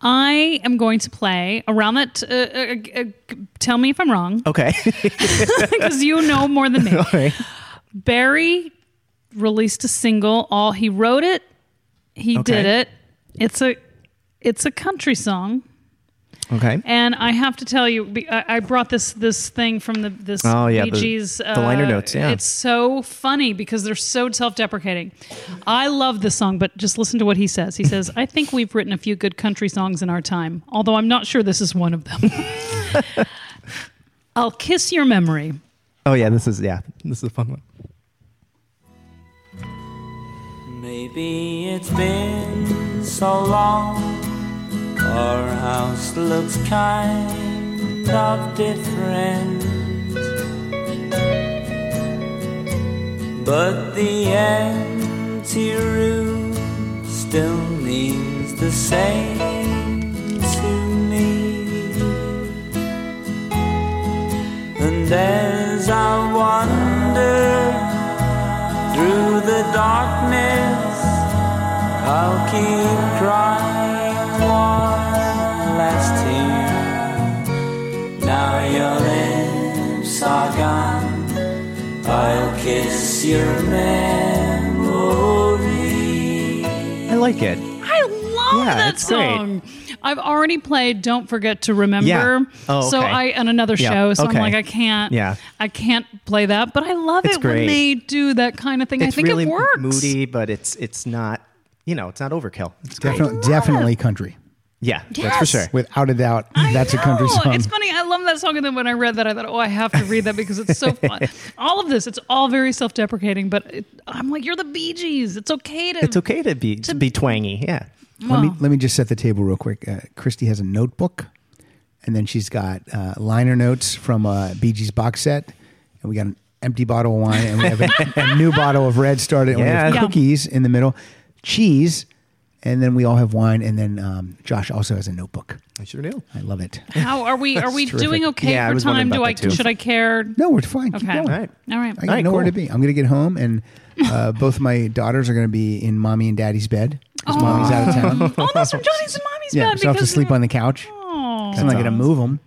Speaker 3: I am going to play around that. Uh, uh, uh, g- tell me if I'm wrong,
Speaker 2: Okay.
Speaker 3: because you know more than me.
Speaker 2: All right.
Speaker 3: Barry released a single. All he wrote it, he
Speaker 2: Okay.
Speaker 3: did it. It's a, it's a country song,
Speaker 2: Okay.
Speaker 3: and I have to tell you, be- I I brought this this thing from the this
Speaker 2: Oh, yeah,
Speaker 3: Bee
Speaker 2: the-
Speaker 3: Gees, uh,
Speaker 2: the liner notes, yeah.
Speaker 3: it's so funny because they're so self deprecating. I love this song, but just listen to what he says. He says, "I think we've written a few good country songs in our time, although I'm not sure this is one of them." I'll kiss your memory.
Speaker 2: Oh yeah, this is yeah, this is a fun one.
Speaker 8: Maybe it's been so long. Our house looks kind of different. But the empty room still means the same to me. And as I wander through the darkness, I'll keep crying one last tear. Now your lips are gone, kiss your memory.
Speaker 2: I like it.
Speaker 3: I love
Speaker 2: Yeah,
Speaker 3: that
Speaker 2: it's great.
Speaker 3: song. I've already played "Don't Forget to Remember."
Speaker 2: Yeah. Oh,
Speaker 3: So
Speaker 2: okay.
Speaker 3: I on another
Speaker 2: Yeah,
Speaker 3: show, so
Speaker 2: okay.
Speaker 3: I'm like, I can't.
Speaker 2: Yeah.
Speaker 3: I can't play that, but I love
Speaker 2: It's
Speaker 3: it
Speaker 2: great.
Speaker 3: when they do that kind of thing. I
Speaker 2: It's
Speaker 3: think
Speaker 2: really
Speaker 3: it works.
Speaker 2: moody, but it's it's not you know it's not overkill. It's great.
Speaker 4: Definitely, definitely country.
Speaker 2: Yeah, that's for
Speaker 3: Yes.
Speaker 2: sure.
Speaker 4: Without a doubt,
Speaker 3: I
Speaker 4: that's a country
Speaker 3: know.
Speaker 4: song.
Speaker 3: It's funny. I love that song, and then when I read that, I thought, "Oh, I have to read that because it's so fun." all of this, it's all very self-deprecating, but it, I'm like, "You're the Bee Gees. It's okay to."
Speaker 2: It's okay to be to be twangy. Yeah.
Speaker 4: Let
Speaker 3: Oh.
Speaker 4: me let me just set the table real quick. Uh, Christy has a notebook, and then she's got uh, liner notes from uh, Bee Gees box set, and we got an empty bottle of wine, and we have a, a new bottle of red started, and we
Speaker 2: Yeah.
Speaker 4: have
Speaker 3: Yeah.
Speaker 4: cookies in the middle, cheese, and then we all have wine, and then um, Josh also has a notebook.
Speaker 2: I sure do.
Speaker 4: I love it.
Speaker 3: How are we? Are we
Speaker 4: terrific.
Speaker 3: doing okay
Speaker 2: Yeah, I
Speaker 3: for
Speaker 2: was wondering
Speaker 3: time? Do
Speaker 2: about
Speaker 3: I?
Speaker 2: that too.
Speaker 3: Should I care?
Speaker 4: No, we're fine. Keep
Speaker 3: Okay.
Speaker 4: going.
Speaker 2: All right.
Speaker 3: All right.
Speaker 4: I got
Speaker 2: All right,
Speaker 4: nowhere
Speaker 2: cool.
Speaker 4: to be. I'm going to get home, and uh, both my daughters are going to be in mommy and daddy's bed because mommy's out of town.
Speaker 3: Oh, that's from Johnny's and Mommy's
Speaker 4: yeah,
Speaker 3: bed.
Speaker 4: so I have to
Speaker 3: because-
Speaker 4: sleep on the couch.
Speaker 3: Oh.
Speaker 4: I'm not going to move them.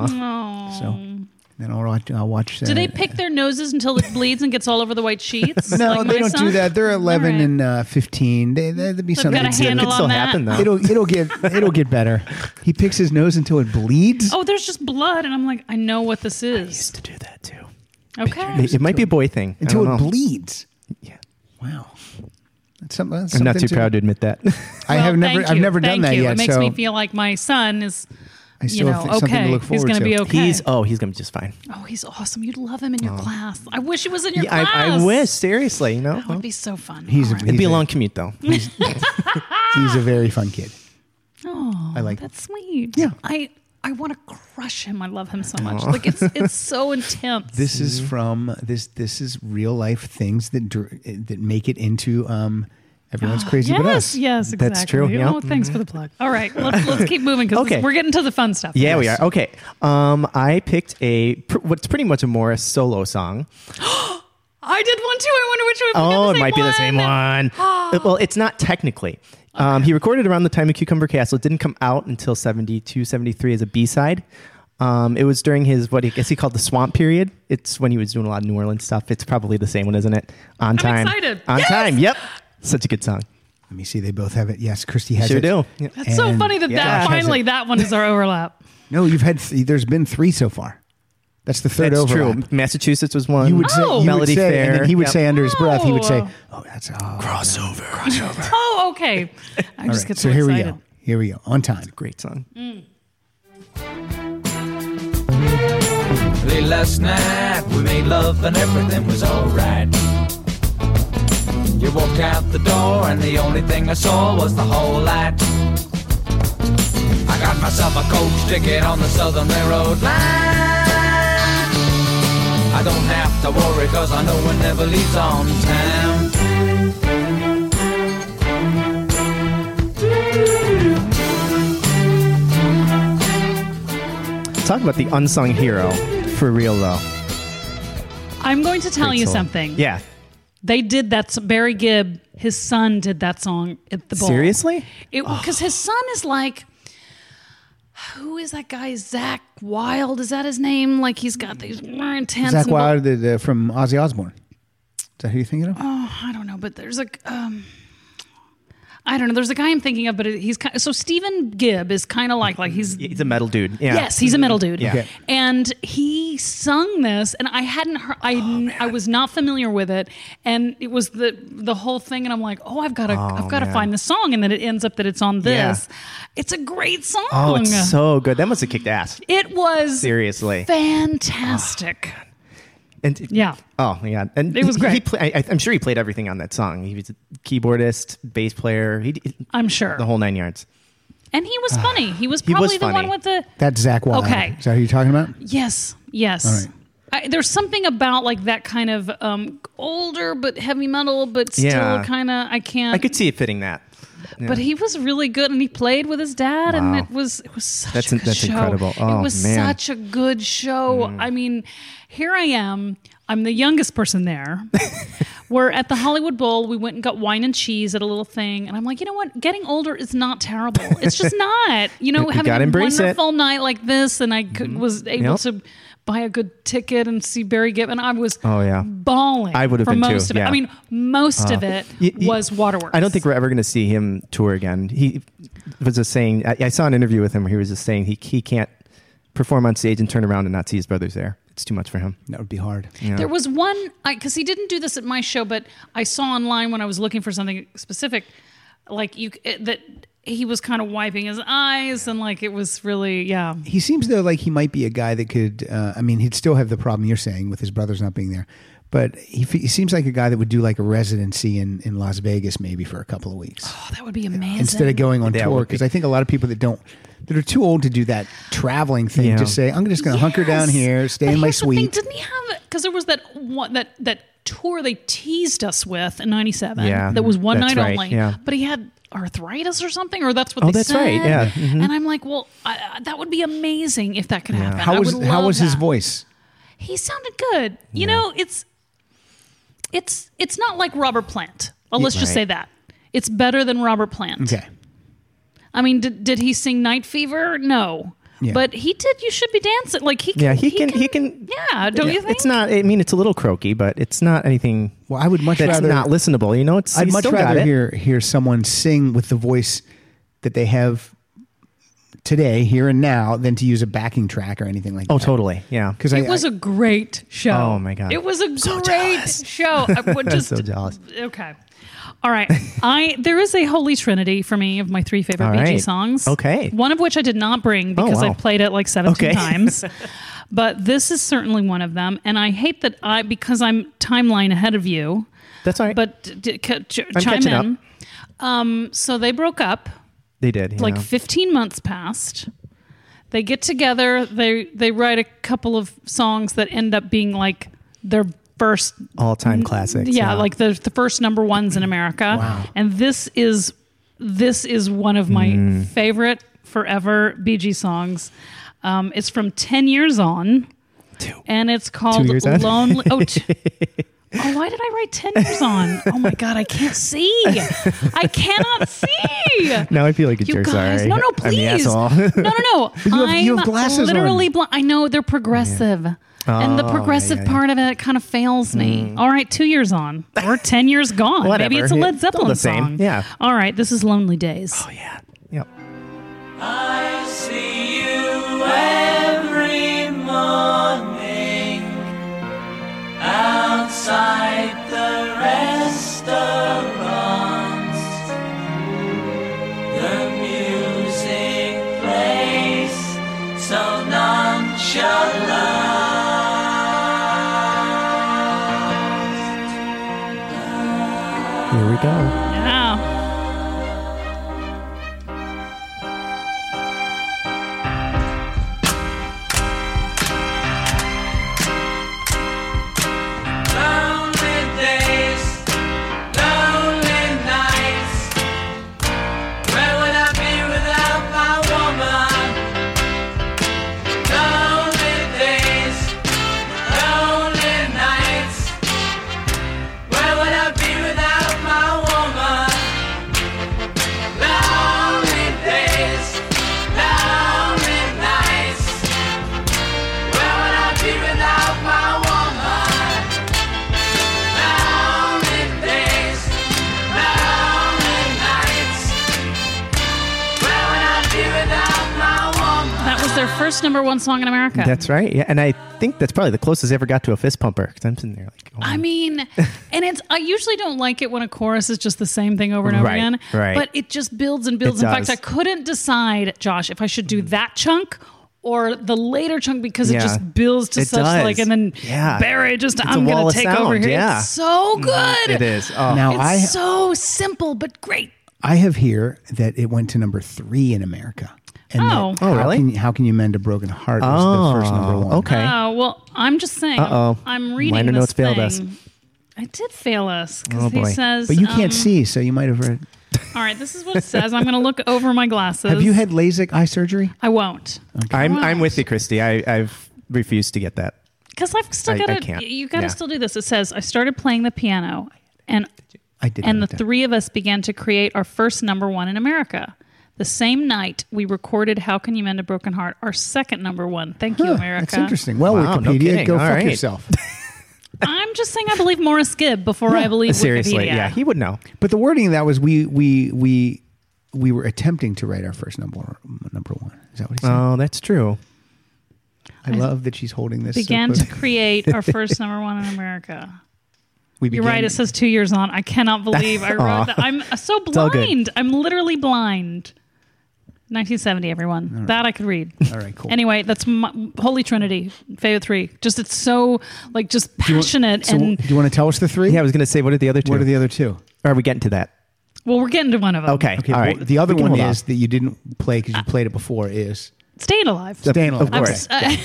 Speaker 3: Oh.
Speaker 4: So then I'll watch. I'll watch.
Speaker 3: Do they pick their noses until it bleeds and gets all over the white sheets?
Speaker 4: No,
Speaker 3: like my
Speaker 4: they don't
Speaker 3: son?
Speaker 4: do that. They're 11
Speaker 3: All right.
Speaker 4: and uh, 15. They that'd be
Speaker 3: They've
Speaker 4: something.
Speaker 3: got a
Speaker 4: to do.
Speaker 2: It
Speaker 3: handle
Speaker 2: could still
Speaker 3: on that.
Speaker 2: happen though.
Speaker 4: It'll it'll get it'll get better. He picks his nose until it bleeds.
Speaker 3: Oh, there's just blood, and I'm like, I know what this is.
Speaker 2: to do that too.
Speaker 3: Okay.
Speaker 2: It, it might be a boy thing. I
Speaker 4: until
Speaker 2: don't
Speaker 4: it
Speaker 2: know.
Speaker 4: bleeds.
Speaker 2: Yeah.
Speaker 4: Wow. That's something. That's
Speaker 2: I'm not
Speaker 4: something
Speaker 2: too proud to admit that.
Speaker 4: I have
Speaker 3: Well,
Speaker 4: never
Speaker 3: thank
Speaker 4: I've
Speaker 3: you.
Speaker 4: never done
Speaker 3: Thank
Speaker 4: that
Speaker 3: you.
Speaker 4: yet.
Speaker 3: It makes
Speaker 4: so
Speaker 3: me feel like my son is,
Speaker 4: I
Speaker 3: you
Speaker 4: still
Speaker 3: know,
Speaker 4: have something
Speaker 3: okay.
Speaker 4: to look
Speaker 3: he's
Speaker 4: forward
Speaker 3: going to
Speaker 4: to.
Speaker 3: be okay.
Speaker 2: He's oh, he's gonna be just fine.
Speaker 3: oh, he's awesome. You'd love him in
Speaker 4: Oh.
Speaker 3: your class. I wish he was in your
Speaker 2: Yeah,
Speaker 3: class.
Speaker 2: I, I wish seriously. You know,
Speaker 3: That would be so fun.
Speaker 4: He's
Speaker 3: All
Speaker 4: a-
Speaker 3: right.
Speaker 2: it'd be
Speaker 4: He's
Speaker 2: a long commute though.
Speaker 4: He's a very fun kid.
Speaker 3: Oh,
Speaker 4: I like-
Speaker 3: that's sweet.
Speaker 4: Yeah.
Speaker 3: I I want to crush him. I love him so much. Like it's it's so intense.
Speaker 4: This is from this this is real life things that dr- that make it into um everyone's crazy
Speaker 3: yes,
Speaker 4: but us.
Speaker 3: yes, exactly.
Speaker 2: That's true, yeah. Mm-hmm.
Speaker 3: Oh, thanks for the plug. All right, let's let's keep moving because
Speaker 2: Okay.
Speaker 3: we're getting to the fun stuff.
Speaker 2: Yeah, we are. Okay. Um, I picked a pr- what's pretty much a Morris solo song.
Speaker 3: I did one too. I wonder which one.
Speaker 2: Oh, it
Speaker 3: we got the same
Speaker 2: might be the same one. Uh, well, it's not technically. Um, he recorded around the time of Cucumber Castle. It didn't come out until 72, 73 as a B side. Um, it was during his what I guess he called the swamp period. It's when he was doing a lot of New Orleans stuff. It's probably the same one, isn't it? On time.
Speaker 3: excited.
Speaker 2: On
Speaker 3: Yes!
Speaker 2: time. Yep. Such a good song.
Speaker 4: Let me see. They both have it. Yes, Christy has
Speaker 2: Sure
Speaker 4: it.
Speaker 2: do. Yeah.
Speaker 3: That's so
Speaker 4: And
Speaker 3: funny that that
Speaker 4: Josh has
Speaker 3: finally
Speaker 4: it.
Speaker 3: that one is our overlap.
Speaker 4: No, you've had. Th- there's been three so far. That's the third
Speaker 2: That's
Speaker 4: overlap.
Speaker 2: true. Massachusetts was one.
Speaker 4: You would say,
Speaker 3: Oh.
Speaker 4: you would
Speaker 2: Melody
Speaker 4: say-
Speaker 2: Fair.
Speaker 4: and then he would
Speaker 2: Yep.
Speaker 4: say under his breath, he would say,
Speaker 3: Oh.
Speaker 4: "Oh, that's oh, crossover." Crossover.
Speaker 3: Oh, okay. I just get so,
Speaker 4: so here
Speaker 3: excited.
Speaker 4: we go. Here we go. On time.
Speaker 2: Great song.
Speaker 5: Late last night, we made love and everything was alright. You walked out the door, and the only thing I saw was the whole light. I got myself a coach ticket on the Southern Railroad line. I don't have to worry, cause I know it never leaves on time.
Speaker 2: Talk about the unsung hero for real though.
Speaker 3: I'm going to tell
Speaker 2: Great
Speaker 3: you
Speaker 2: song.
Speaker 3: something.
Speaker 2: Yeah.
Speaker 3: They did that. s- Barry Gibb, his son, did that song at the ball.
Speaker 2: Seriously?
Speaker 3: It
Speaker 2: Oh.
Speaker 3: because his son is like, who is that guy? Zach Wild? Is that his name? Like he's got these more intense.
Speaker 4: Zach
Speaker 3: and bo-
Speaker 4: Wilde the, the, from Ozzy Osbourne. Is that who you're thinking of?
Speaker 3: I don't know, but there's a. Um, I don't know. There's a guy I'm thinking of, but he's kind so Stephen Gibb is kind of like like he's
Speaker 2: He's a metal dude. Yeah.
Speaker 3: Yes, he's a metal dude.
Speaker 2: Yeah.
Speaker 4: Okay.
Speaker 3: And he sung this, and I hadn't heard.
Speaker 2: Oh,
Speaker 3: I I was not familiar with it, and it was the the whole thing. And I'm like, oh, I've got to I've got to
Speaker 2: man.
Speaker 3: find the song, and then it ends up that it's on
Speaker 2: Yeah.
Speaker 3: this. It's a great song.
Speaker 2: Oh,
Speaker 3: uh,
Speaker 2: it's so good. That must have kicked ass.
Speaker 3: it was
Speaker 2: Seriously.
Speaker 3: fantastic.
Speaker 2: Oh, And
Speaker 3: Yeah.
Speaker 2: Oh my god! And
Speaker 3: It was
Speaker 2: he- He
Speaker 3: great.
Speaker 2: play, I- I, I'm sure he played everything on that song. He was a keyboardist, bass player. He d-
Speaker 3: I'm sure.
Speaker 2: the whole nine yards.
Speaker 3: and he was funny. He was
Speaker 2: He was
Speaker 3: probably the
Speaker 2: funny.
Speaker 3: one with the
Speaker 4: That's Zach Wilde.
Speaker 3: Okay.
Speaker 4: Is that who you're talking about?
Speaker 3: Yes, yes. I, there's something about like that kind of um, older but heavy metal, but still
Speaker 2: Yeah.
Speaker 3: kind of I can't.
Speaker 2: I could see it fitting that.
Speaker 3: But he was really good, and he played with his dad,
Speaker 2: Wow.
Speaker 3: and it was it was such
Speaker 2: That's
Speaker 3: a
Speaker 2: in-
Speaker 3: good
Speaker 2: that's
Speaker 3: show.
Speaker 2: incredible. Oh,
Speaker 3: it was
Speaker 2: man. Mm.
Speaker 3: such a good show. I mean, here I am. I'm the youngest person there. We're at the Hollywood Bowl. We went and got wine and cheese at a little thing, and I'm like, you know what? Getting older is not terrible. It's just not. You know,
Speaker 2: You
Speaker 3: having
Speaker 2: gotta
Speaker 3: a
Speaker 2: embrace it. Mm-hmm.
Speaker 3: wonderful night like this, and I could, was able
Speaker 2: Yep.
Speaker 3: to buy a good ticket and see Barry Gibb. And I was
Speaker 2: Oh, yeah.
Speaker 3: bawling.
Speaker 2: I would have
Speaker 3: for
Speaker 2: been too,
Speaker 3: most Of it.
Speaker 2: yeah. Uh,
Speaker 3: I mean, most of it
Speaker 2: Y- y-
Speaker 3: was Waterworks.
Speaker 2: I don't think we're ever going to see him tour again. He was just saying, I, I saw an interview with him where he was just saying he, he can't perform on stage and turn around and not see his brothers there. It's too much for him.
Speaker 4: That would be hard.
Speaker 3: There was one because he didn't do this at my show, but I saw online when I was looking for something specific, like you c- that he was kind of wiping his eyes and like it was really yeah.
Speaker 4: He seems though like he might be a guy that could. Uh, I mean, he'd still have the problem you're saying with his brothers not being there, but he, f- he seems like a guy that would do like a residency in, in Las Vegas maybe for a couple of weeks
Speaker 3: Oh, that would be amazing.
Speaker 4: instead of going on
Speaker 2: That
Speaker 4: tour
Speaker 2: would be-
Speaker 4: because I think a lot of people that don't that are too old to do that traveling thing
Speaker 2: Yeah.
Speaker 4: just say I'm just going to hunker down
Speaker 3: Yes.
Speaker 4: here, stay
Speaker 3: But
Speaker 4: in my
Speaker 3: here's the thing,
Speaker 4: suite.
Speaker 3: Didn't he have? Because there was that one that that tour they teased us with in '97.
Speaker 2: Yeah,
Speaker 3: that was one
Speaker 2: that's
Speaker 3: night
Speaker 2: right,
Speaker 3: only.
Speaker 2: yeah.
Speaker 3: But he had arthritis or something, or that's what
Speaker 2: Oh,
Speaker 3: they
Speaker 2: that's
Speaker 3: said.
Speaker 2: right, yeah,
Speaker 4: mm-hmm.
Speaker 2: mhm.
Speaker 3: And I'm like, well, I, I- that would be amazing if that could happen. I
Speaker 4: How was
Speaker 3: would
Speaker 4: how
Speaker 3: love
Speaker 4: was his
Speaker 3: that.
Speaker 4: voice?
Speaker 3: He sounded good. You know, it's it's it's not like Robert Plant. Well, let's just
Speaker 2: right.
Speaker 3: say that it's better than Robert Plant.
Speaker 4: Okay,
Speaker 3: I mean, did, did he sing Night Fever? No.
Speaker 4: Yeah.
Speaker 3: But he did. You should be dancing. Like he. Can,
Speaker 2: Yeah, he can- he can-
Speaker 3: Yeah, don't you think?
Speaker 2: It's not, I mean, it's a little croaky, but it's not anything
Speaker 4: well I would much
Speaker 2: that's
Speaker 4: rather
Speaker 2: not listenable. You know, it's,
Speaker 4: I'd
Speaker 2: he's
Speaker 4: much
Speaker 2: still got
Speaker 4: rather
Speaker 2: it.
Speaker 4: hear hear someone sing with the voice that they have today, here and now, than to use a backing track or anything like
Speaker 2: Oh,
Speaker 4: that.
Speaker 2: totally. Yeah.
Speaker 4: Because
Speaker 3: It was a great show.
Speaker 2: Oh, my God.
Speaker 3: It was a great show. I would just
Speaker 2: So jealous.
Speaker 3: Okay. All right. I there is a holy trinity for me of my three favorite
Speaker 2: All
Speaker 3: BG
Speaker 2: right.
Speaker 3: songs.
Speaker 2: Okay. Oh,
Speaker 3: One of which I did not bring because
Speaker 2: wow.
Speaker 3: I played it like 17
Speaker 2: Okay.
Speaker 3: times. but this is certainly one of them and I hate that I because I'm timeline ahead of you.
Speaker 2: That's all right.
Speaker 3: But d- c- ch-
Speaker 2: I'm
Speaker 3: chime
Speaker 2: catching up.
Speaker 3: in. Um so they broke up
Speaker 2: they did.
Speaker 3: like
Speaker 2: yeah.
Speaker 3: 15 months passed they get together they they write a couple of songs that end up being like their first
Speaker 2: all time classics.
Speaker 3: yeah, like the, the first number ones in america and this is this is one of my
Speaker 2: Mm.
Speaker 3: favorite forever bg songs um, it's from 10 years on and it's called
Speaker 2: years on?
Speaker 3: lonely oh, t- oh why did i write 10 years on oh my god i can't see i cannot see
Speaker 2: Now I feel like a
Speaker 3: you
Speaker 2: jerk.
Speaker 3: guys,
Speaker 2: Sorry.
Speaker 3: no, no,
Speaker 2: I'm the
Speaker 3: please,
Speaker 2: asshole.
Speaker 3: no, no, no.
Speaker 4: you have- you
Speaker 3: I'm
Speaker 4: have glasses on.
Speaker 3: literally blind. I know they're progressive, and the progressive
Speaker 2: Oh, yeah, yeah.
Speaker 3: part of it kind of fails me. All right, two years on or ten years gone. Maybe
Speaker 2: Whatever.
Speaker 3: it's a Led
Speaker 2: It's all
Speaker 3: Zeppelin
Speaker 2: the same.
Speaker 3: song.
Speaker 2: Yeah. Oh,
Speaker 3: All right, this is Lonely Days.
Speaker 2: yeah. Yep.
Speaker 8: I see you every morning outside the restaurants. The music plays so nonchalant.
Speaker 2: Here we go.
Speaker 3: Yeah.
Speaker 8: Lonely days, lonely nights. Where would I be without my woman? Lonely days, lonely nights. Where would I be without my woman? Lonely days, lonely nights. Where would I be without my woman? Lonely days, lonely nights. Where would I be without my woman?
Speaker 3: That was their first number one song in America.
Speaker 2: That's right. Yeah. And I think that's probably the closest I ever got to a fist pumper because I'm sitting there like, oh,
Speaker 3: I mean, and it's I usually don't like it when a chorus is just the same thing over and over
Speaker 2: Right,
Speaker 3: again.
Speaker 2: right.
Speaker 3: But it just builds and builds.
Speaker 2: It
Speaker 3: In fact,
Speaker 2: does. Mm.
Speaker 3: I couldn't decide, Josh, if I should do that chunk or the later chunk because it
Speaker 2: Yeah.
Speaker 3: just builds to
Speaker 2: It
Speaker 3: such
Speaker 2: does.
Speaker 3: like and then
Speaker 2: Yeah.
Speaker 3: Barry just
Speaker 2: It's a
Speaker 3: I'm
Speaker 2: wall
Speaker 3: gonna
Speaker 2: of
Speaker 3: take
Speaker 2: sound,
Speaker 3: over here.
Speaker 2: yeah. Mm,
Speaker 3: It's so good.
Speaker 2: it is. Oh,
Speaker 4: now
Speaker 3: It's
Speaker 4: I
Speaker 3: so simple but great.
Speaker 4: I have here that it went to number three in America. And that
Speaker 3: Oh.
Speaker 2: Oh,
Speaker 4: how
Speaker 2: really?
Speaker 4: Can, how can you mend a broken heart? Was the first number one.
Speaker 2: okay.
Speaker 3: Oh well, I'm just saying.
Speaker 2: Uh-oh.
Speaker 3: I'm reading.
Speaker 2: Liner
Speaker 3: this
Speaker 2: notes failed us.
Speaker 3: thing. I did fail us because
Speaker 2: Oh,
Speaker 3: he
Speaker 2: boy.
Speaker 3: says.
Speaker 4: but you
Speaker 3: um,
Speaker 4: can't see, so you might have read.
Speaker 3: All right, this is what it says. I'm going to look over my glasses.
Speaker 4: Have you had LASIK eye surgery?
Speaker 3: I won't.
Speaker 2: I'm
Speaker 3: Wow.
Speaker 2: I'm with you, Christy. I I've refused to get that.
Speaker 3: because I've still
Speaker 2: I-
Speaker 3: got
Speaker 2: I
Speaker 3: to.
Speaker 2: can't.
Speaker 3: You got
Speaker 2: Yeah.
Speaker 3: to still do this. It says I started playing the piano, and
Speaker 4: I did.
Speaker 3: and the
Speaker 4: not do that.
Speaker 3: three of us began to create our first number one in America. The same night we recorded "How Can You Mend a Broken Heart," our second number one. Thank you,
Speaker 4: Huh,
Speaker 3: America.
Speaker 4: That's interesting. Well,
Speaker 2: Wow, no
Speaker 4: Wikipedia,
Speaker 2: kidding.
Speaker 4: go
Speaker 2: All
Speaker 4: fuck
Speaker 2: right.
Speaker 4: yourself.
Speaker 3: I'm just saying I believe Morris Gibb before I believe
Speaker 2: Seriously,
Speaker 3: Wikipedia.
Speaker 2: yeah, he would know.
Speaker 4: But the wording of that was we we we we were attempting to write our first number number one. Is that what he said?
Speaker 2: Oh, that's true.
Speaker 4: I love that she's holding this. so
Speaker 3: began
Speaker 4: close.
Speaker 3: to create our first number one in America.
Speaker 4: we
Speaker 3: You're right. It says two years on. I cannot believe
Speaker 2: Aw.
Speaker 3: I wrote that. I'm so
Speaker 2: all good.
Speaker 3: blind. I'm literally blind. 1970, everyone. That I could read.
Speaker 4: All right, cool.
Speaker 3: Anyway, that's my, Holy Trinity, Feo 3. Just, it's so, like, just passionate.
Speaker 4: So,
Speaker 3: and,
Speaker 4: do you want to tell us the three?
Speaker 2: Yeah, I was going to say, what are the other two?
Speaker 4: What are the other two?
Speaker 2: Are we getting to that?
Speaker 3: well, we're getting to one of them.
Speaker 2: Okay.
Speaker 4: Okay,
Speaker 2: All
Speaker 4: well,
Speaker 2: right.
Speaker 4: The other
Speaker 2: We can
Speaker 4: one
Speaker 2: hold
Speaker 4: is
Speaker 2: off.
Speaker 4: that you didn't play because you played it before. Is
Speaker 3: Staying Alive.
Speaker 4: Staying Alive.
Speaker 2: Of
Speaker 3: I'm
Speaker 2: course.
Speaker 3: s- uh,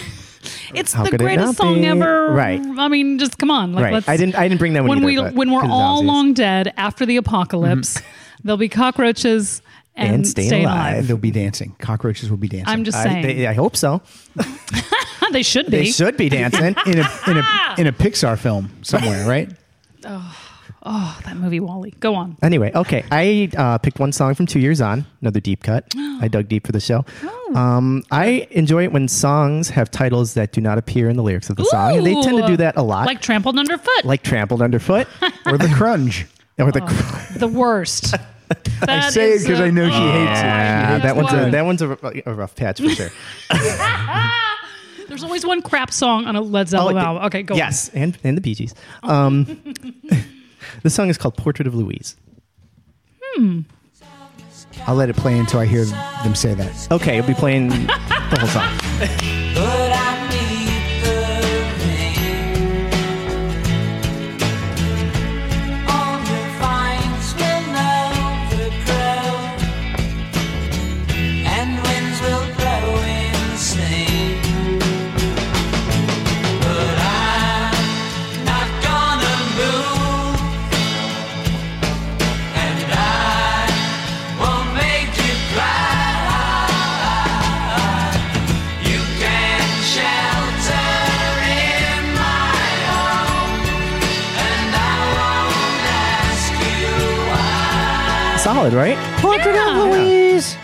Speaker 3: it's
Speaker 2: How
Speaker 3: the
Speaker 2: could it
Speaker 3: greatest
Speaker 2: not
Speaker 3: song
Speaker 2: be?
Speaker 3: ever.
Speaker 2: Right.
Speaker 3: I mean, just come on. Like,
Speaker 2: Right.
Speaker 3: let's,
Speaker 2: I didn't- I didn't bring that one
Speaker 3: When
Speaker 2: either,
Speaker 3: we
Speaker 2: but-
Speaker 3: when we're
Speaker 2: 'cause it's
Speaker 3: all
Speaker 2: obvious.
Speaker 3: long dead after the apocalypse, there'll be cockroaches and,
Speaker 2: Mm-hmm. And staying alive.
Speaker 4: They'll be dancing. Cockroaches will be dancing.
Speaker 3: I'm just
Speaker 2: I,
Speaker 3: saying
Speaker 2: they, I hope so.
Speaker 3: they, should be.
Speaker 2: They should be dancing.
Speaker 4: in a in a in a Pixar film somewhere, right?
Speaker 3: Oh, that movie Wally. Go on.
Speaker 2: Anyway, okay. I uh, picked one song from Two Years On, another deep cut. I dug deep for the show. Um, I enjoy it when songs have titles that do not appear in the lyrics of the song, and they tend to
Speaker 3: Ooh.
Speaker 2: do that a lot,
Speaker 3: Like trampled underfoot.
Speaker 2: like "Trampled Underfoot"
Speaker 3: Oh.
Speaker 4: Or the crunch.
Speaker 2: or the.
Speaker 3: the worst.
Speaker 4: I say it because I know she hates it.
Speaker 2: Yeah, that one's a,
Speaker 3: Word.
Speaker 2: that one's a, a rough patch for sure.
Speaker 3: There's always one crap song on a Led Zeppelin
Speaker 2: Oh,
Speaker 3: album. Okay, go. on.
Speaker 2: Yes, and and the Bee Gees. Um, the song is called "Portrait of Louise."
Speaker 4: I'll let it play until I hear them say that.
Speaker 2: Okay, you'll be playing the whole song.
Speaker 8: But I need the rain On the vines will know the crow And winds will blow insane But I'm not gonna move And I won't make you cry you can shelter in my home, and I won't ask you why.
Speaker 2: Solid, right?
Speaker 3: Portrait of
Speaker 4: Louise.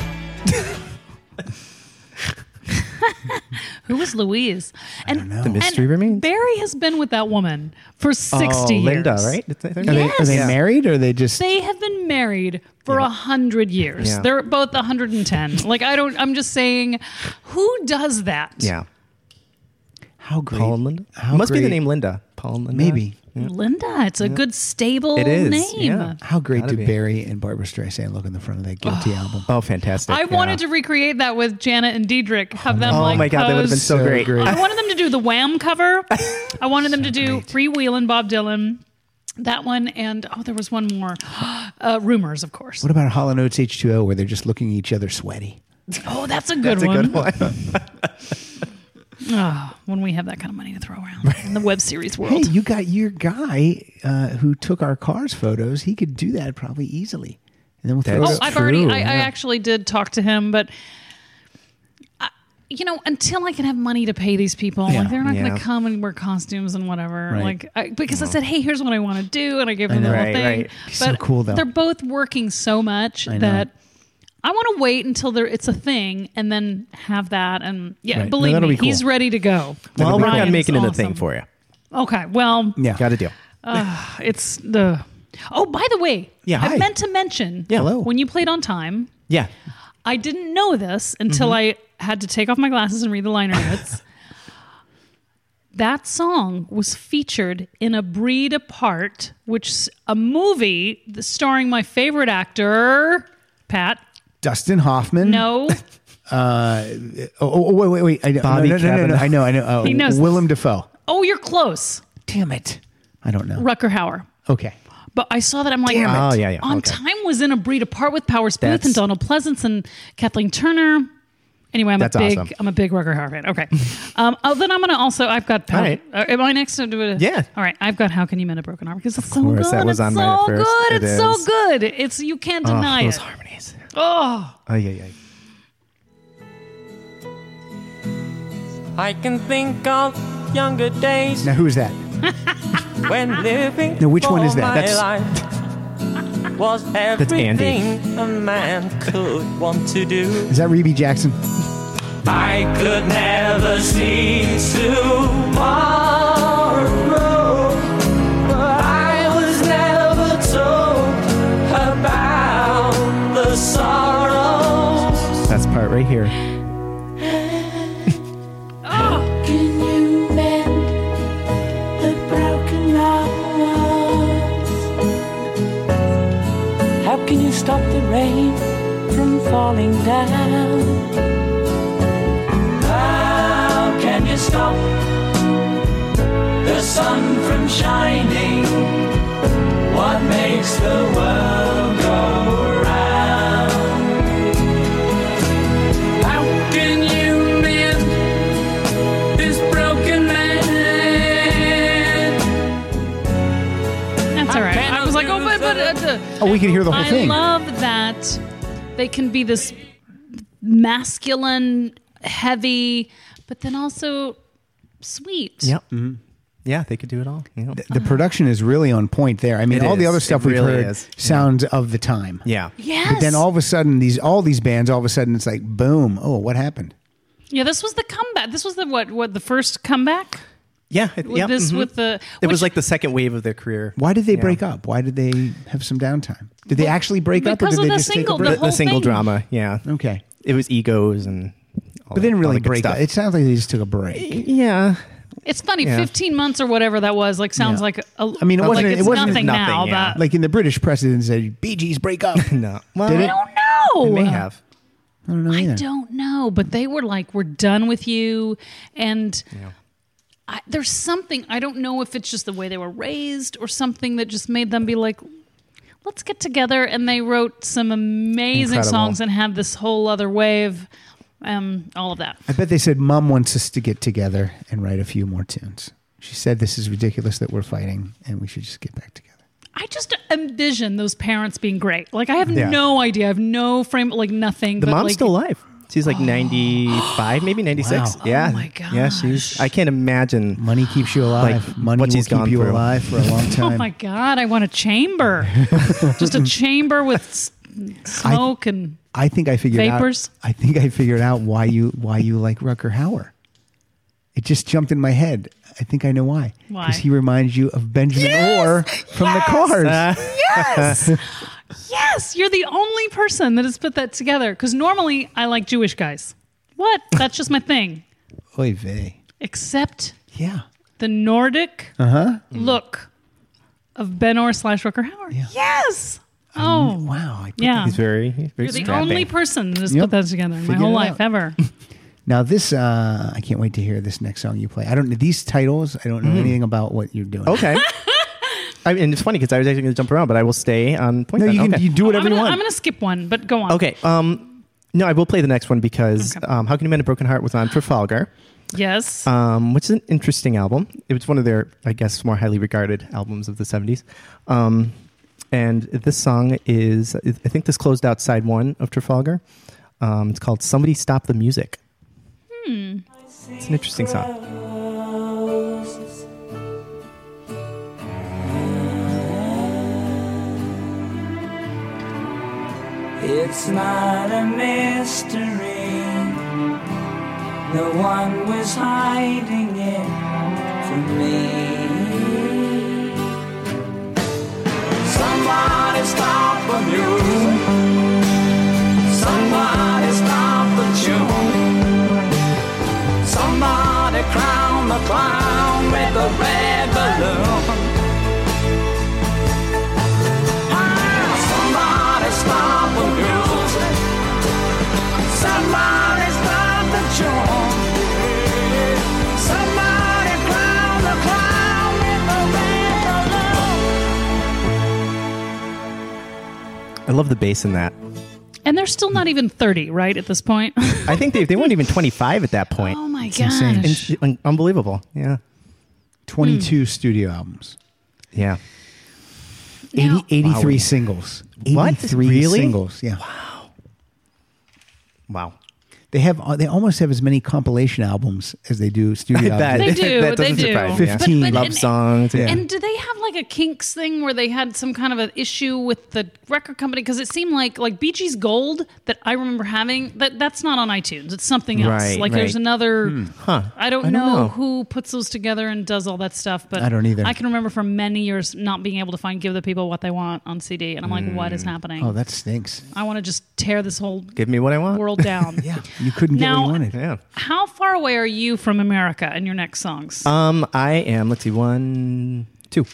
Speaker 3: Who was Louise? And
Speaker 2: The mystery remains.
Speaker 3: Barry has been with that woman for 60
Speaker 2: oh,
Speaker 3: years.
Speaker 2: Linda, right? Is that her name?
Speaker 4: Are they married or are they just?
Speaker 3: They have been married for a hundred years.
Speaker 2: Yeah.
Speaker 3: They're both 110. like I don't. I'm just saying, who does that?
Speaker 2: Yeah.
Speaker 4: how great?
Speaker 2: Paul and Linda.
Speaker 4: How
Speaker 2: Must be
Speaker 4: great-
Speaker 2: the name Linda. Paul and Linda.
Speaker 4: Maybe.
Speaker 3: Linda. It's a good stable
Speaker 2: It is,
Speaker 3: name.
Speaker 2: yeah.
Speaker 4: How great
Speaker 2: Gotta be.
Speaker 4: did Barry and Barbara Streisand look in the front of that guilty album?
Speaker 2: Oh, fantastic.
Speaker 3: I
Speaker 2: yeah.
Speaker 3: wanted to recreate that with Janet and Diedrich. Have them
Speaker 2: Oh
Speaker 3: like
Speaker 2: my God, that would have been
Speaker 3: pose.
Speaker 2: so,
Speaker 4: So
Speaker 2: great.
Speaker 4: great.
Speaker 3: I wanted them to do the Wham cover. I wanted them to do Freewheelin' Bob Dylan, that one, and oh, there was one more. Uh, rumors, of course.
Speaker 4: What about Hollow Notes H2O where they're just looking at each other sweaty?
Speaker 3: oh, that's a good
Speaker 2: That's a
Speaker 3: one. Ah,
Speaker 2: good one.
Speaker 3: When we have that kind of money to throw around in the web series
Speaker 4: Hey,
Speaker 3: world.
Speaker 4: you got your guy uh, who took our cars photos. He could do that probably easily. And then we'll throw
Speaker 2: That's
Speaker 4: it
Speaker 3: Oh, I've
Speaker 4: up.
Speaker 3: already,
Speaker 2: True,
Speaker 3: I, I
Speaker 2: yeah.
Speaker 3: actually did talk to him, but. I- You know, until I can have money to pay these people,
Speaker 4: Yeah.
Speaker 3: like they're not going
Speaker 2: Yeah.
Speaker 3: to come and wear costumes and whatever.
Speaker 4: Right.
Speaker 3: Like, I, because I said, "Hey, here's what I want to do," and I gave them
Speaker 4: know.
Speaker 3: the whole
Speaker 2: Right,
Speaker 3: thing.
Speaker 2: right.
Speaker 4: So cool, though.
Speaker 3: They're both working so much
Speaker 4: know.
Speaker 3: that I want to wait until there it's a thing and then have that. And yeah,
Speaker 4: Right. No,
Speaker 3: believe
Speaker 4: that'll
Speaker 3: me,
Speaker 4: be cool.
Speaker 3: he's ready to go.
Speaker 2: Well, I'll work
Speaker 3: Brian's
Speaker 2: on making it a
Speaker 3: awesome.
Speaker 2: thing for you.
Speaker 3: Okay, well,
Speaker 4: Yeah.
Speaker 2: Got a deal.
Speaker 3: it's the. Oh, by the way,
Speaker 2: Yeah,
Speaker 3: I
Speaker 2: hi.
Speaker 3: meant to mention.
Speaker 2: Yeah. Hello.
Speaker 3: When you played on time,
Speaker 2: Yeah.
Speaker 3: I didn't know this until
Speaker 2: Mm-hmm.
Speaker 3: I had to take off my glasses and read the liner notes. that song was featured in A Breed Apart, which s- a movie starring my favorite actor, Pat.
Speaker 4: Dustin Hoffman.
Speaker 3: No,
Speaker 4: Oh, oh, oh, wait, wait, wait. I, know-
Speaker 2: Bobby
Speaker 4: no, no, no, no, no,
Speaker 2: Cavanaugh.
Speaker 4: I know, I know. Uh,
Speaker 3: He knows
Speaker 4: Willem Dafoe.
Speaker 3: oh, you're close,
Speaker 4: Damn it. I don't know.
Speaker 3: Rucker Hauer.
Speaker 4: Okay.
Speaker 3: But I saw that I'm like,
Speaker 4: Damn
Speaker 2: it. Oh, yeah, yeah,
Speaker 3: On
Speaker 2: okay.
Speaker 3: time was in a breed apart with Powers Booth
Speaker 2: That's-
Speaker 3: and Donald Pleasance and Kathleen Turner. Anyway, I'm
Speaker 2: That's
Speaker 3: a big
Speaker 2: awesome.
Speaker 3: I'm a big Rucker Hauer fan. Okay. um, oh, then I'm gonna also I've got. How,
Speaker 2: All right.
Speaker 3: uh, am I next to do it?
Speaker 2: Yeah.
Speaker 3: All right. I've got How Can You Mend a Broken Heart because it's so
Speaker 2: course,
Speaker 3: good.
Speaker 2: that was
Speaker 3: it's
Speaker 2: on
Speaker 3: so
Speaker 2: mine at first.
Speaker 3: good.
Speaker 2: It
Speaker 3: it's so
Speaker 2: is.
Speaker 3: good. It's you can't
Speaker 2: Oh,
Speaker 3: deny
Speaker 2: those
Speaker 3: it.
Speaker 2: harmonies.
Speaker 3: Oh,
Speaker 2: Oh, yeah, yeah.
Speaker 8: I can think of younger days
Speaker 4: Now, who is that?
Speaker 8: when living.
Speaker 4: Now, which one
Speaker 8: for
Speaker 4: is that?
Speaker 8: my
Speaker 4: That's-
Speaker 8: life. was
Speaker 2: Andy.
Speaker 8: everything a man could want to do.
Speaker 4: Is that Reby Jackson?
Speaker 8: I could never see tomorrow. But I was never told about the sorrows.
Speaker 2: That's part right here.
Speaker 9: Can you mend the broken hearts?
Speaker 8: How can you stop the rain from falling down? How can you stop the sun from shining? What makes the world go round? How can you mend this broken man?
Speaker 3: That's all right.
Speaker 8: cannot
Speaker 3: I was like,
Speaker 8: do
Speaker 3: oh, but, but uh, duh.
Speaker 4: Oh, we could hear the whole
Speaker 3: I
Speaker 4: thing.
Speaker 3: love that they can be this masculine, heavy, but then also sweet.
Speaker 2: Yep. Yeah, they could do it all. Yeah.
Speaker 4: the production is really on point there. I mean,
Speaker 2: It
Speaker 4: all the
Speaker 2: is.
Speaker 4: other stuff
Speaker 2: It
Speaker 4: we've
Speaker 2: really
Speaker 4: heard
Speaker 2: is.
Speaker 4: sounds of the time.
Speaker 2: yeah.
Speaker 3: Yes.
Speaker 4: But then all of a sudden, these all these bands, all of a sudden, it's like boom! Oh, what happened?
Speaker 3: yeah, this was the comeback. This was the what? What the first comeback?
Speaker 2: Yeah. It,
Speaker 3: With
Speaker 2: yeah,
Speaker 3: this
Speaker 4: Mm-hmm.
Speaker 2: mhm.
Speaker 3: with the
Speaker 2: It was
Speaker 3: which-
Speaker 2: like the second wave of their career.
Speaker 4: Why did they
Speaker 2: Yeah.
Speaker 4: break up? Why did they have some downtime? Did they actually break up, or
Speaker 3: because
Speaker 4: did
Speaker 3: of
Speaker 4: they
Speaker 3: the
Speaker 4: just
Speaker 3: single,
Speaker 4: take a break?
Speaker 2: The, the
Speaker 3: whole
Speaker 2: single
Speaker 3: thing.
Speaker 2: drama. Yeah.
Speaker 4: okay,
Speaker 2: It was egos and.
Speaker 4: but they didn't really break up.
Speaker 2: up.
Speaker 4: It sounds like they just took a break.
Speaker 2: Yeah.
Speaker 3: It's funny.
Speaker 2: Yeah.
Speaker 3: Fifteen months or whatever that was. Like sounds
Speaker 4: Yeah.
Speaker 3: like a,
Speaker 4: I mean, it wasn't-
Speaker 3: Like
Speaker 4: it
Speaker 3: it's
Speaker 4: wasn't
Speaker 3: nothing,
Speaker 2: nothing,
Speaker 3: now.
Speaker 2: yeah.
Speaker 3: But
Speaker 4: Like in the British precedent said, "Bee Gees break up."
Speaker 2: No. Well,
Speaker 4: Did
Speaker 3: I
Speaker 4: it?
Speaker 3: don't know.
Speaker 2: May have.
Speaker 4: I don't know.
Speaker 3: I
Speaker 4: either.
Speaker 3: don't know, but they were like, "We're done with you," and I, there's something I don't know if it's just the way they were raised or something that just made them be like, "Let's get together." And they wrote some amazing
Speaker 2: Incredible.
Speaker 3: songs and had this whole other wave, um, all of that.
Speaker 4: I bet they said, "Mom wants us to get together and write a few more tunes." She said, "This is ridiculous that we're fighting, and we should just get back together."
Speaker 3: I just envision those parents being great. Like I have
Speaker 2: Yeah.
Speaker 3: no idea, I have no frame, like nothing.
Speaker 2: The
Speaker 3: but
Speaker 2: mom's
Speaker 3: like, Oh.
Speaker 2: still alive. She's like 95, maybe 96.
Speaker 4: Wow.
Speaker 2: Yeah.
Speaker 3: my
Speaker 2: Yeah, she's. I can't imagine.
Speaker 4: Money keeps you alive.
Speaker 2: Like,
Speaker 4: Money
Speaker 2: what
Speaker 4: will
Speaker 2: she's
Speaker 4: keep
Speaker 2: gone
Speaker 4: you
Speaker 2: through.
Speaker 4: alive for a long
Speaker 3: Oh
Speaker 4: time.
Speaker 3: my god! I want a chamber, just a chamber with s- smoke and.
Speaker 4: I think I figured
Speaker 3: Vapors?
Speaker 4: out. I think I figured out why you why you like Rucker Hauer. It just jumped in my head. I think I know why.
Speaker 3: Why?
Speaker 4: Because he reminds you of Benjamin Orr from the Cars.
Speaker 2: Uh-huh.
Speaker 3: yes yes you're the only person that has put that together because normally i like jewish guys what that's just my thing
Speaker 4: Oy vey.
Speaker 3: except
Speaker 4: Yeah.
Speaker 3: the nordic
Speaker 2: Uh-huh.
Speaker 3: look of ben or slash rucker howard yes oh
Speaker 4: Wow. I put
Speaker 3: yeah
Speaker 2: He's very. He's very
Speaker 3: you're the
Speaker 2: strapping.
Speaker 3: only person that has
Speaker 4: Yep.
Speaker 3: put that together in my
Speaker 4: Figured
Speaker 3: whole
Speaker 4: it
Speaker 3: life
Speaker 4: out.
Speaker 3: ever
Speaker 4: Now this, uh, I can't wait to hear this next song you play. I don't know these titles. I don't know anything about what you're doing.
Speaker 2: Mm-hmm. Okay. I mean, it's funny because I was actually going to jump around, but I will stay on point.
Speaker 4: No,
Speaker 2: then.
Speaker 4: you can
Speaker 2: okay.
Speaker 4: you do
Speaker 3: Oh, I'm
Speaker 4: whatever
Speaker 3: gonna,
Speaker 4: you
Speaker 3: I'm
Speaker 4: want.
Speaker 3: gonna skip one but go on
Speaker 2: Okay. Um, no, I will play the next one because
Speaker 3: Okay.
Speaker 2: um, How Can You Mend a Broken Heart was on Trafalgar,
Speaker 3: yes
Speaker 2: um, which is an interesting album. It was one of their, I guess, more highly regarded albums of the 70s. Um, and this song is, I think this closed out side one of Trafalgar. Um, it's called Somebody Stop the Music. Hmm. It's an interesting song.
Speaker 8: It's not a mystery. No one was hiding it from me. Somebody stop a mule. Somebody stop the tune. Somebody crown the clown with a red balloon. Ah, Somebody stop the music. Somebody stop the tune. Somebody clown the clown with the red balloon.
Speaker 2: I love the bass in that.
Speaker 3: and they're still not even 30 right at this point
Speaker 2: I think they, they weren't even 25 at that point.
Speaker 3: oh my
Speaker 4: insane.
Speaker 3: gosh
Speaker 2: It's un- unbelievable. Yeah.
Speaker 4: Twenty-two
Speaker 3: Hmm.
Speaker 4: studio albums,
Speaker 2: Yeah.
Speaker 4: 80, 83
Speaker 2: Wow.
Speaker 4: singles,
Speaker 2: What?
Speaker 4: eighty-three
Speaker 2: Really?
Speaker 4: singles. Yeah.
Speaker 2: Wow.
Speaker 4: They have uh, they almost have as many compilation albums as they do studio
Speaker 2: I bet.
Speaker 4: albums.
Speaker 3: They do,
Speaker 2: that
Speaker 3: they
Speaker 2: doesn't
Speaker 3: do.
Speaker 2: surprise me.
Speaker 4: 15
Speaker 3: But- but-
Speaker 2: love
Speaker 3: and-
Speaker 2: songs. Yeah.
Speaker 3: And do they have like a Kinks thing where they had some kind of an issue with the record company? Because it seemed like like Bee Gees Gold that I remember having that that's not on iTunes. It's something else.
Speaker 2: Right,
Speaker 3: like there's
Speaker 2: right.
Speaker 3: another. I don't,
Speaker 2: I don't
Speaker 3: know,
Speaker 2: know.
Speaker 3: who puts those together and does all that stuff. But
Speaker 4: I don't either.
Speaker 3: I can remember for many years not being able to find give the people what they want on CD, and I'm like, what is happening?
Speaker 4: Oh, that stinks.
Speaker 3: I want to just tear this whole
Speaker 2: Give me what I want.
Speaker 3: world down.
Speaker 4: Yeah, you couldn't get
Speaker 3: Now-
Speaker 4: what you wanted.
Speaker 2: Yeah.
Speaker 3: How far away are you from America and your next songs?
Speaker 2: Um, I am. Let's see, one, two.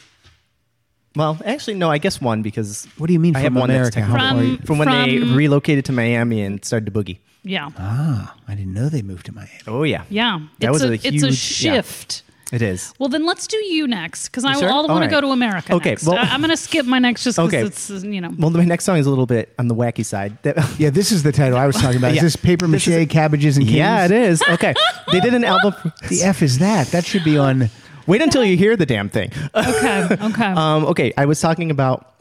Speaker 2: Well, actually, no. I guess one because
Speaker 4: What do you mean
Speaker 2: I
Speaker 4: from
Speaker 2: have one that's
Speaker 4: America? How
Speaker 2: technical.
Speaker 4: far are you-
Speaker 3: From-
Speaker 2: from when they
Speaker 3: from-
Speaker 2: relocated to Miami and started to boogie.
Speaker 3: yeah.
Speaker 4: Ah, I didn't know they moved to Miami.
Speaker 2: Oh yeah,
Speaker 3: Yeah,
Speaker 2: That
Speaker 3: it's
Speaker 2: was
Speaker 3: a,
Speaker 2: a
Speaker 3: it's a
Speaker 2: huge- yeah.
Speaker 3: shift.
Speaker 2: it is.
Speaker 3: Well, then let's do you next because I
Speaker 2: You sure?
Speaker 3: all
Speaker 2: All
Speaker 3: want
Speaker 2: right.
Speaker 3: to go to America.
Speaker 2: Okay,
Speaker 3: next.
Speaker 2: well-
Speaker 3: I, am going to skip my next just because
Speaker 2: Okay.
Speaker 3: it's you know.
Speaker 2: Well, my next song is a little bit on the wacky side. That-
Speaker 4: Yeah, this is the title I was talking about.
Speaker 2: Yeah.
Speaker 4: Is this paper
Speaker 2: This
Speaker 4: mache,
Speaker 2: is-
Speaker 4: cabbages, and
Speaker 2: yeah, it is. Okay, they did an album.
Speaker 4: The F is that. That should be on.
Speaker 2: Wait until you hear the damn thing.
Speaker 3: Okay, okay.
Speaker 2: Um, okay, I was talking about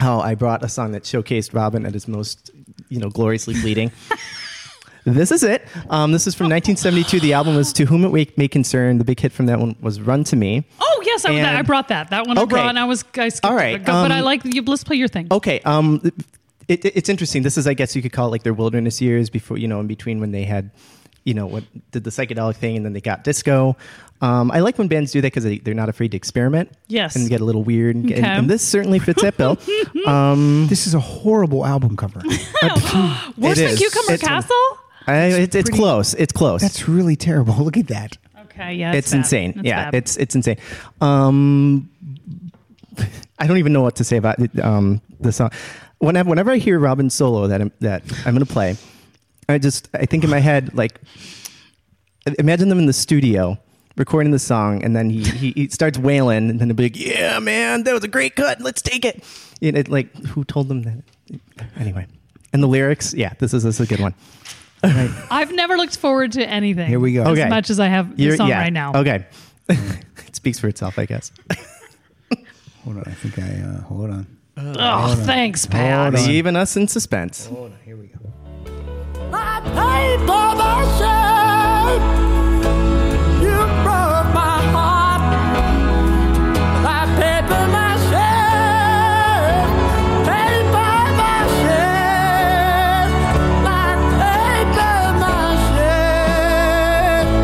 Speaker 2: how I brought a song that showcased Robin at his most, you know, gloriously bleeding. this is it. Um, this is from 1972. The album was "To Whom It May- May Concern." The big hit from that one was "Run to Me."
Speaker 3: oh yes, I,
Speaker 2: and-
Speaker 3: I brought that. That one I
Speaker 2: Okay.
Speaker 3: brought. And I was I skipped
Speaker 2: All
Speaker 3: it,
Speaker 2: right,
Speaker 3: but go- but I
Speaker 2: um,
Speaker 3: like you. Let's play your thing.
Speaker 2: Okay. Um, it, it- it's interesting. This is, I guess, you could call it like their wilderness years before, you know, in between when they had, you know, what did the psychedelic thing, and then they got disco. Um, I like when bands do that because they, they're not afraid to experiment.
Speaker 3: Yes.
Speaker 2: And get a little weird. And, and-
Speaker 3: Okay.
Speaker 2: and this certainly fits that bill.
Speaker 4: This is a horrible album cover.
Speaker 3: Worse
Speaker 2: it
Speaker 3: than
Speaker 2: is.
Speaker 3: Cucumber
Speaker 2: It's-
Speaker 3: Castle.
Speaker 2: I, it's it's close. It's close.
Speaker 4: That's really terrible. Look at that.
Speaker 3: Okay, yeah,
Speaker 2: it's
Speaker 3: bad.
Speaker 2: insane.
Speaker 3: It's
Speaker 2: yeah,
Speaker 3: bad.
Speaker 2: it's it's insane. Um, I don't even know what to say about it, um, the song. Whenever, whenever I hear Robin's solo that I'm, that I'm gonna play, I just I think in my head like, imagine them in the studio recording the song, and then he he, he starts wailing, and then they'll be like, "Yeah, man, that was a great cut. Let's take it." And it like who told them that? Anyway, and the lyrics, yeah, this is this is a good one.
Speaker 3: I've never looked forward to anything.
Speaker 4: Here we go.
Speaker 3: As
Speaker 2: Okay.
Speaker 3: much as I have
Speaker 2: You're-
Speaker 3: this song
Speaker 2: yeah,
Speaker 3: right now.
Speaker 2: Okay, it speaks for itself, I guess.
Speaker 4: Hold on. I think I. Uh, hold on.
Speaker 3: Oh, thanks, Pat.
Speaker 4: Hold on.
Speaker 2: Leaving us in suspense.
Speaker 4: Hold on. Here we go.
Speaker 9: I paid for my shame. You broke my heart. I paid for my shame. Paid for my shame. I paid for my shame.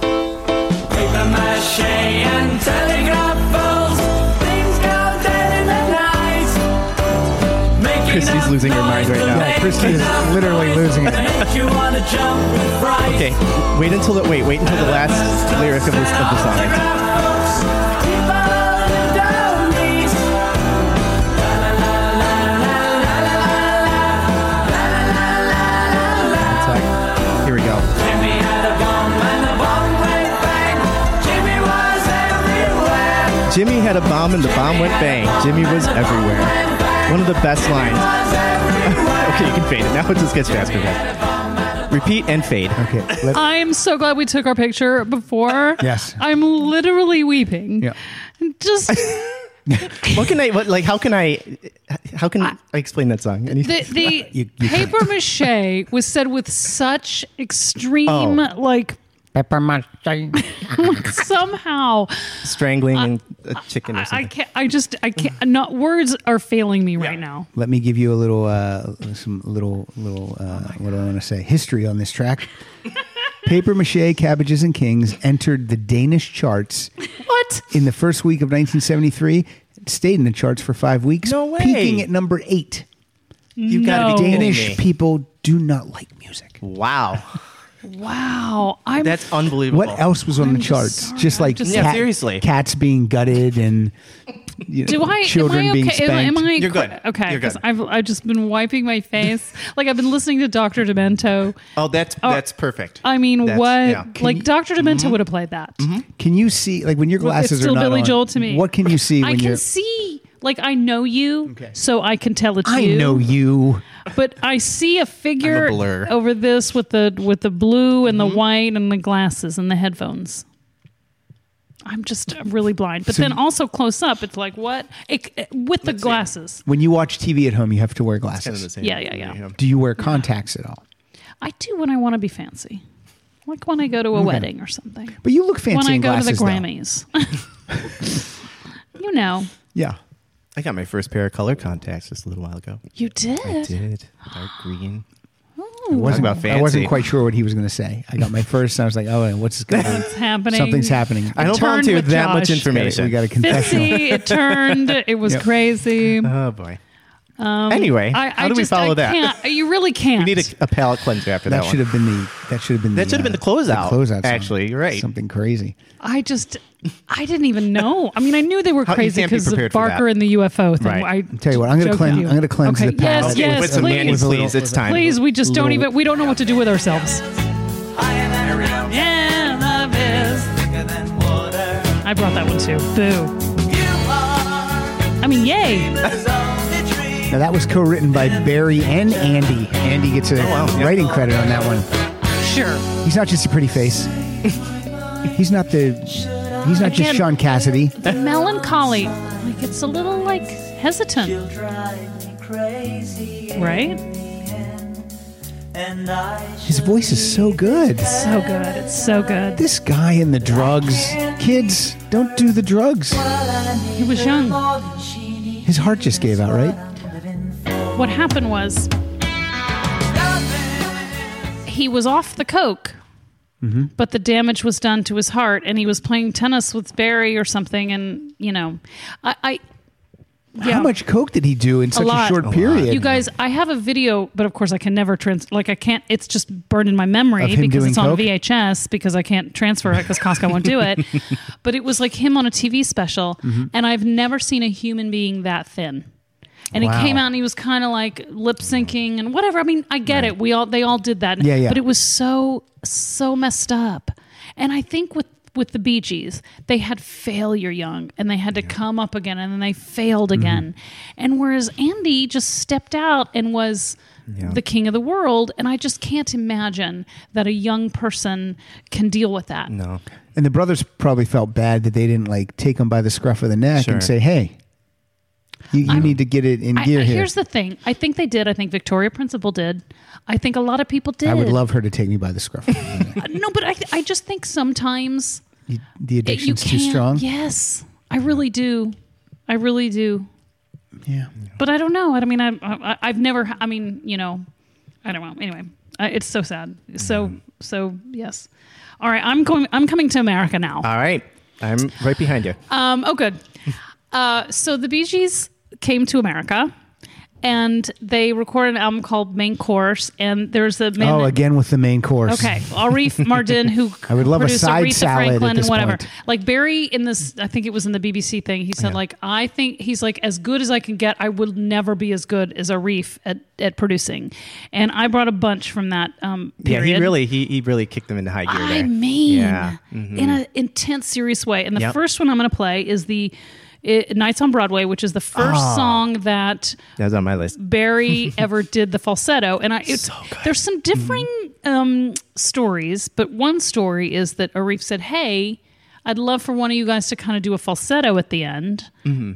Speaker 5: Paper mache and telegraph poles. Things go dead in the night. Making
Speaker 2: Christy's
Speaker 5: enough
Speaker 2: losing her mind
Speaker 5: noise
Speaker 2: right
Speaker 5: to
Speaker 2: now. Yeah,
Speaker 5: make
Speaker 4: Christy is
Speaker 5: enough
Speaker 4: literally
Speaker 5: noise
Speaker 4: losing it.
Speaker 5: to Make you wanna jump with fright.
Speaker 2: Okay, wait until the wait, wait until the last lyric of, this, of the song.
Speaker 5: Telegraph poles, people in dummies.
Speaker 2: It's like, here we go.
Speaker 5: Jimmy had a bomb and the bomb went bang. Jimmy was everywhere.
Speaker 2: Jimmy had a bomb and the bomb went bang. Jimmy was everywhere. One of the best lines.
Speaker 5: Was everywhere.
Speaker 2: Okay, you can fade it now. It just gets faster. guys. Repeat and fade.
Speaker 4: Okay. Let,
Speaker 3: I am so glad we took our picture before.
Speaker 4: Yes.
Speaker 3: I'm literally weeping.
Speaker 4: yeah.
Speaker 3: Just
Speaker 2: What can I? What like? How can I? How can I explain that song? Any-
Speaker 3: the, the paper mache was said with such extreme
Speaker 2: Oh.
Speaker 3: like
Speaker 4: Pepper
Speaker 3: somehow
Speaker 2: strangling and a chicken or
Speaker 3: I, I
Speaker 2: something.
Speaker 3: can't i just i can't not words are failing me right now
Speaker 4: Let me give you a little, uh, some little, little,
Speaker 2: Oh
Speaker 4: uh, what do I want to say? History on this track. Paper mache, cabbages, and kings entered the Danish charts
Speaker 3: what
Speaker 4: in the first week of 1973. It Stayed in the charts for five weeks,
Speaker 2: No way.
Speaker 4: peaking at number eight.
Speaker 2: You've
Speaker 3: No.
Speaker 2: got to be kidding
Speaker 4: Danish
Speaker 2: me.
Speaker 4: people do not like music.
Speaker 2: Wow,
Speaker 3: wow i'm
Speaker 2: that's unbelievable.
Speaker 4: What else was on the
Speaker 3: just
Speaker 4: charts?
Speaker 3: sorry.
Speaker 4: Just
Speaker 3: I'm
Speaker 4: like
Speaker 3: just
Speaker 2: Yeah, sorry. seriously.
Speaker 4: cats being gutted and you know,
Speaker 3: do I?
Speaker 4: children
Speaker 3: am I
Speaker 4: being
Speaker 3: okay? Am-
Speaker 4: spanked.
Speaker 3: Am, I?
Speaker 2: You're good.
Speaker 3: Okay.
Speaker 2: You're good.
Speaker 3: 'cause I've I've just been wiping my face. like I've been listening to Doctor Demento.
Speaker 2: Oh, that's
Speaker 3: Oh,
Speaker 2: that's perfect.
Speaker 3: I mean,
Speaker 2: That's-
Speaker 3: what?
Speaker 2: yeah. Mm-hmm.
Speaker 3: Like Doctor Demento would have played that.
Speaker 4: can you see like when your glasses
Speaker 3: it's still
Speaker 4: are not
Speaker 3: Billy
Speaker 4: on,
Speaker 3: Joel to me.
Speaker 4: What can you see
Speaker 3: I
Speaker 4: when
Speaker 3: can
Speaker 4: you're?
Speaker 3: see. Like I know you, so I can tell it's
Speaker 4: I
Speaker 3: you.
Speaker 4: know you.
Speaker 3: but I see a figure
Speaker 2: I'm a blur. Mm-hmm.
Speaker 3: over this with the with the blue and the white and the glasses and the headphones. I'm just really blind. But then also close up, it's like what it, it- with the glasses.
Speaker 4: When you watch TV at home, you have to wear
Speaker 2: Kind of the
Speaker 4: glasses.
Speaker 2: same.
Speaker 3: Yeah, yeah, yeah.
Speaker 4: Do you wear contacts at all?
Speaker 3: I do when I want to be fancy, like when I go to a wedding or something.
Speaker 4: But you look fancy
Speaker 3: when I
Speaker 4: in
Speaker 3: go
Speaker 4: glasses.
Speaker 3: to the
Speaker 4: though.
Speaker 3: Grammys, you know,
Speaker 4: Yeah.
Speaker 2: I got my first pair of color contacts just a little while ago.
Speaker 3: you did.
Speaker 2: Did dark green.
Speaker 3: Ooh,
Speaker 2: Talk about
Speaker 4: I
Speaker 2: fancy.
Speaker 4: wasn't quite sure what he was going to say. I got my first, and I was like, "Oh, what's this going on?
Speaker 3: What's happening?
Speaker 4: Something's happening."
Speaker 2: I don't
Speaker 3: Turn
Speaker 2: volunteer
Speaker 3: with
Speaker 2: that much
Speaker 3: Josh.
Speaker 2: information.
Speaker 4: We got a confessional.
Speaker 3: Fitzy, it turned. It was
Speaker 4: Yep.
Speaker 3: crazy.
Speaker 2: Oh boy. anyway,
Speaker 3: Um, I,
Speaker 2: how
Speaker 3: I
Speaker 2: do
Speaker 3: just,
Speaker 2: we follow
Speaker 3: I
Speaker 2: that?
Speaker 3: Can't, you really can't.
Speaker 2: We need a, a palate cleanser after that,
Speaker 4: That should
Speaker 2: one.
Speaker 4: have been the. That should have been.
Speaker 2: That should have been the closeout,
Speaker 4: The closeout. song.
Speaker 2: actually, you're right.
Speaker 4: Something crazy.
Speaker 3: I just, I didn't even know. I mean, I knew they were
Speaker 2: How- you
Speaker 3: crazy
Speaker 2: can't be
Speaker 3: because of
Speaker 2: prepared for
Speaker 3: Barker
Speaker 2: that.
Speaker 3: and the UFO thing.
Speaker 2: Right.
Speaker 3: I
Speaker 4: I'll tell you what, I'm gonna
Speaker 3: joked
Speaker 4: cleanse-
Speaker 3: with you.
Speaker 4: I'm gonna cleanse
Speaker 3: okay.
Speaker 4: the
Speaker 3: Yes,
Speaker 4: palate
Speaker 3: yes,
Speaker 2: With some
Speaker 3: please,
Speaker 2: Manny, please. It's time.
Speaker 3: please. We just don't
Speaker 4: Little-
Speaker 3: even. We don't know what to do with ourselves. Yeah, love is. I brought that one too. Boo. I mean, yay.
Speaker 4: Now that was co-written by Barry and Andy. Andy gets
Speaker 2: Oh,
Speaker 4: a writing credit on that one.
Speaker 3: Sure.
Speaker 4: He's not just a pretty face. he's not the. He's not just
Speaker 3: Again-
Speaker 4: Sean Cassidy.
Speaker 3: The melancholy, like it's a little like hesitant, right?
Speaker 4: His voice is so good.
Speaker 3: So Oh, good. It's so good.
Speaker 4: This guy and the drugs. Kids, don't do the drugs.
Speaker 3: He was young.
Speaker 4: His heart just gave out, right?
Speaker 3: What happened was he was off the coke,
Speaker 4: Mm-hmm.
Speaker 3: but the damage was done to his heart, and he was playing tennis with Barry or something, and you know, I. I yeah.
Speaker 4: How much coke did he do in such a,
Speaker 3: lot.
Speaker 4: short
Speaker 3: A lot.
Speaker 4: period?
Speaker 3: You guys, I have a video, but of course I can never trans. Like I can't. It's just burned in my
Speaker 4: Of
Speaker 3: memory
Speaker 4: him
Speaker 3: because
Speaker 4: doing
Speaker 3: it's
Speaker 4: coke?
Speaker 3: on VHS because I can't transfer it because Costco won't do it. But it was like him on a TV special,
Speaker 4: Mm-hmm.
Speaker 3: and I've never seen a human being that thin. And
Speaker 4: Wow.
Speaker 3: he came out and he was kind of like lip syncing and whatever. I mean, I get it. We all they all did that.
Speaker 4: Yeah, yeah.
Speaker 3: But it was so so messed up. And I think with with the Bee Gees, they had failure young and they had to come up again and then they failed
Speaker 4: Mm-hmm.
Speaker 3: again. And whereas Andy just stepped out and was the king of the world, and I just can't imagine that a young person can deal with that.
Speaker 2: no.
Speaker 4: and the brothers probably felt bad that they didn't like take him by the scruff of the neck
Speaker 2: Sure.
Speaker 4: and say, "Hey, you, you need to get it in
Speaker 3: I,
Speaker 4: gear
Speaker 3: I-
Speaker 4: here."
Speaker 3: here's the thing. I think they did. I think Victoria Principal did. I think a lot of people did.
Speaker 4: I would love her to take me by the scruff. of the neck.
Speaker 3: No, but I, I just think sometimes
Speaker 4: You- the
Speaker 3: it- you
Speaker 4: addiction's
Speaker 3: can't.
Speaker 4: too strong.
Speaker 3: Yes, I really do. I really do.
Speaker 4: Yeah.
Speaker 3: But I don't know. I mean, I, I I've never. I mean, you know, I don't know. Anyway, I, it's so sad. So
Speaker 4: Mm-hmm.
Speaker 3: so yes. All right, I'm going. I'm coming to America now.
Speaker 4: Ah.
Speaker 2: All right. I'm right behind you.
Speaker 3: Um, oh, good. Uh, so the Bee Gees came to America. And they recorded an album called Main Course, and there's a man.
Speaker 4: Oh,
Speaker 3: that-
Speaker 4: again with the main course.
Speaker 3: Okay, Arif Mardin, who
Speaker 4: I would love a
Speaker 3: produced
Speaker 4: side
Speaker 3: Aretha
Speaker 4: salad at
Speaker 3: Franklin
Speaker 4: this
Speaker 3: and whatever.
Speaker 4: point.
Speaker 3: Like Barry in this, I think it was in the BBC thing. He said,
Speaker 4: Yeah.
Speaker 3: like, I think he's like as good as I can get. I will never be as good as Arif at at producing, and I brought a bunch from that. Um,
Speaker 2: Yeah,
Speaker 3: period.
Speaker 2: he really he, he really kicked them into high gear
Speaker 3: I
Speaker 2: there.
Speaker 3: mean,
Speaker 2: Yeah.
Speaker 4: Mm-hmm.
Speaker 3: in an intense, serious way. And the
Speaker 2: Yep.
Speaker 3: first one I'm going to play is the. It, Nights on Broadway, which is the first
Speaker 4: Ah.
Speaker 3: song that
Speaker 2: That was on my list.
Speaker 3: Barry ever did the falsetto, and I it's, there's some differing um, stories, but one story is that Arif said, "Hey, I'd love for one of you guys to kind of do a falsetto at the end,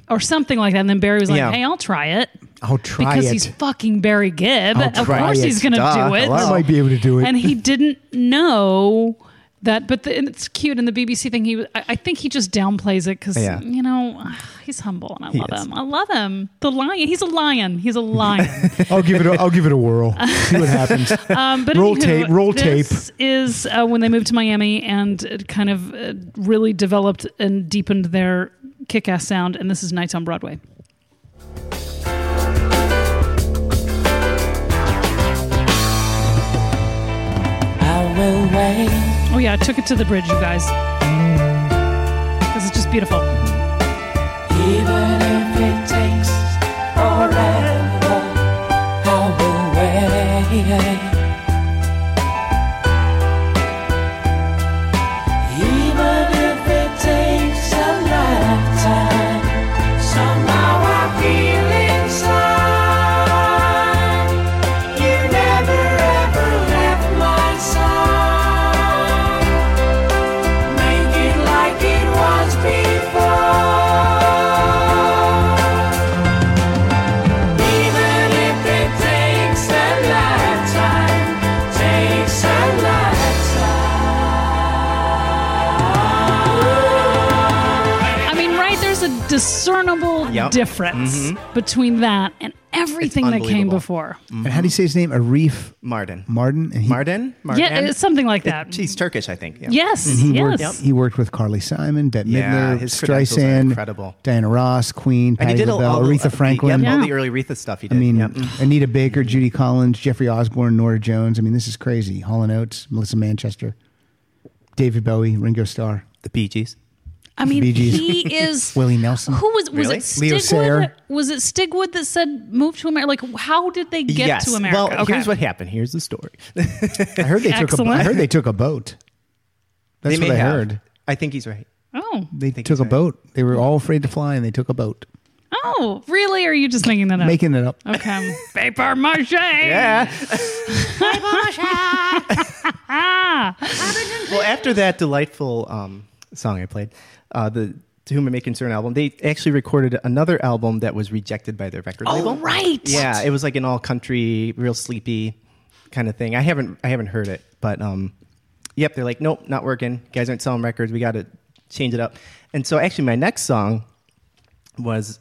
Speaker 3: or something like that." And then Barry was like,
Speaker 2: Yeah.
Speaker 3: "Hey, I'll try it."
Speaker 4: I'll try
Speaker 3: because
Speaker 4: it.
Speaker 3: he's fucking Barry Gibb. Of
Speaker 4: try
Speaker 3: course,
Speaker 4: it.
Speaker 3: he's going to
Speaker 2: Duh.
Speaker 3: do it.
Speaker 2: Hello.
Speaker 4: I might be able to do it.
Speaker 3: And he didn't know that, but the, and it's cute. in the BBC thing, he was- I, I think he just downplays it because
Speaker 2: Yeah.
Speaker 3: you know he's humble, and I love
Speaker 2: is.
Speaker 3: him. I love him. The lion, he's a lion. He's a lion.
Speaker 4: I'll give it. A, I'll give it a whirl. See what happens.
Speaker 2: Mm-hmm.
Speaker 3: Um, but
Speaker 4: Roll
Speaker 3: anywho,
Speaker 4: tape, roll
Speaker 3: this Is uh, when they moved to Miami and it kind of uh, really developed and deepened their kick-ass sound. And this is Nights on Broadway.
Speaker 8: I will wait.
Speaker 3: Oh yeah, I took it to the bridge, you guys. This is just beautiful.
Speaker 8: Even if it takes forever, I will wait. Even if it takes a lifetime, somehow I feel inside you never ever left my side. Make it like it was
Speaker 3: discernible
Speaker 2: Yep. Mm-hmm.
Speaker 3: difference between that and everything that came
Speaker 2: unbelievable.
Speaker 3: before.
Speaker 4: And how do you say his name? Arif
Speaker 2: Martin.
Speaker 4: Mardin. And he,
Speaker 2: Martin? Martin?
Speaker 3: Yeah, it's something like that.
Speaker 2: He's Turkish, I think. Yeah.
Speaker 3: yes,
Speaker 4: He
Speaker 3: yes.
Speaker 4: worked. He worked with Carly Simon, Bette
Speaker 2: Yeah,
Speaker 4: Midler,
Speaker 2: his credentials are
Speaker 4: Streisand,
Speaker 2: incredible.
Speaker 4: Diana Ross, Queen,
Speaker 2: And
Speaker 4: Patti
Speaker 2: he did all,
Speaker 4: LaBelle,
Speaker 2: all the-
Speaker 4: Aretha
Speaker 2: uh,
Speaker 4: Franklin.
Speaker 2: Yep, all the
Speaker 3: Yeah.
Speaker 2: early Aretha stuff he
Speaker 4: I
Speaker 2: did.
Speaker 4: mean,
Speaker 2: yep.
Speaker 4: Anita Baker, Judy Collins, Jeffrey Osborne, Nora Jones. I mean, this is crazy. Hall and Oates, Melissa Manchester, David Bowie, Ringo Starr,
Speaker 2: the Bee Gees.
Speaker 3: I mean,
Speaker 4: Bee Gees.
Speaker 3: he is
Speaker 4: Willie Nelson.
Speaker 3: Who was was
Speaker 2: Really?
Speaker 3: it?
Speaker 4: Leo
Speaker 3: Stigwood?
Speaker 4: Sayer.
Speaker 3: was it Stigwood that said move to America? Like, how did they get
Speaker 2: yes.
Speaker 3: to America?
Speaker 2: Well, here's what happened. Here's the story.
Speaker 4: I heard they took. A,
Speaker 3: Excellent.
Speaker 4: I heard they took a boat. That's
Speaker 2: they
Speaker 4: what I
Speaker 2: may have.
Speaker 4: heard.
Speaker 2: I think he's right.
Speaker 3: oh,
Speaker 4: They
Speaker 2: think
Speaker 4: took
Speaker 2: he's
Speaker 4: a
Speaker 2: right.
Speaker 4: boat. They were all afraid to fly, and they took a boat.
Speaker 3: oh, really? Or are you just making that up?
Speaker 4: Making it up.
Speaker 3: okay, paper mache. Yeah.
Speaker 2: well, after that delightful um, song I played, uh, the To Whom It May Concern album, they actually recorded another album that was rejected by their record label.
Speaker 3: Oh, right.
Speaker 2: Yeah, it was like an all country, real sleepy kind of thing. I haven't I haven't heard it, but um, yep, they're like, nope, not working. Guys aren't selling records. We got to change it up. And so actually, my next song was.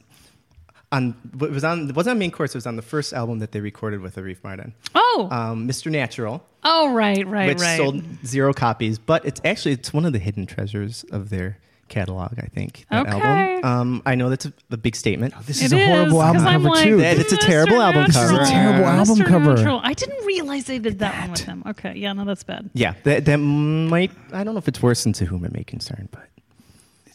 Speaker 2: On it was on it wasn't on main course. It was on the first album that they recorded with Arif Mardin,
Speaker 3: Oh,
Speaker 2: um, Mr. Natural
Speaker 3: oh, right, right,
Speaker 2: which
Speaker 3: right.
Speaker 2: sold zero copies. But it's actually it's one of the hidden treasures of their catalog. I think that
Speaker 3: Okay.
Speaker 2: album. Um, I know that's a, a big statement.
Speaker 4: This
Speaker 3: It
Speaker 4: is a horrible
Speaker 3: 'cause
Speaker 4: album
Speaker 3: I'm
Speaker 4: cover
Speaker 3: like,
Speaker 4: too.
Speaker 2: That- it's a
Speaker 3: "Mr.
Speaker 2: terrible album
Speaker 3: Natural,
Speaker 2: cover. It's a
Speaker 4: terrible album
Speaker 3: Mr.
Speaker 4: cover.
Speaker 3: Natural." I didn't realize they did that, one with them. Okay, yeah, no, that's bad.
Speaker 2: yeah, that that might. I don't know if it's worse than To Whom It May Concern, but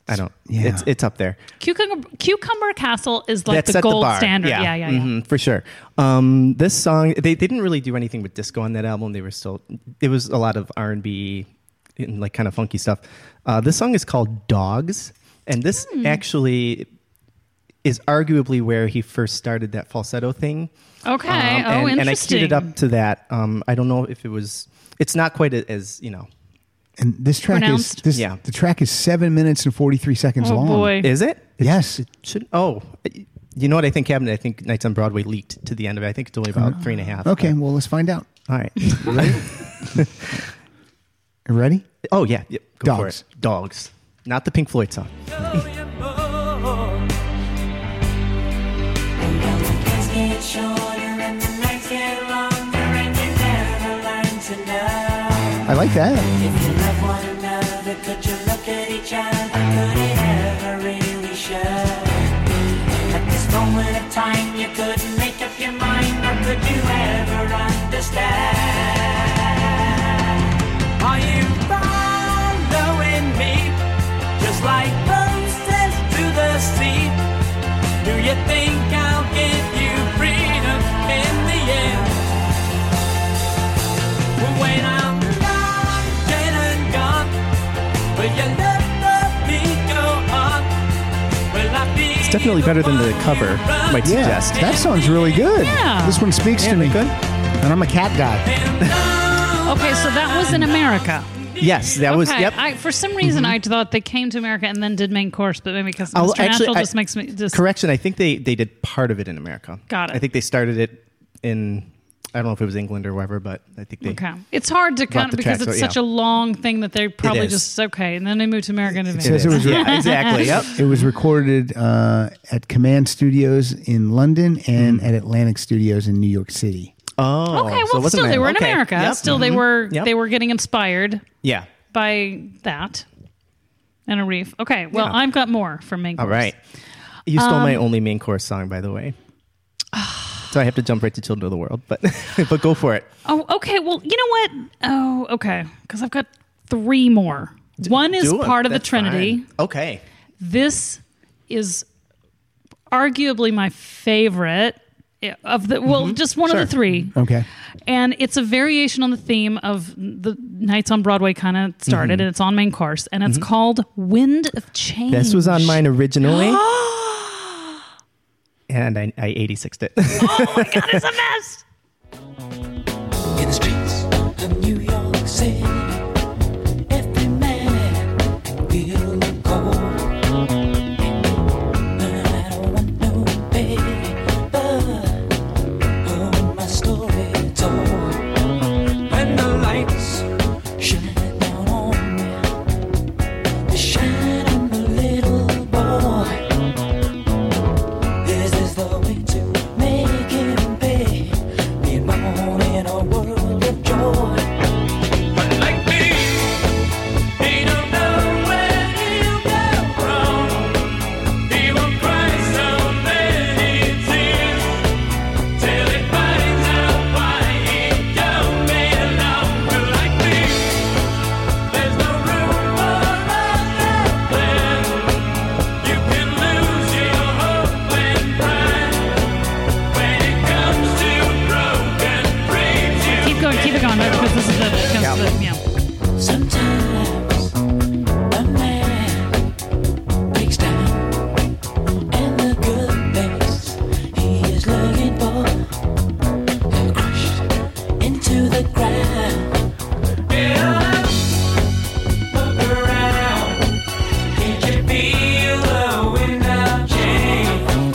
Speaker 2: I don't.
Speaker 4: yeah.
Speaker 2: It's it's up there.
Speaker 3: Cucumber, Cucumber Castle is like
Speaker 2: That
Speaker 3: the
Speaker 2: set
Speaker 3: gold
Speaker 2: bar.
Speaker 3: standard. Yeah, yeah, yeah.
Speaker 2: mhm, for sure. Um, this song they, they didn't really do anything with disco on that album. They were still. It was a lot of R and B and like kind of funky stuff. Uh, this song is called Dogs, and this
Speaker 3: Hmm.
Speaker 2: actually is arguably where he first started that falsetto thing. Um,
Speaker 3: Okay. oh,
Speaker 2: and,
Speaker 3: interesting.
Speaker 2: and I queued it up to that. Um, I don't know if it was. It's not quite a- as you know.
Speaker 4: And this track is
Speaker 3: Pronounced.
Speaker 4: this,
Speaker 2: Yeah.
Speaker 4: the track is seven minutes and forty three seconds
Speaker 3: Oh,
Speaker 4: long.
Speaker 3: boy.
Speaker 2: Is it? It
Speaker 4: Yes.
Speaker 2: should. Oh, you know what I think happened? I think Nights on Broadway leaked to the end of it. I think it's only about three and a half.
Speaker 4: Okay, well let's find out.
Speaker 2: All right.
Speaker 4: Ready?
Speaker 2: Oh yeah. Yep. Go for
Speaker 4: Dogs.
Speaker 2: it. Dogs. Not the Pink Floyd song.
Speaker 4: I like that.
Speaker 8: Time you couldn't make up your mind, or could you ever understand? Are you following me? Just like roses to the sea. Do you think I'll give you freedom in the end? When I'm gone, dead and gone, will you let the beat go on? Will I be
Speaker 2: It's definitely better than the
Speaker 8: one
Speaker 2: cover
Speaker 8: you run
Speaker 2: might
Speaker 8: to?
Speaker 4: Yeah,
Speaker 2: suggest.
Speaker 4: that sounds really good.
Speaker 3: Yeah.
Speaker 4: This one speaks to me.
Speaker 2: good?
Speaker 4: And I'm a cat guy.
Speaker 3: Okay, so that was in America.
Speaker 2: Yes, that was.
Speaker 3: Okay,
Speaker 2: Yep. Mm-hmm.
Speaker 3: I, for some reason, I thought they came to America and then did main course, but maybe because
Speaker 2: I'll-
Speaker 3: Mr. Natural just
Speaker 2: I-
Speaker 3: makes me just
Speaker 2: correction. I think they they did part of it in America.
Speaker 3: Got it.
Speaker 2: I think they started it in. I don't know if it was England or wherever, but I think they.
Speaker 3: Okay, it's hard to kind of
Speaker 2: the
Speaker 3: because
Speaker 2: tracks,
Speaker 3: it's
Speaker 2: so,
Speaker 3: such
Speaker 2: yeah.
Speaker 3: a long thing that they probably
Speaker 2: is.
Speaker 3: just okay, and then they moved to America and
Speaker 2: It is.
Speaker 4: says it was-
Speaker 2: yeah, exactly. Yep.
Speaker 4: It was recorded uh, at Command Studios in London and
Speaker 2: Mm.
Speaker 4: at Atlantic Studios in New York City.
Speaker 2: Oh.
Speaker 3: Okay, well,
Speaker 2: so it wasn't
Speaker 3: still they
Speaker 2: America.
Speaker 3: were in
Speaker 2: Okay,
Speaker 3: America.
Speaker 2: yep,
Speaker 3: Still, they
Speaker 2: mhm,
Speaker 3: were
Speaker 2: yep.
Speaker 3: they were getting inspired
Speaker 2: Yeah.
Speaker 3: by that and a reef. Okay, well,
Speaker 2: Yeah.
Speaker 3: I've got more from main course.
Speaker 2: All right. You stole my
Speaker 3: Um,
Speaker 2: only main course song, by the way. so I have to jump right to Children of the World, but but go for it.
Speaker 3: Oh, okay. Well, you know what? Oh, okay, because I've got three more. One is
Speaker 2: Do it.
Speaker 3: part of the
Speaker 2: That's
Speaker 3: Trinity.
Speaker 2: fine. Okay.
Speaker 3: this is arguably my favorite eh, of the well just
Speaker 2: Mm-hmm.
Speaker 3: one
Speaker 2: Sure.
Speaker 3: of the three
Speaker 4: Okay.
Speaker 3: and it's a variation on the theme of the nights on broadway kind of
Speaker 2: Mm-hmm.
Speaker 3: started and it's on main course and it's called wind of change
Speaker 2: This was on mine originally. and I, I 86'd it.
Speaker 3: god it's a mess
Speaker 5: in the streets of New York City. Every man feeling cold. And I don't want no baby, but oh, my story told. When the lights shine down on me, they shine on the little boy.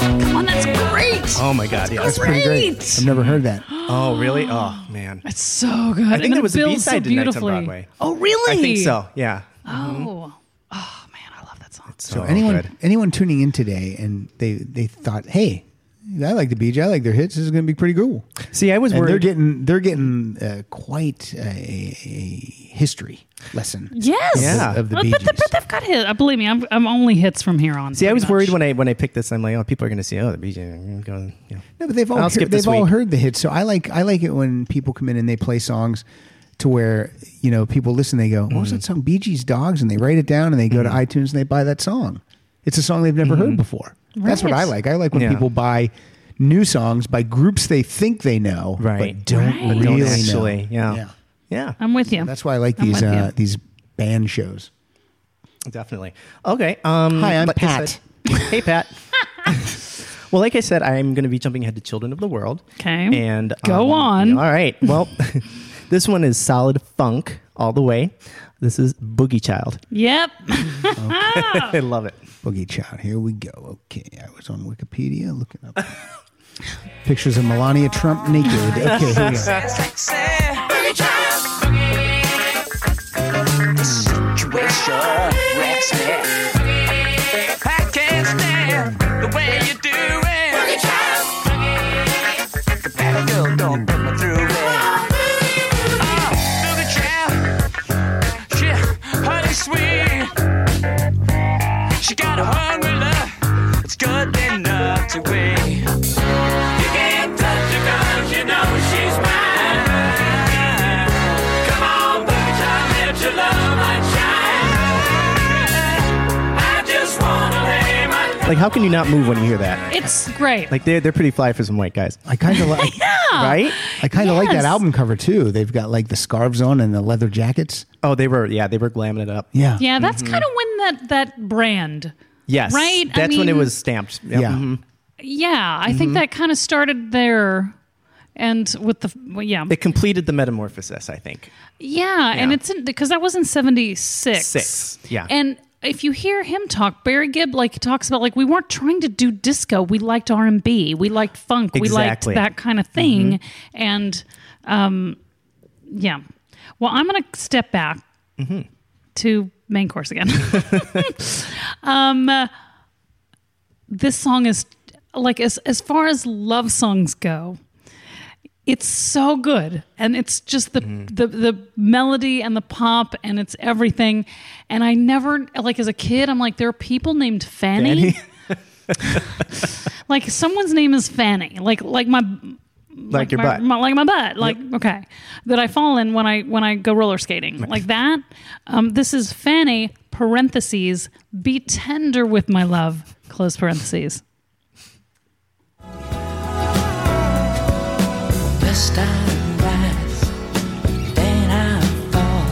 Speaker 4: Yes.
Speaker 2: Oh my god, yeah.
Speaker 4: That's pretty great.
Speaker 3: Great.
Speaker 4: I've never heard that.
Speaker 2: Oh really? Oh man.
Speaker 3: It's so good.
Speaker 2: I think there was a B side tonight
Speaker 3: so
Speaker 2: on
Speaker 3: beautifully.
Speaker 2: Broadway.
Speaker 3: Oh, really?
Speaker 2: I think so. Yeah.
Speaker 3: Oh, oh man, I love that song.
Speaker 4: So
Speaker 2: Oh,
Speaker 4: anyone
Speaker 2: good.
Speaker 4: anyone tuning in today and they they thought, hey, I like the BJ, I like their hits. This is going to be pretty cool.
Speaker 2: See, I was
Speaker 4: And
Speaker 2: worried.
Speaker 4: they're getting they're getting uh, quite a, a history lesson.
Speaker 3: Yes.
Speaker 2: Yeah.
Speaker 4: of the
Speaker 3: But-
Speaker 4: Bee
Speaker 3: but, the-
Speaker 4: Gees.
Speaker 3: but they've got hit. Uh, believe me, I'm, I'm only hits from here on.
Speaker 2: See, I was worried when I when I picked this. I'm like, oh, people are going to see, oh, the BJ. Going, yeah.
Speaker 4: No, but they've all
Speaker 2: I'll
Speaker 4: heard,
Speaker 2: skip this
Speaker 4: they've all
Speaker 2: week.
Speaker 4: heard the hits. So I like I like it when people come in and they play songs to where you know people listen. They go, "What
Speaker 2: Mm.
Speaker 4: was that song? Bee Gees Dogs," and they write it down and they go to iTunes and they buy that song. It's a song they've never heard before. That's what
Speaker 3: Right.
Speaker 4: I like. I like when
Speaker 2: Mm. Yeah.
Speaker 4: people buy new songs by groups they think they know,
Speaker 2: Right.
Speaker 4: But don't
Speaker 3: Right.
Speaker 2: But
Speaker 4: really
Speaker 2: don't
Speaker 4: know.
Speaker 2: actually. Yeah.
Speaker 4: Yeah.
Speaker 2: yeah.
Speaker 3: I'm with you.
Speaker 4: That's why I like
Speaker 3: I'm
Speaker 4: these
Speaker 3: with you.
Speaker 4: uh, these band shows.
Speaker 2: definitely. Okay. Um,
Speaker 4: Hi, I'm
Speaker 2: like I
Speaker 4: Pat.
Speaker 2: said- hey, Pat. well, like I said, I'm going to be jumping ahead to Children of the World.
Speaker 3: Okay.
Speaker 2: And um,
Speaker 3: Go on.
Speaker 2: All right. Well, this one is solid funk all the way. This is Boogie Child.
Speaker 3: Yep. Oh.
Speaker 2: I love it.
Speaker 4: Boogie Child. Here we go. Okay, I was on Wikipedia looking up pictures of Melania Trump naked. Okay, here we go.
Speaker 5: I can't stand the way you do it. The bad girl don't put me through it. Oh, boogie child. She honey sweet. She got a hungry love. It's good enough to wait. You can't touch her 'cause you know she's mine. Come on, boogie child, let your love light shine. I just wanna lay my
Speaker 2: Like, how can you not move when you hear that?
Speaker 3: It's great.
Speaker 2: Like, they're, they're pretty fly for some white guys.
Speaker 4: I kind of like.
Speaker 3: Oh.
Speaker 2: Right?
Speaker 4: I kind of like that
Speaker 3: Yes.
Speaker 4: album cover too. They've got like the scarves on and the leather jackets.
Speaker 2: Oh, they were, yeah, they were glamming it up.
Speaker 4: Yeah.
Speaker 3: yeah, that's
Speaker 2: mm-hmm.
Speaker 3: kind of when that that brand.
Speaker 2: Yes.
Speaker 3: Right? I
Speaker 2: That's when it
Speaker 3: mean-
Speaker 2: was stamped. Yep.
Speaker 4: Yeah.
Speaker 2: Mhm.
Speaker 3: Yeah, I
Speaker 2: Mm-hmm.
Speaker 3: think that kind of started there, and with the well, yeah,
Speaker 2: It completed the metamorphosis, I think.
Speaker 3: yeah, and
Speaker 2: Yeah.
Speaker 3: it's in because that was in '76.
Speaker 2: Six, yeah.
Speaker 3: and. If you hear him talk, Barry Gibb like talks about like we weren't trying to do disco. We liked R and B. We liked funk.
Speaker 2: Exactly. Mm-hmm.
Speaker 3: We liked that kind of thing. And um, yeah. Well, I'm gonna step back
Speaker 2: Mm-hmm.
Speaker 3: to main course again. um, uh, this song is like as as far as love songs go, it's so good, and it's just the
Speaker 2: Mm-hmm.
Speaker 3: the the melody and the pop, and it's everything. And I never like as a kid, I'm like there are people named Fanny.
Speaker 2: Fanny?
Speaker 3: like someone's name is Fanny. Like like my
Speaker 2: Like, your
Speaker 3: my,
Speaker 2: butt.
Speaker 3: my- like my butt. Like okay, that I fall in when I when I go roller skating. Like that. Um, this is Fanny parentheses. Be tender with my love. Close parentheses.
Speaker 8: First I rise, then I fall.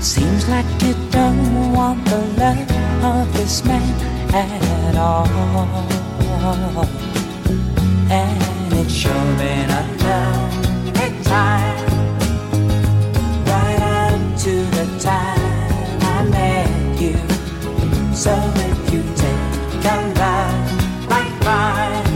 Speaker 8: Seems like you don't want the love of this man at all. And it's sure been a long time, right up to the time I met you. So if you take a love like mine.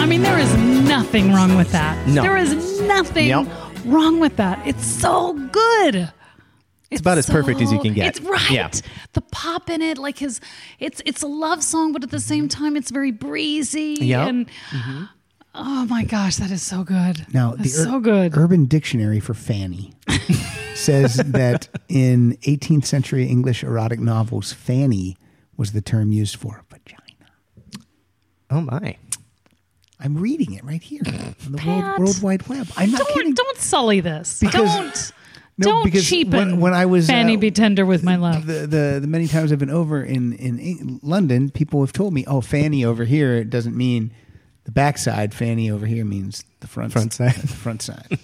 Speaker 3: I mean, there is nothing wrong with that.
Speaker 2: No.
Speaker 3: There is nothing
Speaker 2: Yep.
Speaker 3: wrong with that. It's so good. It's,
Speaker 2: about as perfect as you can get.
Speaker 3: It's right.
Speaker 2: Yeah.
Speaker 3: The pop in it, like his, it's it's a love song, but at the same time, it's very breezy.
Speaker 2: Yep.
Speaker 3: And oh my gosh, that is so good.
Speaker 4: Now
Speaker 3: That's
Speaker 4: the Ur-
Speaker 3: so good.
Speaker 4: Urban Dictionary for Fanny says that in 18th century English erotic novels, Fanny was the term used for vagina.
Speaker 2: Oh, my.
Speaker 4: I'm reading it right here on the
Speaker 3: Pat.
Speaker 4: World, World Wide Web. I'm not
Speaker 3: don't
Speaker 4: kidding.
Speaker 3: don't sully this.
Speaker 4: Because-
Speaker 3: don't
Speaker 4: No,
Speaker 3: don't
Speaker 4: because
Speaker 3: cheapen.
Speaker 4: when- when I was,
Speaker 3: Fanny,
Speaker 4: uh,
Speaker 3: be tender with my love.
Speaker 4: the, the the many times I've been over in in Eng- London, people have told me, "Oh, fanny over here it doesn't mean the backside. Fanny over here means the front
Speaker 2: Front side.
Speaker 4: the front side."
Speaker 3: I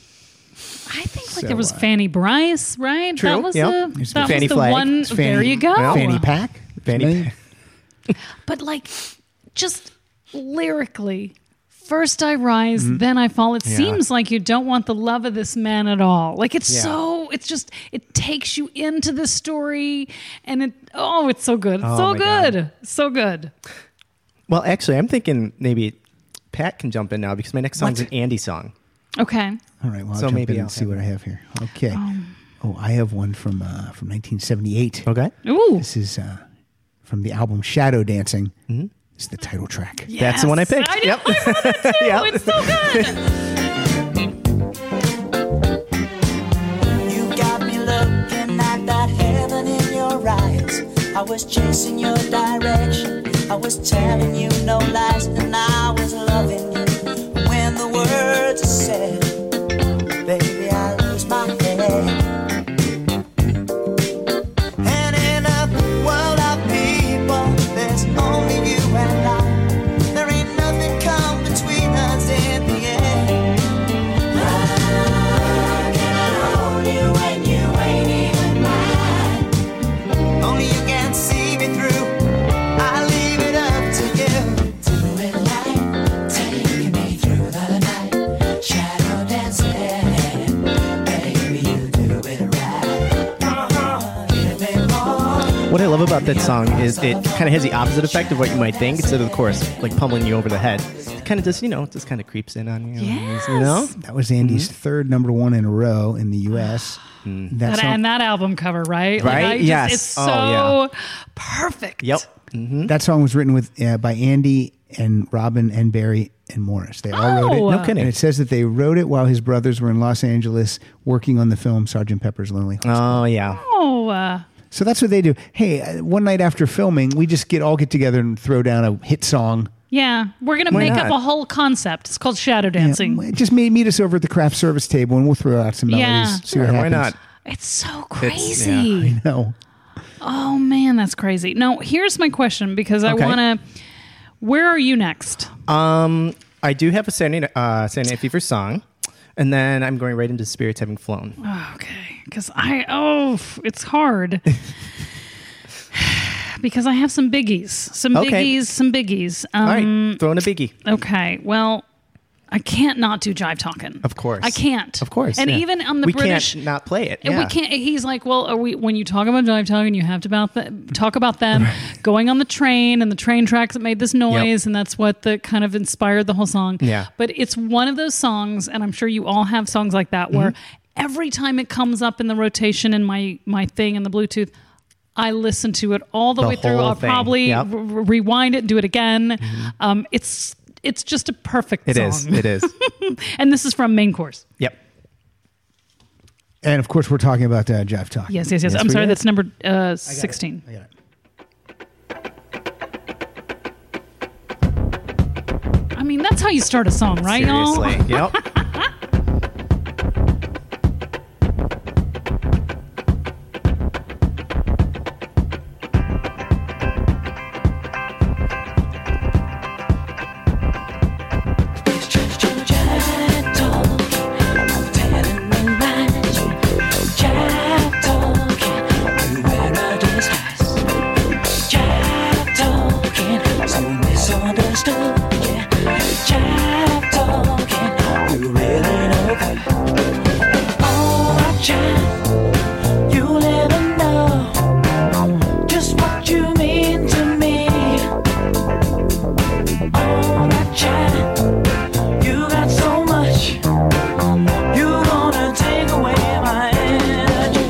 Speaker 3: think like
Speaker 4: So,
Speaker 3: there was
Speaker 4: uh,
Speaker 3: Fanny Bryce, right?
Speaker 2: True,
Speaker 3: That was
Speaker 2: yeah.
Speaker 3: the,
Speaker 2: There's
Speaker 3: that
Speaker 2: Fanny
Speaker 3: was the
Speaker 2: Flag.
Speaker 3: one.
Speaker 4: It's
Speaker 3: there you go.
Speaker 4: Fanny Pack.
Speaker 2: Fanny
Speaker 4: Really?
Speaker 3: But like, just lyrically, first I rise,
Speaker 2: Mm-hmm.
Speaker 3: then I fall. It seems like you don't want the love of this man at all. Like it's
Speaker 2: Yeah.
Speaker 3: so, it's just, it takes you into the story, and it, oh, it's so good, it's so
Speaker 2: my God.
Speaker 3: good, so good.
Speaker 2: Well, actually, I'm thinking maybe Pat can jump in now because my next song's an Andy song.
Speaker 3: Okay,
Speaker 4: All right, well, I'll
Speaker 2: So
Speaker 4: jump
Speaker 2: maybe
Speaker 4: in and
Speaker 2: I'll
Speaker 4: see
Speaker 2: have
Speaker 4: what I have here. Okay.
Speaker 3: Um,
Speaker 4: oh, I have one from uh, from 1978.
Speaker 2: Okay.
Speaker 3: ooh,
Speaker 4: This is uh, from the album Shadow Dancing.
Speaker 2: Mm-hmm.
Speaker 4: It's the title track.
Speaker 2: That's the one I
Speaker 3: Yes.
Speaker 2: picked.
Speaker 3: I know,
Speaker 2: yep.
Speaker 3: I wanted to.
Speaker 2: Yep.
Speaker 3: It's so good.
Speaker 7: You got me looking at that heaven in your eyes. I was chasing your direction. I was telling you no lies, and I was loving you. When the words are said, baby, I lose my head. And in a world of people, there's only you and I. There ain't nothing come between us in the end. Only you can see me through. I leave it up to you.
Speaker 2: What I love about that song is it kind of has the opposite effect of what you might think. Instead of the chorus like pummeling you over the head, it kind of just you know just kind of creeps in on you. You know.
Speaker 3: Yes.
Speaker 4: That was Andy's
Speaker 2: Mm-hmm.
Speaker 4: third number one in a row in the U.S.
Speaker 2: Mm.
Speaker 4: That's
Speaker 3: That, and that album cover, right?
Speaker 2: Right?
Speaker 3: I just-
Speaker 2: Yes.
Speaker 3: It's so
Speaker 2: Oh,
Speaker 3: perfect.
Speaker 2: Yep.
Speaker 4: That song was written with uh, by Andy and Robin and Barry and Morris. They all wrote
Speaker 3: Oh.
Speaker 4: it.
Speaker 3: No
Speaker 2: kidding.
Speaker 4: And it says that they wrote it while his brothers were in Los Angeles working on the film Sergeant Pepper's Lonely. Hearts.
Speaker 2: Oh yeah.
Speaker 3: Oh, uh,
Speaker 4: so that's what they do. Hey, uh, one night after filming, we just get all get together and throw down a hit song.
Speaker 3: yeah. We're gonna
Speaker 2: Why
Speaker 3: make up
Speaker 2: not?
Speaker 3: a whole concept. It's called shadow
Speaker 4: Yeah,
Speaker 3: dancing.
Speaker 4: Mm, just meet, meet us over at the craft service table and we'll throw out some melodies.
Speaker 3: Yeah.
Speaker 4: see what
Speaker 2: Why
Speaker 4: happens.
Speaker 2: not?
Speaker 3: It's so
Speaker 2: It's-
Speaker 3: crazy.
Speaker 2: yeah.
Speaker 4: No.
Speaker 3: Oh man, that's crazy. No, here's my question because I
Speaker 2: Okay.
Speaker 3: wanna. Where are you next?
Speaker 2: Um, I do have a Saturday, uh, Saturday Night Fever song, and then I'm going right into Spirits Having Flown.
Speaker 3: Okay, because I oh, f- it's hard. because I have some biggies, some
Speaker 2: Okay.
Speaker 3: biggies, some biggies. Um,
Speaker 2: All right, throwing a biggie.
Speaker 3: Okay. Well, I can't not do jive talking.
Speaker 2: Of course.
Speaker 3: I can't.
Speaker 2: Of course.
Speaker 3: And
Speaker 2: yeah.
Speaker 3: even on the
Speaker 2: we
Speaker 3: British
Speaker 2: can't not play it.
Speaker 3: and we
Speaker 2: yeah.
Speaker 3: can't he's like, "Well, are we when you talk about jive talking, you have to about the, talk about them going on the train and the train tracks that made this noise and that's what the kind of inspired the whole song."
Speaker 2: Yeah.
Speaker 3: But it's one of those songs and I'm sure you all have songs like that where
Speaker 2: Mm-hmm.
Speaker 3: every time it comes up in the rotation in my my thing in the bluetooth I listen to it all the,
Speaker 2: The
Speaker 3: way through.
Speaker 2: whole
Speaker 3: I'll
Speaker 2: thing.
Speaker 3: probably
Speaker 2: Yep. Mm-hmm.
Speaker 3: r- r- rewind it, do it again. Um, it's it's just a perfect
Speaker 2: It
Speaker 3: song.
Speaker 2: is. It is.
Speaker 3: And this is from main course.
Speaker 2: yep.
Speaker 4: And of course, we're talking about uh, Jive Talk.
Speaker 3: Yes, yes, yes. I'm
Speaker 4: we
Speaker 3: sorry,
Speaker 4: did.
Speaker 3: that's number uh, sixteen.
Speaker 4: I got it.
Speaker 3: I mean, that's how you start a song, right, y'all?
Speaker 2: Seriously. Yep.
Speaker 7: Just what you mean to me. Oh, that child, you got so much. You're gonna take away my energy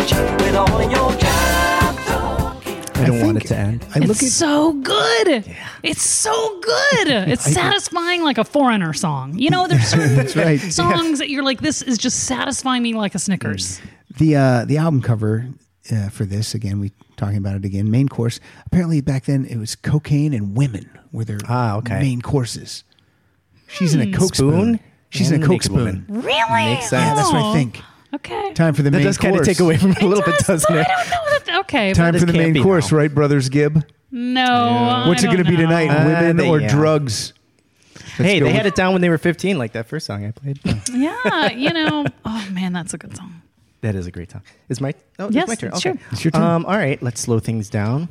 Speaker 7: with all your jive talking.
Speaker 2: I don't want it
Speaker 4: think-
Speaker 2: to end.
Speaker 4: I look
Speaker 3: It's
Speaker 4: at
Speaker 3: so good. It's so good. It's satisfying like a foreigner song. You know, there's certain
Speaker 4: that's right.
Speaker 3: songs that you're like, this is just satisfying me like a Snickers.
Speaker 4: the uh, the album cover uh, for this again. We talking about it again. Main course. Apparently back then it was cocaine and women were their
Speaker 2: Ah, okay.
Speaker 4: main courses. She's
Speaker 3: Hmm.
Speaker 4: in a coke
Speaker 2: Spoon
Speaker 4: spoon. She's in
Speaker 2: and
Speaker 4: a coke
Speaker 2: naked woman.
Speaker 4: spoon.
Speaker 3: Really?
Speaker 2: Makes sense.
Speaker 4: Yeah, that's what
Speaker 3: Oh,
Speaker 4: I think.
Speaker 2: Mm.
Speaker 3: Okay.
Speaker 4: Time for the
Speaker 2: That
Speaker 4: main
Speaker 2: does kind of
Speaker 4: course.
Speaker 2: take away from it a little bit, doesn't
Speaker 3: but
Speaker 2: it?
Speaker 3: I don't know that. Okay.
Speaker 4: Time
Speaker 2: That
Speaker 4: for
Speaker 2: is
Speaker 4: the main
Speaker 2: campy
Speaker 4: course,
Speaker 2: now.
Speaker 4: right, brothers Gibb?
Speaker 3: no.
Speaker 4: What's it
Speaker 3: going to
Speaker 4: be tonight?
Speaker 2: Uh,
Speaker 4: women
Speaker 2: they-
Speaker 4: or
Speaker 2: yeah.
Speaker 4: drugs? Let's
Speaker 2: Hey,
Speaker 4: go
Speaker 2: they had
Speaker 4: with-
Speaker 2: it down when they were 15, like that first song I played.
Speaker 3: Yeah. You know, oh man, that's a good song.
Speaker 2: That is a great song. It's my oh,
Speaker 3: Yes,
Speaker 2: it's my turn.
Speaker 3: it's
Speaker 2: okay.
Speaker 3: your- Mm.
Speaker 4: It's your turn.
Speaker 2: Um, all right, let's slow things down.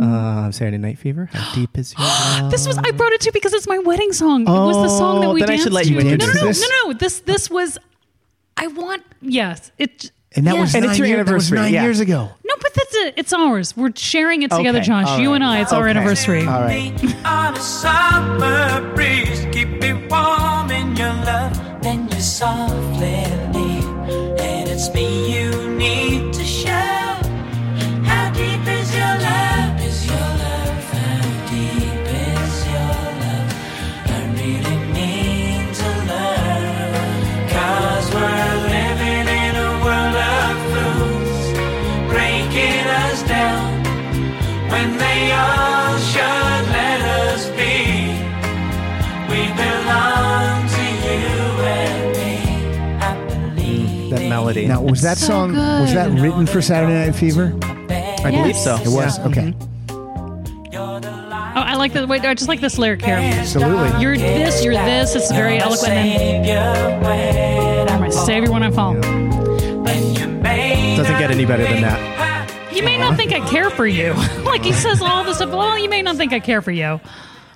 Speaker 2: Uh, Saturday Night Fever. How deep is your love?
Speaker 3: This was I brought it too because it's my wedding song. it was the song that
Speaker 2: Oh,
Speaker 3: we
Speaker 2: then I
Speaker 3: danced
Speaker 2: should let
Speaker 3: to.
Speaker 2: you
Speaker 3: no, no,
Speaker 4: introduce
Speaker 3: no, no,
Speaker 4: this.
Speaker 3: no, no. This this was. I want yes. It
Speaker 4: And that
Speaker 3: yes.
Speaker 4: was
Speaker 2: And
Speaker 4: nine,
Speaker 2: it's your
Speaker 4: year- that was
Speaker 2: anniversary,
Speaker 4: nine
Speaker 2: yeah.
Speaker 4: years ago.
Speaker 3: no, but that's it. It's ours. We're sharing it together,
Speaker 2: Okay,
Speaker 3: Josh.
Speaker 2: all
Speaker 3: You
Speaker 2: right.
Speaker 3: and I. It's our
Speaker 2: Okay.
Speaker 3: anniversary.
Speaker 2: All right.
Speaker 8: on a summer breeze. Keep me warm in your love, then you softly leave. And it's me you need to share. How deep is your love? Is your love? How deep is your love? I really need to learn. Cause we're living in a world of fools, breaking us down when they all should let us be. We belong to you and me. I believe
Speaker 2: That melody.
Speaker 4: Now, was that song was that written for Saturday Night Fever?
Speaker 2: I believe so.
Speaker 3: Yes. Mm-hmm.
Speaker 4: It was.
Speaker 2: Yeah.
Speaker 4: Okay.
Speaker 8: you're the light.
Speaker 3: Oh, I like the wait. I just like this lyric here.
Speaker 4: Absolutely.
Speaker 3: You're this. You're this. It's very eloquent. And then
Speaker 8: Savior, when
Speaker 3: I'm my savior when I fall.
Speaker 8: you made
Speaker 2: Doesn't get any better than that.
Speaker 3: You may not think I care for you. like he says all this stuff. Well, you may not think I care for you.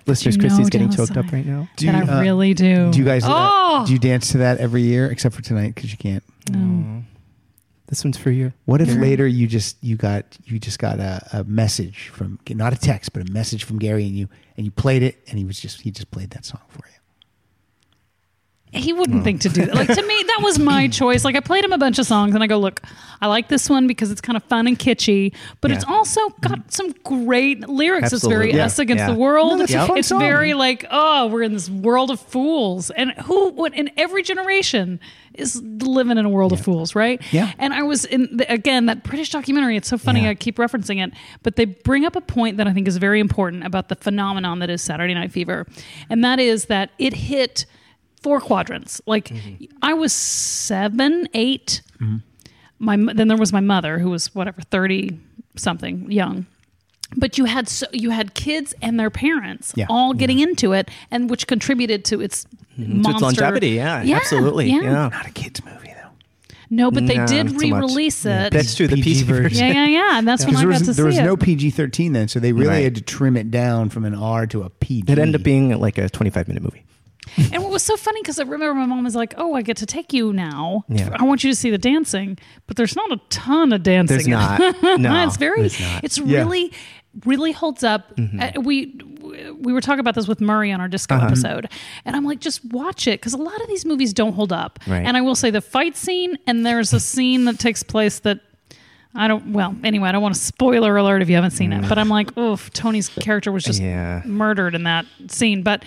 Speaker 2: Listeners,
Speaker 3: You know
Speaker 2: Christy's getting
Speaker 3: down
Speaker 2: choked up
Speaker 3: inside.
Speaker 2: right now.
Speaker 4: Do you,
Speaker 3: and I
Speaker 4: uh,
Speaker 3: really do.
Speaker 4: Do you guys? uh,
Speaker 3: Oh,
Speaker 4: do you dance to that every year except for tonight because you can't?
Speaker 2: This one's for you.
Speaker 4: What if later you just you got you just got a, a message from not a text but a message from Gary and you and you played it and he was just he just played that song for you.
Speaker 3: he wouldn't think to do that. Like to me, that was my choice. Like I played him a bunch of songs, and I go, "Look, I like this one because it's kind of fun and kitschy, but it's
Speaker 2: Yeah.
Speaker 3: also got some great lyrics. It's very
Speaker 2: Absolutely. Yeah.
Speaker 3: us against
Speaker 2: Yeah.
Speaker 3: the world.
Speaker 4: No, that's a Yep. fun
Speaker 3: it's
Speaker 4: song.
Speaker 3: very like, oh, we're in this world of fools, and who would? And every generation is living in a world of fools, right?
Speaker 4: Yeah.
Speaker 3: And I was in the, again that British documentary. It's so funny.
Speaker 4: Yeah.
Speaker 3: I keep referencing it, but they bring up a point that I think is very important about the phenomenon that is Saturday Night Fever, and that is that it hit four quadrants. Like
Speaker 4: Mm-hmm.
Speaker 3: I was seven, eight. My mo- then there was my mother who was whatever thirty something young. But you had so you had kids and their parents
Speaker 4: Yeah.
Speaker 3: all getting into it, and which contributed to its
Speaker 2: To
Speaker 3: monster
Speaker 2: its longevity. Yeah, absolutely. Yeah.
Speaker 4: Not a kids movie though.
Speaker 3: No, but they
Speaker 2: Nah,
Speaker 3: did
Speaker 2: not so much.
Speaker 3: re-release it.
Speaker 2: That's true. The
Speaker 4: PG
Speaker 2: PG
Speaker 4: version.
Speaker 2: version.
Speaker 3: Yeah, yeah, yeah. And that's when I
Speaker 4: there
Speaker 3: got
Speaker 4: was,
Speaker 3: to
Speaker 4: there was
Speaker 3: see it.
Speaker 4: no PG thirteen then, so they really
Speaker 2: Right.
Speaker 4: had to trim it down from an R to a PG.
Speaker 2: It ended up being like a 25 minute movie.
Speaker 3: and what was so funny because I remember my mom was like, "Oh, I get to take you now.
Speaker 2: Yeah.
Speaker 3: I want you to see the dancing." But there's not a ton of dancing.
Speaker 2: There's
Speaker 3: in it.
Speaker 2: not. No,
Speaker 3: it's very. It's,
Speaker 2: there's not. Mm-hmm.
Speaker 3: really, really holds up. Uh, we we were talking about this with Murray on our disco
Speaker 2: Uh-huh.
Speaker 3: episode, and I'm like, just watch it because a lot of these movies don't hold up.
Speaker 2: Right.
Speaker 3: And I will say the fight scene, and there's a scene that takes place that I don't. Well, anyway, I don't want to spoiler alert if you haven't seen it, but I'm like, oof, Tony's character was just
Speaker 2: Mm. Yeah.
Speaker 3: murdered in that scene. But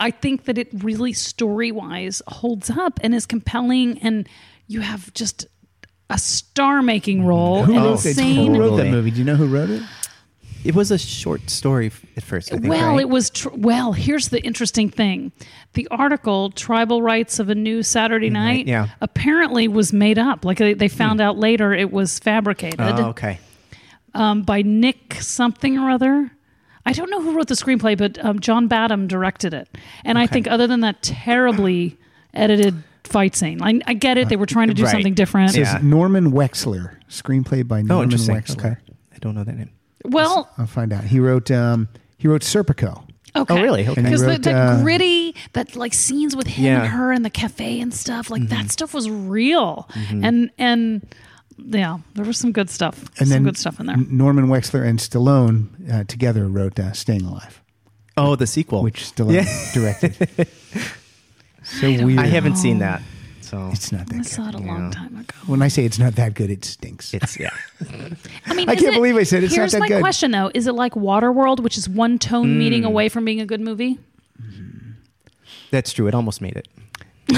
Speaker 3: I think that it really story wise holds up and is compelling, and you have just a star making role.
Speaker 4: who
Speaker 3: an
Speaker 4: wrote, that-
Speaker 3: insane.
Speaker 4: who wrote that
Speaker 2: Totally.
Speaker 4: movie? Do you know who wrote it?
Speaker 2: It was a short story f- at first, I think.
Speaker 3: Well,
Speaker 2: right?
Speaker 3: it was tr- well. Here's the interesting thing: the article "Tribal Rights of a New Saturday Night"
Speaker 2: Mm-hmm. yeah. Hmm.
Speaker 3: apparently was made up. Like they, they found out later, it was fabricated
Speaker 2: Oh, okay.
Speaker 3: um, by Nick something or other. I don't know who wrote the screenplay, but um, John Badham directed it. And I think, other than that terribly edited fight scene, I, I get it. They were trying to do
Speaker 2: Right.
Speaker 3: something different.
Speaker 2: Yeah.
Speaker 4: It's Norman Wexler, screenplay by
Speaker 2: Oh,
Speaker 4: Norman
Speaker 2: interesting.
Speaker 4: Wexler.
Speaker 2: Okay. I don't know that name.
Speaker 3: Well,
Speaker 4: I'll find out. He wrote um, he wrote Serpico.
Speaker 3: Okay.
Speaker 2: Oh, really? Okay.
Speaker 4: And he
Speaker 3: Because
Speaker 4: wrote,
Speaker 3: that,
Speaker 4: uh,
Speaker 3: gritty, that like scenes with him
Speaker 2: Yeah.
Speaker 3: and her in the cafe and stuff, like
Speaker 2: Mm-hmm.
Speaker 3: that stuff was real. And and yeah, there was some good stuff.
Speaker 4: Mm-hmm. And
Speaker 3: some
Speaker 4: then
Speaker 3: good stuff in there.
Speaker 4: N- Norman Wexler and Stallone uh, together wrote uh, Staying Alive,
Speaker 2: Oh, the sequel.
Speaker 4: which Stallone directed. so weird.
Speaker 2: I haven't seen that. So
Speaker 4: It's not
Speaker 3: I
Speaker 4: that good.
Speaker 3: saw it a long time ago.
Speaker 4: When I say it's not that good, it stinks.
Speaker 2: it's, yeah.
Speaker 3: I mean,
Speaker 4: I
Speaker 3: is
Speaker 4: can't
Speaker 3: it-
Speaker 4: believe I said it's not
Speaker 3: here's
Speaker 4: that
Speaker 3: my
Speaker 4: good. Mm.
Speaker 3: question though: Is it like Waterworld, which is one tone meeting away from being a good movie?
Speaker 2: That's true. It almost made it.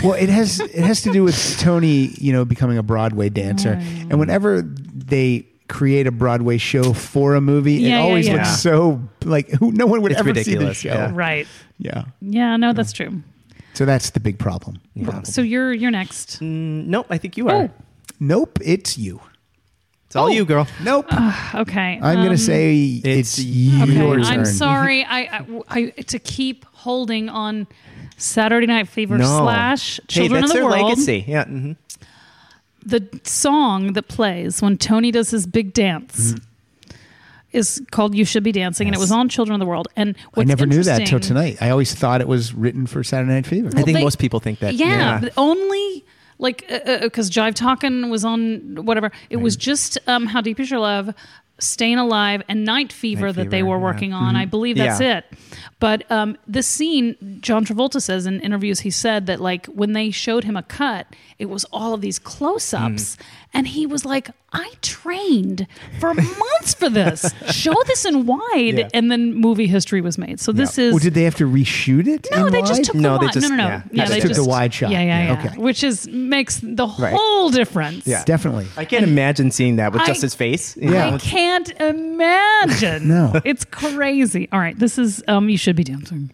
Speaker 4: well, it has it has to do with Tony, you know, becoming a Broadway dancer, and whenever they create a Broadway show for a movie,
Speaker 3: Yeah,
Speaker 4: it
Speaker 3: yeah,
Speaker 4: always
Speaker 3: yeah.
Speaker 4: looks so like who, no one would
Speaker 2: It's
Speaker 4: ever
Speaker 2: ridiculous,
Speaker 4: see the show.
Speaker 2: yeah.
Speaker 3: Right.
Speaker 4: Yeah.
Speaker 3: Yeah. No, that's true.
Speaker 4: so that's the big problem.
Speaker 3: So you're you're next.
Speaker 2: Mm, Nope. I think you are.
Speaker 3: Oh.
Speaker 4: Nope, it's you.
Speaker 2: It's all you, girl.
Speaker 3: Oh.
Speaker 4: Nope,
Speaker 3: Uh, Okay. um,
Speaker 4: I'm gonna say it's,
Speaker 2: it's
Speaker 4: your
Speaker 3: Okay,
Speaker 4: turn.
Speaker 3: I'm sorry. I, I- I- to keep holding on Saturday Night Fever
Speaker 2: No.
Speaker 3: slash
Speaker 2: hey,
Speaker 3: Children
Speaker 2: that's
Speaker 3: of the
Speaker 2: their mm-hmm.
Speaker 3: World.
Speaker 2: legacy. Yeah. hmm
Speaker 3: the song that plays when Tony does his big dance
Speaker 4: Mm-hmm.
Speaker 3: is called "You Should Be Dancing," and it was on Children of the World. And
Speaker 4: I
Speaker 3: what's
Speaker 4: never knew that till
Speaker 3: interesting-
Speaker 4: tonight. I always thought it was written for Saturday Night Fever.
Speaker 2: I think
Speaker 3: they-
Speaker 2: most people think that.
Speaker 3: Yeah, but only like uh, because Jive Talkin' was on whatever. It was just um, How Deep Is Your Love, Staying Alive, and Night Fever
Speaker 2: Night
Speaker 3: that they
Speaker 2: Fever,
Speaker 3: were
Speaker 2: yeah. Mm-hmm.
Speaker 3: working on. I believe that's
Speaker 2: Yeah.
Speaker 3: it. But um, this scene, John Travolta says in interviews, he said that like when they showed him a cut, it was all of these close-ups,
Speaker 2: Mm.
Speaker 3: and he was like, "I trained for months for this. Show this in wide."
Speaker 2: Yeah.
Speaker 3: And then movie history was made. So this is
Speaker 4: Well, did they have to reshoot it?
Speaker 3: no,
Speaker 4: in
Speaker 3: they just
Speaker 4: wide?
Speaker 3: took
Speaker 2: No,
Speaker 3: the
Speaker 2: they
Speaker 3: wide.
Speaker 2: just-
Speaker 3: no, no, no.
Speaker 2: yeah.
Speaker 3: Yeah,
Speaker 2: They
Speaker 3: they
Speaker 4: took the
Speaker 3: just-
Speaker 4: wide shot.
Speaker 3: Yeah, yeah,
Speaker 4: Yeah.
Speaker 3: yeah.
Speaker 4: Okay.
Speaker 3: Which is makes the whole difference.
Speaker 2: Yeah.
Speaker 4: Definitely.
Speaker 2: I can't imagine seeing that with
Speaker 3: I-
Speaker 2: just his face. you
Speaker 4: Yeah.
Speaker 2: know.
Speaker 3: I can't imagine.
Speaker 4: No.
Speaker 3: it's crazy. All right, this is um. You should be dancing.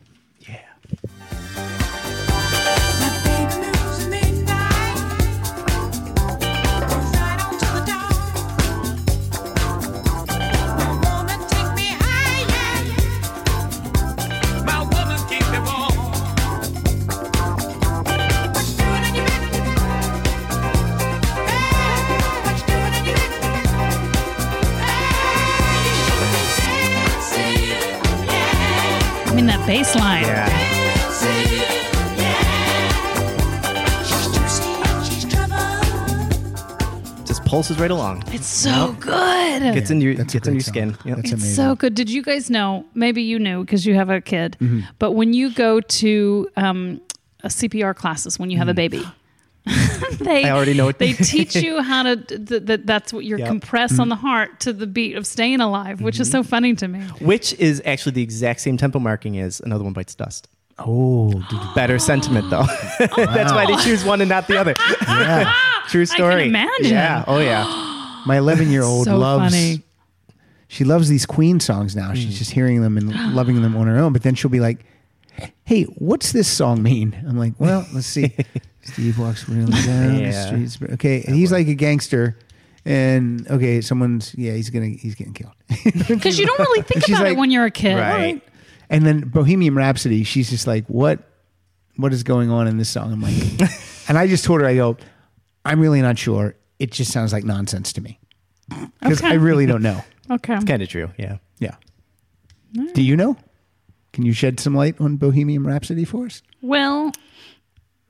Speaker 3: I mean that bass line.
Speaker 2: Yeah. Just pulses right along.
Speaker 3: It's so good.
Speaker 2: Gets in your
Speaker 4: that's a
Speaker 2: gets in your
Speaker 4: great
Speaker 2: skin.
Speaker 4: song.
Speaker 2: Yep.
Speaker 4: That's
Speaker 3: It's
Speaker 4: amazing.
Speaker 3: so good. Did you guys know? Maybe you knew because you have a kid. But when you go to um, a CPR classes when you have a baby, they
Speaker 2: I already know what-
Speaker 3: they teach you how to th- th- that's what you're
Speaker 2: Yep.
Speaker 3: compressed on the heart to the beat of "Staying Alive," which is so funny to me.
Speaker 2: Which is actually the exact same tempo marking as another one bites dust.
Speaker 4: Oh, dude.
Speaker 2: Better sentiment though. That's why they choose one and not the other.
Speaker 4: yeah.
Speaker 2: True story.
Speaker 3: imagine.
Speaker 2: Yeah. Oh yeah.
Speaker 4: My 11 year old
Speaker 3: So
Speaker 4: loves.
Speaker 3: funny.
Speaker 4: She loves these Queen songs now. She's just hearing them and loving them on her own. But then she'll be like, "Hey, what's this song mean?" I'm like, "Well, let's see." Steve walks really down
Speaker 2: Yeah.
Speaker 4: the streets. Okay, and he's like a gangster, and okay, someone's yeah, he's gonna he's getting killed.
Speaker 3: Because you don't really think
Speaker 4: She's
Speaker 3: about it
Speaker 4: like,
Speaker 3: when you're a kid.
Speaker 2: Right.
Speaker 4: And then Bohemian Rhapsody, she's just like, "What? What is going on in this song?" I'm like, and I just told her, I go, "I'm really not sure. It just sounds like nonsense to me because
Speaker 3: Okay.
Speaker 4: I really don't know."
Speaker 3: Okay.
Speaker 2: Kind of true. Yeah.
Speaker 4: Yeah. Do you know? Can you shed some light on Bohemian Rhapsody for us?
Speaker 3: Well,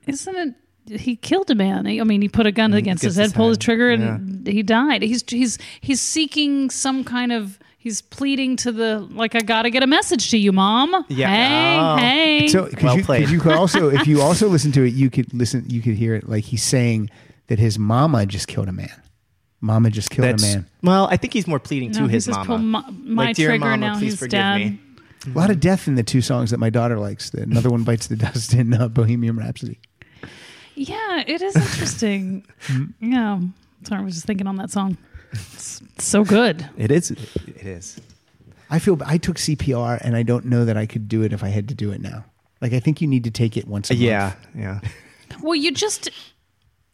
Speaker 3: isn't it? He killed a man. He- I mean, he put a gun against
Speaker 2: against
Speaker 3: his head,
Speaker 2: his
Speaker 3: pulled the
Speaker 2: head.
Speaker 3: trigger, and he died. He's he's he's seeking some kind of. He's pleading to the like, I gotta get a message to you, mom.
Speaker 2: Yeah.
Speaker 3: Hey,
Speaker 2: Oh.
Speaker 3: hey.
Speaker 4: So, because
Speaker 2: Well
Speaker 4: you, 'cause
Speaker 2: played.
Speaker 4: you could also, if you also listen to it, you could listen, you could hear it like he's saying that his mama just killed a man. Mama just killed a man.
Speaker 2: Well, I think he's more pleading
Speaker 3: No,
Speaker 2: to
Speaker 3: he
Speaker 2: his
Speaker 3: says,
Speaker 2: mama.
Speaker 3: "Pull my- my
Speaker 2: like, dear
Speaker 3: trigger,
Speaker 2: mama,
Speaker 3: now
Speaker 2: please
Speaker 3: he's
Speaker 2: forgive
Speaker 3: dead."
Speaker 2: me.
Speaker 4: A
Speaker 2: Mhm.
Speaker 4: lot of death in the two songs that my daughter likes. The another one bites the dust in uh, Bohemian Rhapsody.
Speaker 3: yeah, it is interesting. yeah. Sorry, I was just thinking on that song. It's so good.
Speaker 2: It is. It is.
Speaker 4: I feel I took CPR and I don't know that I could do it if I had to do it now. Like I think you need to take it once a month.
Speaker 2: Yeah. Yeah.
Speaker 3: Well, you just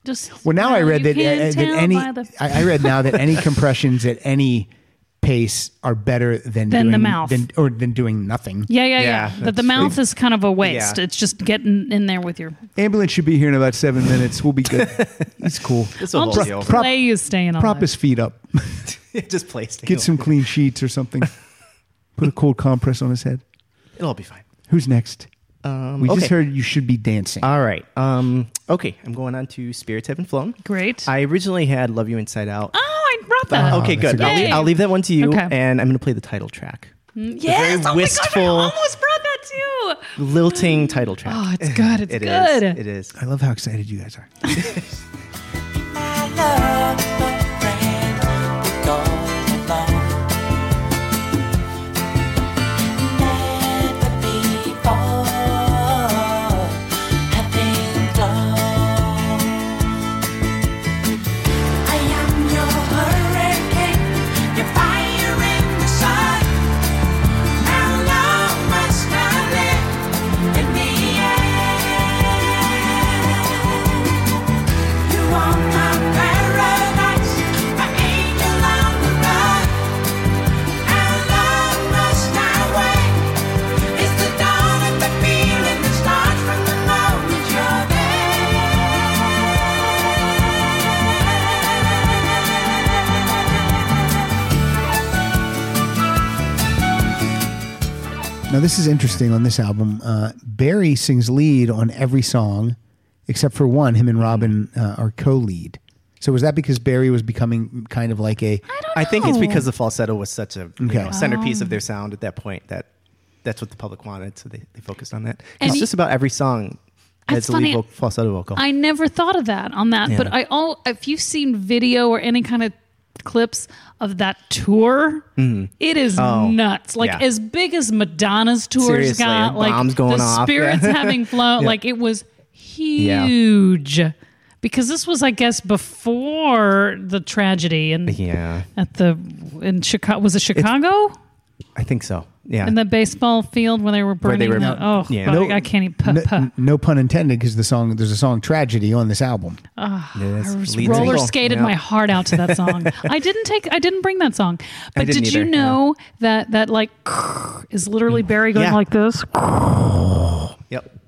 Speaker 3: just
Speaker 4: Well, now I
Speaker 3: well,
Speaker 4: read
Speaker 3: you
Speaker 4: that, uh,
Speaker 3: can
Speaker 4: that
Speaker 3: tell
Speaker 4: any
Speaker 3: by the-
Speaker 4: I, I read now that any compressions at any pace are better than
Speaker 3: Than the
Speaker 4: doing,
Speaker 3: mouth.
Speaker 4: than, or than doing nothing.
Speaker 3: Yeah, yeah,
Speaker 2: Yeah,
Speaker 3: yeah. That the
Speaker 2: that's-
Speaker 3: mouth is kind of a waste.
Speaker 2: Yeah.
Speaker 3: It's just getting in there with your.
Speaker 4: Ambulance should be here in about seven minutes. We'll be good. It's cool.
Speaker 2: This
Speaker 3: I'll
Speaker 2: will hold
Speaker 3: just
Speaker 2: you over.
Speaker 4: Prop-
Speaker 3: play you staying on.
Speaker 4: Prop his feet up.
Speaker 2: just placed.
Speaker 4: Get some clean sheets or something. Put a cold compress on his head.
Speaker 2: It'll all be fine.
Speaker 4: Who's next?
Speaker 2: Um,
Speaker 4: We
Speaker 2: okay.
Speaker 4: just heard you should be dancing.
Speaker 2: All right. Um, okay. I'm going on to spirits haven't flown.
Speaker 3: Great.
Speaker 2: I originally had "Love You Inside Out."
Speaker 3: oh, I brought that.
Speaker 2: okay,
Speaker 4: that's
Speaker 2: good.
Speaker 4: a good
Speaker 2: I'll,
Speaker 3: one.
Speaker 2: leave, I'll leave that one to you,
Speaker 3: Okay.
Speaker 2: and I'm going to play the title track,
Speaker 3: yes.
Speaker 2: very
Speaker 3: oh my
Speaker 2: wistful-
Speaker 3: god, I almost brought that too.
Speaker 2: lilting title track.
Speaker 3: Oh, it's good. It's
Speaker 2: It is.
Speaker 3: good.
Speaker 2: It is.
Speaker 4: I love how excited you guys are.
Speaker 9: In the air.
Speaker 4: Now, this is interesting on this album. Uh, Barry sings lead on every song except for one. Him and Robin uh, are co lead. So, was that because Barry was becoming kind of like a.
Speaker 3: I don't
Speaker 2: I think it's
Speaker 3: know. Oh.
Speaker 2: because the falsetto was such a you
Speaker 4: Okay.
Speaker 2: know, centerpiece of their sound at that point that that's what the public wanted, so they, they focused on that.
Speaker 3: And
Speaker 2: it's
Speaker 3: he-
Speaker 2: just about every song
Speaker 3: That's
Speaker 2: has a lead
Speaker 3: funny.
Speaker 2: voc- falsetto vocal.
Speaker 3: I never thought of that on that, but
Speaker 2: Yeah.
Speaker 3: I all if you've seen video or any kind of clips of that tour, it is nuts. Like
Speaker 2: Mm-hmm. Oh, yeah.
Speaker 3: as big as Madonna's tour has
Speaker 2: Seriously,
Speaker 3: got,
Speaker 2: and
Speaker 3: like
Speaker 2: bombs going
Speaker 3: the
Speaker 2: off.
Speaker 3: spirits having flown, like it was huge. Because this was, I guess, before the tragedy and
Speaker 2: yeah,
Speaker 3: at the in Chicago was it Chicago
Speaker 2: I think so. Yeah.
Speaker 3: in the baseball field where they were
Speaker 2: they
Speaker 3: burning.
Speaker 2: were-
Speaker 3: the, oh,
Speaker 2: yeah.
Speaker 3: God,
Speaker 2: No-
Speaker 3: I can't even. Puh, puh.
Speaker 4: No, no pun intended, because the song there's a song tragedy on this album.
Speaker 2: Yes,
Speaker 3: I was
Speaker 2: lead
Speaker 3: roller
Speaker 2: single.
Speaker 3: skated
Speaker 2: Yeah.
Speaker 3: my heart out to that song. I didn't take, I didn't bring that song. But
Speaker 2: didn't
Speaker 3: did you
Speaker 2: either, Mm.
Speaker 3: know that that like is literally Barry going
Speaker 2: Yeah.
Speaker 3: like this?
Speaker 2: Yep.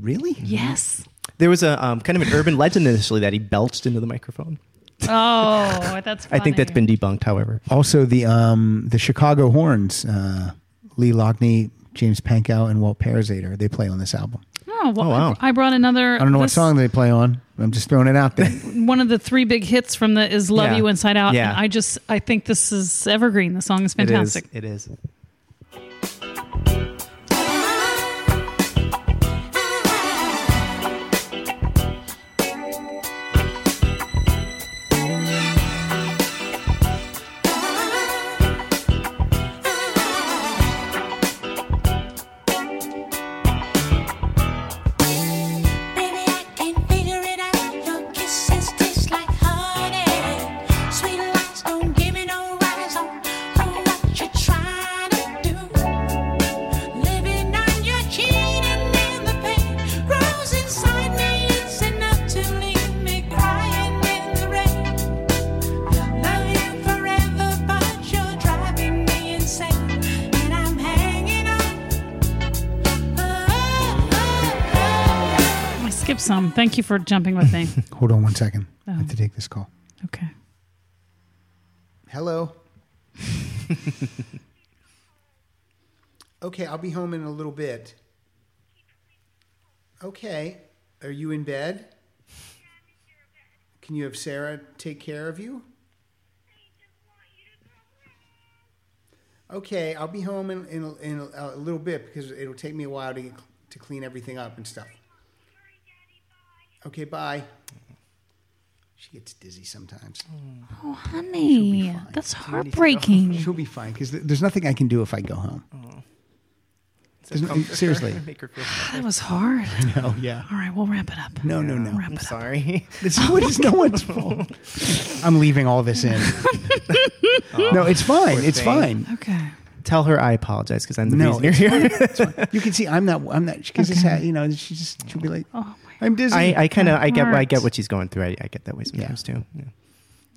Speaker 4: Really?
Speaker 3: Yes.
Speaker 2: There was a um, kind of an urban legend initially that he belched into the microphone.
Speaker 3: Oh, that's. Funny.
Speaker 2: I think that's been debunked, however.
Speaker 4: Also, the um, the Chicago Horns, uh, Lee Lockney, James Pankow, and Walt Parazader, they play on this album.
Speaker 3: Oh, well,
Speaker 2: Oh, wow.
Speaker 3: I brought another.
Speaker 4: I don't know what song they play on. I'm just throwing it out there.
Speaker 3: One of the three big hits from the is "Love
Speaker 2: Yeah.
Speaker 3: You Inside Out."
Speaker 2: Yeah.
Speaker 3: And I just, I think this is evergreen. The song is fantastic.
Speaker 2: It is. It is.
Speaker 9: Baby, I can't figure it out. Your kisses taste like honey. Sweet lies don't give me no rise on on what you're trying to do. Living on your cheating and the pain grows inside me. It's enough to leave me crying in the rain. Love you forever, but you're driving me insane, and I'm hanging on. Oh, oh, oh.
Speaker 3: I skipped some. Thank you for jumping with me.
Speaker 4: Hold on one second. I have to take this call.
Speaker 3: okay.
Speaker 4: Hello. okay, I'll be home in a little bit. Okay. Are you in bed? Can you have Sarah take care of you? Okay, I'll be home in, in, a- in a, a little bit because it'll take me a while to, to clean everything up and stuff. Okay, bye. She gets dizzy sometimes.
Speaker 2: Mm.
Speaker 3: Honey, that's heartbreaking.
Speaker 4: She'll be fine because there's nothing I can do if I go home.
Speaker 2: Mm.
Speaker 4: There's no- seriously.
Speaker 2: Make her feel
Speaker 3: That was hard.
Speaker 4: Oh yeah.
Speaker 3: All right, we'll wrap it up.
Speaker 4: No, no, no.
Speaker 3: Wrap it up.
Speaker 2: sorry.
Speaker 4: This is what is no one's fault. I'm leaving all this in. no, it's fine. It's
Speaker 2: thing.
Speaker 4: fine.
Speaker 3: Okay.
Speaker 2: Tell her I apologize because I'm the
Speaker 4: No,
Speaker 2: reason you're here.
Speaker 4: You can see I'm not. I'm not. Because this, ha- you know, she just she'll be like,
Speaker 3: Oh,
Speaker 4: I'm dizzy.
Speaker 2: Oh. I, I kind of I get I get
Speaker 3: Hurt.
Speaker 2: what she's going through. I, I get that way sometimes too. Yeah.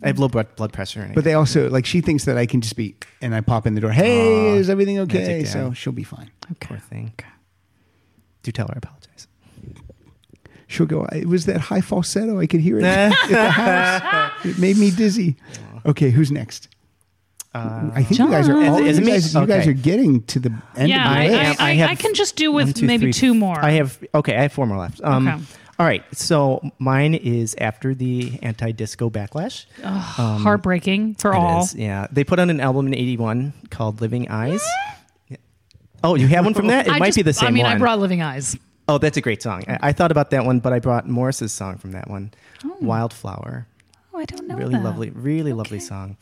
Speaker 2: I have low blood blood pressure. And I
Speaker 4: but they also like she thinks that I can just be and I pop in the door. Hey,
Speaker 2: Aw,
Speaker 4: is everything okay?
Speaker 2: magic dad.
Speaker 4: So she'll be fine.
Speaker 3: Okay.
Speaker 2: poor thing. Do tell her I apologize.
Speaker 4: She'll go. It was that high falsetto. I could hear it at the house. It made me dizzy. Okay, who's next? I think you guys are.
Speaker 3: John.
Speaker 4: All,
Speaker 2: Uh, Is it- is it
Speaker 4: you,
Speaker 2: me?
Speaker 4: guys, you guys
Speaker 2: Okay.
Speaker 4: are getting to the end
Speaker 3: Yeah,
Speaker 4: of the
Speaker 3: I,
Speaker 4: list.
Speaker 3: I,
Speaker 2: am-
Speaker 3: I,
Speaker 2: I have
Speaker 3: I can just do with
Speaker 2: One, two,
Speaker 3: maybe
Speaker 2: three.
Speaker 3: two more.
Speaker 2: I have okay. I have four more left. Um,
Speaker 3: Okay.
Speaker 2: All right. So mine is after the anti disco backlash.
Speaker 3: heartbreaking for all.
Speaker 2: It is, yeah. They put out an album in '81 called Living Eyes. Yeah. Oh, you have one from that? It
Speaker 3: I
Speaker 2: might
Speaker 3: just-
Speaker 2: be the same
Speaker 3: I mean,
Speaker 2: one.
Speaker 3: I brought Living Eyes.
Speaker 2: oh, that's a great song. I, I thought about that one, but I brought Morris's song from that one, Wildflower.
Speaker 3: Oh, I don't know.
Speaker 2: Really
Speaker 3: that.
Speaker 2: lovely, really lovely song.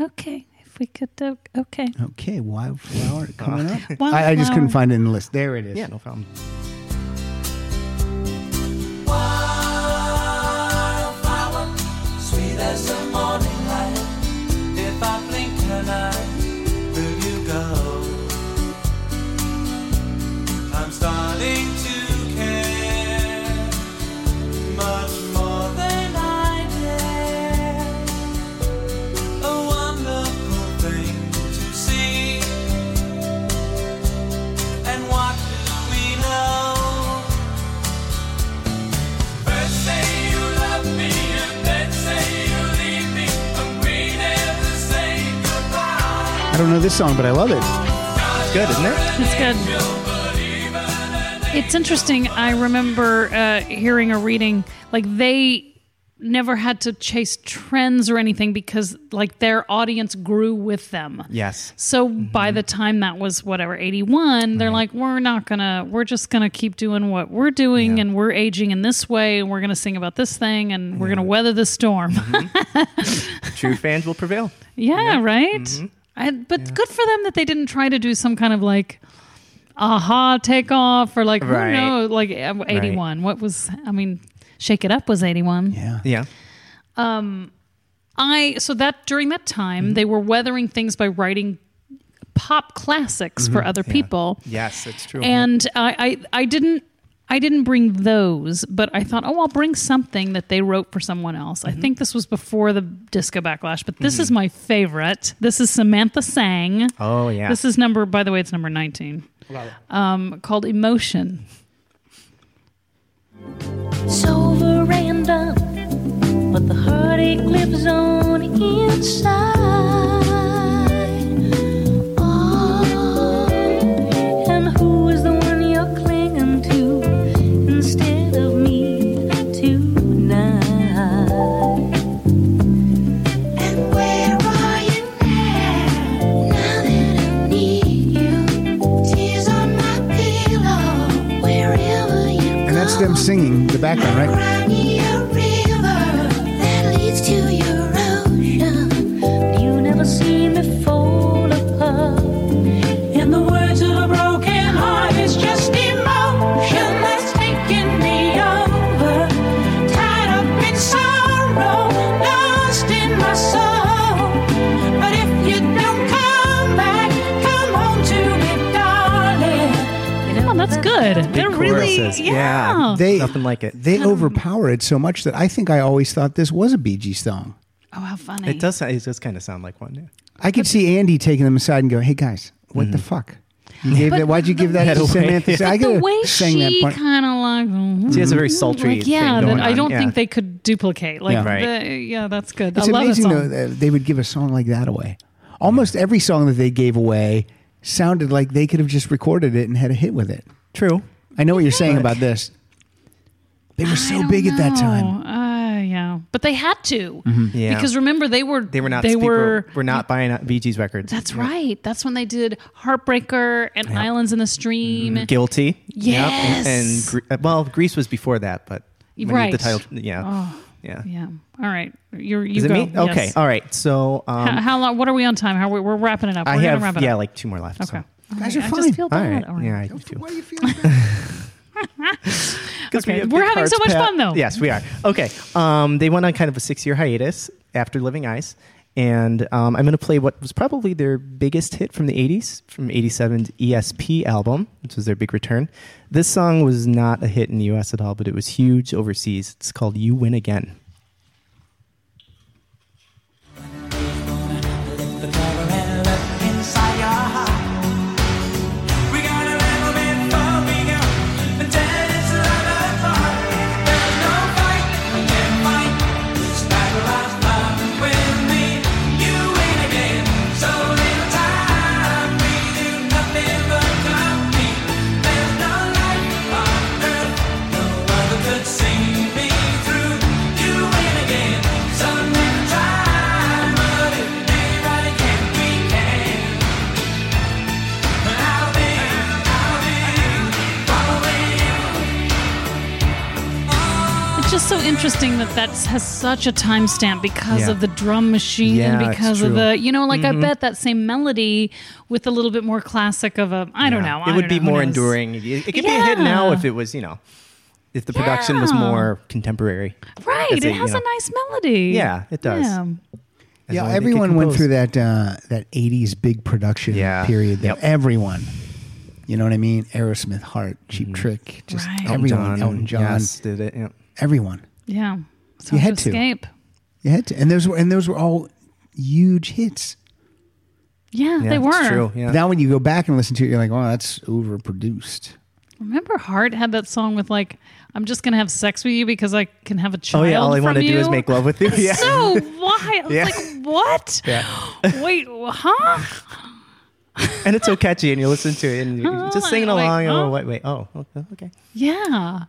Speaker 3: Okay, if we could. Uh, okay. um,
Speaker 4: Okay, wildflower coming up.
Speaker 3: Wildflower.
Speaker 4: I, I just couldn't find it in the list. There it is.
Speaker 2: Yeah, no problem.
Speaker 8: Wildflower, sweet as the morning light. If I blink tonight, will you go? I'm starting to care much more than I dare. A wonderful thing to see. And what do we know? First say you love me, and then say you leave me. I'm green to say goodbye.
Speaker 4: I don't know this song, but I love it.
Speaker 8: Not
Speaker 2: It's good, isn't it?
Speaker 3: It's good. It's interesting. I remember uh, hearing or reading like they never had to chase trends or anything because like their audience grew with them.
Speaker 2: Yes.
Speaker 3: So by the time that was whatever 81, they're like we're not going to we're just going to keep doing what we're doing and we're aging in this way and we're going to sing about this thing and we're going to weather the storm.
Speaker 2: True fans will prevail.
Speaker 3: Yeah, right. I, but good for them that they didn't try to do some kind of like aha takeoff or like
Speaker 2: Right.
Speaker 3: who knows, like um, eighty one. What was I mean? Shake it up was eighty one.
Speaker 10: Yeah.
Speaker 2: Yeah.
Speaker 3: I so that during that time they were weathering things by writing pop classics for other people.
Speaker 2: Yes, it's true.
Speaker 3: and I, I I didn't I didn't bring those, but I thought, oh, I'll bring something that they wrote for someone else.
Speaker 2: Mm-hmm.
Speaker 3: I think this was before the disco backlash, but this is my favorite. This is Samantha Sang.
Speaker 2: oh yeah.
Speaker 3: This is number, by the way, it's number nineteen. Um, called Emotion.
Speaker 9: so veranda, but the heartache lives on inside. Oh, and who is the one you're clinging to instead of me tonight? And where are you now? Now that I need you, tears on my pillow, wherever you go.
Speaker 4: And that's them singing the background, right?
Speaker 9: Cry me a river that leads to your ocean. You never seen me fall apart. In the words of a broken heart, it's just emotion that's taking me over. Tied up in sorrow, lost in my soul. But if you don't come back, come home to me, darling.
Speaker 3: Oh, that's good. They're really
Speaker 2: choruses.
Speaker 3: yeah.
Speaker 4: They
Speaker 2: Nothing like it.
Speaker 4: They overpower it so much that I think I always thought this was a Bee Gees song.
Speaker 3: Oh, how funny.
Speaker 2: It does. sound- It does kind of sound like one. Yeah.
Speaker 4: I could see Andy taking them aside and go, "Hey guys, what the fuck? You gave
Speaker 3: But
Speaker 4: that, why'd you
Speaker 3: the
Speaker 4: give that
Speaker 3: way-
Speaker 4: to Samantha? I
Speaker 3: But the
Speaker 4: could
Speaker 3: way
Speaker 4: have sang that
Speaker 3: she
Speaker 4: part.
Speaker 3: kind of like mm,
Speaker 2: She has a very sultry.
Speaker 3: like, yeah,
Speaker 2: thing
Speaker 3: that
Speaker 2: going
Speaker 3: I
Speaker 2: on.
Speaker 3: don't
Speaker 2: Yeah.
Speaker 3: think they could duplicate. Like,
Speaker 4: Yeah.
Speaker 2: Right.
Speaker 3: the- yeah, that's good.
Speaker 4: It's
Speaker 3: I love
Speaker 4: amazing
Speaker 3: that
Speaker 4: though
Speaker 3: song.
Speaker 4: that they would give a song like that away. Almost every song that they gave away sounded like they could have just recorded it and had a hit with it.
Speaker 2: True.
Speaker 4: I know what you're saying about this. They were
Speaker 3: I
Speaker 4: so
Speaker 3: don't
Speaker 4: big at that time.
Speaker 3: know. Uh, yeah, but they had to
Speaker 2: Yeah.
Speaker 3: because remember they were
Speaker 2: they were not.
Speaker 3: they
Speaker 2: people
Speaker 3: were
Speaker 2: were not buying out Bee Gees records.
Speaker 3: That's right. That's when they did Heartbreaker and Islands in the Stream.
Speaker 2: Mm-hmm. Guilty.
Speaker 3: Yes.
Speaker 2: And, and Gre- uh, well, Greece was before that, but when you-
Speaker 3: Right. Oh,
Speaker 2: The title. Yeah. yeah.
Speaker 3: Yeah. All right. You're, you
Speaker 2: Is it
Speaker 3: go.
Speaker 2: me? Okay.
Speaker 3: Yes.
Speaker 2: All right. So um,
Speaker 3: How, how long? What are we on time? How are we, we're wrapping it up.
Speaker 2: I
Speaker 3: we're
Speaker 2: have
Speaker 3: gonna wrap it
Speaker 2: yeah,
Speaker 3: up.
Speaker 2: like two more left.
Speaker 3: okay.
Speaker 2: So.
Speaker 4: Guys are
Speaker 3: I
Speaker 4: fine.
Speaker 3: just feel
Speaker 2: All
Speaker 3: bad.
Speaker 2: right.
Speaker 3: All right.
Speaker 2: Yeah, I do too.
Speaker 4: Why are you feeling bad?
Speaker 2: Okay.
Speaker 3: Okay. We're having so much fun, though.
Speaker 2: Yes, we are. Okay. Um, they went on kind of a six-year hiatus after Living Ice, and um, I'm going to play what was probably their biggest hit from the '80s, from '87's ESP album, which was their big return. This song was not a hit in the U.S. at all, but it was huge overseas. It's called "You Win Again."
Speaker 3: It's just so interesting that that has such a timestamp because
Speaker 2: Yeah.
Speaker 3: of the drum machine
Speaker 2: Yeah,
Speaker 3: and
Speaker 2: it's
Speaker 3: because
Speaker 2: true.
Speaker 3: of
Speaker 2: Mm-hmm.
Speaker 3: the you know like I bet that same melody with a little bit more classic of a I don't know.
Speaker 2: It
Speaker 3: I
Speaker 2: would
Speaker 3: don't
Speaker 2: be
Speaker 3: know, who
Speaker 2: more
Speaker 3: knows?
Speaker 2: enduring. It it could be a hit now
Speaker 3: Yeah.
Speaker 2: if it was, you know, if the production was
Speaker 3: Yeah.
Speaker 2: more contemporary.
Speaker 3: Right.
Speaker 2: That's
Speaker 3: It
Speaker 2: it, you
Speaker 3: has
Speaker 2: know.
Speaker 3: a nice melody.
Speaker 2: Yeah, it does.
Speaker 3: Yeah.
Speaker 2: As long as
Speaker 4: yeah,
Speaker 2: they could
Speaker 4: everyone went
Speaker 2: compose.
Speaker 4: through that uh, that '80s big production
Speaker 2: Yeah.
Speaker 4: period. There.
Speaker 2: Yep.
Speaker 4: Everyone, you know what I mean? Aerosmith, Heart, Cheap Trick, just
Speaker 3: Right. Elton
Speaker 4: everyone. Elton John,
Speaker 2: Mm-hmm. yes, did it. Yeah.
Speaker 4: everyone.
Speaker 3: Yeah. So
Speaker 4: You had to.
Speaker 3: escape.
Speaker 4: You had to, and those were and those were all huge hits.
Speaker 3: Yeah,
Speaker 2: Yeah,
Speaker 3: they
Speaker 2: it's
Speaker 3: were.
Speaker 2: true. Yeah.
Speaker 4: Now, when you go back and listen to it, you're like, "Oh, that's overproduced."
Speaker 3: Remember, Heart had that song with like, "I'm just gonna have sex with you because I can have a
Speaker 2: oh
Speaker 3: child."
Speaker 2: yeah, all I
Speaker 3: from
Speaker 2: want to do
Speaker 3: you."
Speaker 2: is make love with you. Yeah.
Speaker 3: So why? I was
Speaker 2: Yeah.
Speaker 3: like, what?
Speaker 2: Yeah.
Speaker 3: Wait, wh- huh?
Speaker 2: and it's so catchy, and you listen to it, and you're just
Speaker 3: Oh,
Speaker 2: singing
Speaker 3: like,
Speaker 2: along. and
Speaker 3: oh.
Speaker 2: oh, wait, wait, oh, okay, okay.
Speaker 3: Yeah.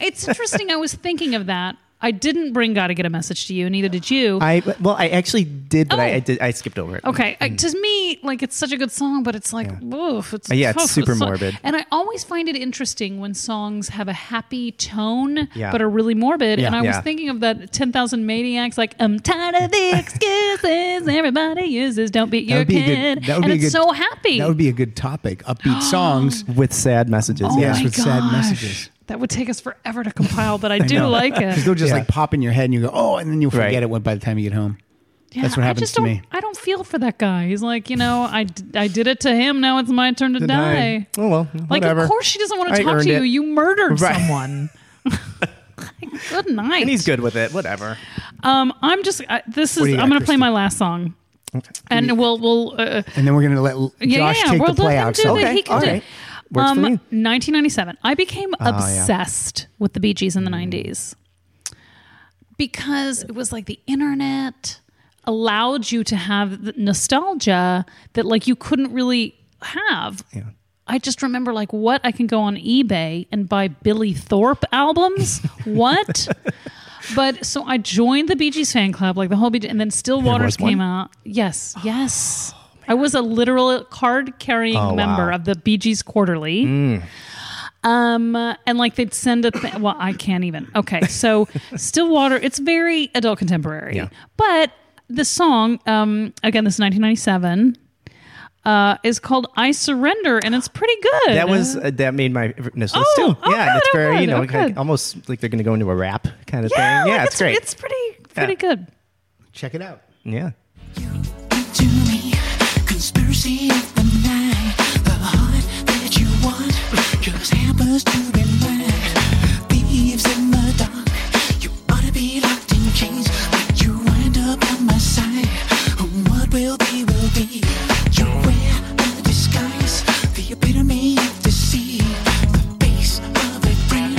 Speaker 3: it's interesting. I was thinking of that. I didn't bring Gotta Get a Message to You, neither did you.
Speaker 2: I well, I actually did, but I,
Speaker 3: Oh.
Speaker 2: I did. I skipped over it.
Speaker 3: Okay,
Speaker 4: Mm.
Speaker 3: I, to me, like it's such a good song, but it's like, woof, it's
Speaker 4: Uh,
Speaker 2: Yeah, it's
Speaker 3: tough.
Speaker 2: super
Speaker 3: so-
Speaker 2: morbid.
Speaker 3: And I always find it interesting when songs have a happy tone,
Speaker 2: Yeah.
Speaker 3: but are really morbid. And I was
Speaker 2: Yeah.
Speaker 3: thinking of that Ten Thousand Maniacs, like I'm tired of the excuses everybody uses. Don't beat your
Speaker 4: would be a good-
Speaker 3: kid,
Speaker 4: that would
Speaker 3: and
Speaker 4: be
Speaker 3: it's
Speaker 4: a good-
Speaker 3: so happy.
Speaker 4: That would be a good topic. Upbeat songs.
Speaker 2: with sad messages.
Speaker 3: oh
Speaker 2: yeah.
Speaker 3: my
Speaker 4: with
Speaker 3: gosh.
Speaker 4: sad messages.
Speaker 3: That would take us forever to compile, but I do like it.
Speaker 4: They'll just
Speaker 2: Yeah.
Speaker 4: like pop in your head and you go, oh, and then you'll forget
Speaker 2: Right.
Speaker 4: it when- by the time you get home.
Speaker 3: Yeah,
Speaker 4: That's what
Speaker 3: I
Speaker 4: happens
Speaker 3: just
Speaker 4: to
Speaker 3: don't-
Speaker 4: me.
Speaker 3: I don't feel for that guy. He's like, you know, I, d- I did it to him. Now it's my turn to die.
Speaker 2: Nine. Oh well,
Speaker 3: Like,
Speaker 2: whatever.
Speaker 3: of course she doesn't want
Speaker 2: I
Speaker 3: to talk
Speaker 2: earned
Speaker 3: to you.
Speaker 2: it.
Speaker 3: You murdered
Speaker 2: Right.
Speaker 3: someone. Like, good night.
Speaker 2: And he's good with it. Whatever.
Speaker 3: Um, I'm just I, this is.
Speaker 4: do
Speaker 3: I'm
Speaker 4: you got,
Speaker 3: going to play
Speaker 4: Kristen?
Speaker 3: my last song, and we'll we'll. Uh,
Speaker 4: And then we're going to let
Speaker 3: yeah,
Speaker 4: Josh
Speaker 3: yeah, yeah.
Speaker 4: take
Speaker 3: we'll
Speaker 4: the play
Speaker 3: let him
Speaker 4: out.
Speaker 3: do
Speaker 4: So
Speaker 3: what
Speaker 2: Okay,
Speaker 3: he can
Speaker 2: all
Speaker 3: do.
Speaker 2: right. Works for
Speaker 3: um,
Speaker 2: me.
Speaker 3: 1997. I became
Speaker 2: yeah. Hmm.
Speaker 3: obsessed with the Bee Gees in the 90s because it was like the internet allowed you to have the nostalgia that like you couldn't really have. Yeah. I just remember like what I can go on eBay and buy Billy Thorpe albums. what? But so I joined the Bee Gees fan club, like the whole Bee Gees, and then Still Waters
Speaker 2: was
Speaker 3: came
Speaker 2: one? Oh,
Speaker 3: out. Yes, yes. I was a literal card carrying member of the Bee Gees Quarterly. Um, uh, and like they'd send a thing. Well, I can't even. Okay, so Stillwater, it's very adult contemporary,
Speaker 2: Yeah.
Speaker 3: but the song, um, again, this is 1997, uh, is called "I Surrender," and it's pretty good.
Speaker 2: That was uh, that made my initials
Speaker 3: Oh,
Speaker 2: too.
Speaker 3: oh,
Speaker 2: yeah, and it's
Speaker 3: good, oh,
Speaker 2: very you
Speaker 3: good,
Speaker 2: know
Speaker 3: oh,
Speaker 2: like-
Speaker 3: good.
Speaker 2: almost like they're going to go into a rap kind of
Speaker 3: yeah,
Speaker 2: thing. Yeah,
Speaker 3: like,
Speaker 2: it's, great.
Speaker 3: It's pretty, pretty
Speaker 2: Yeah.
Speaker 3: good.
Speaker 4: check it out.
Speaker 2: yeah.
Speaker 9: To me, conspiracy of the night. The heart that you want just happens to be mine. Thieves in the dark, you ought to be locked in chains. But you wind up on my side. What will be, will be. You wear the disguise, the epitome of deceit. The face of a friend,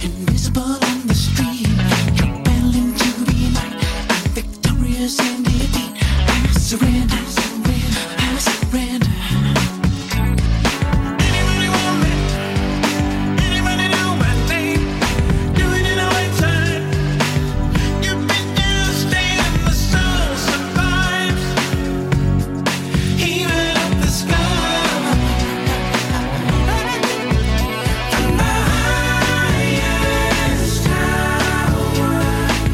Speaker 9: invisible on the street. You're battling to be mine. I'm victorious in defeat. I surrender, surrender, I surrender. Anybody want me? Anybody know my name? Doing it all the time. You've been used and the soul survives. Even up the sky. From the highest tower,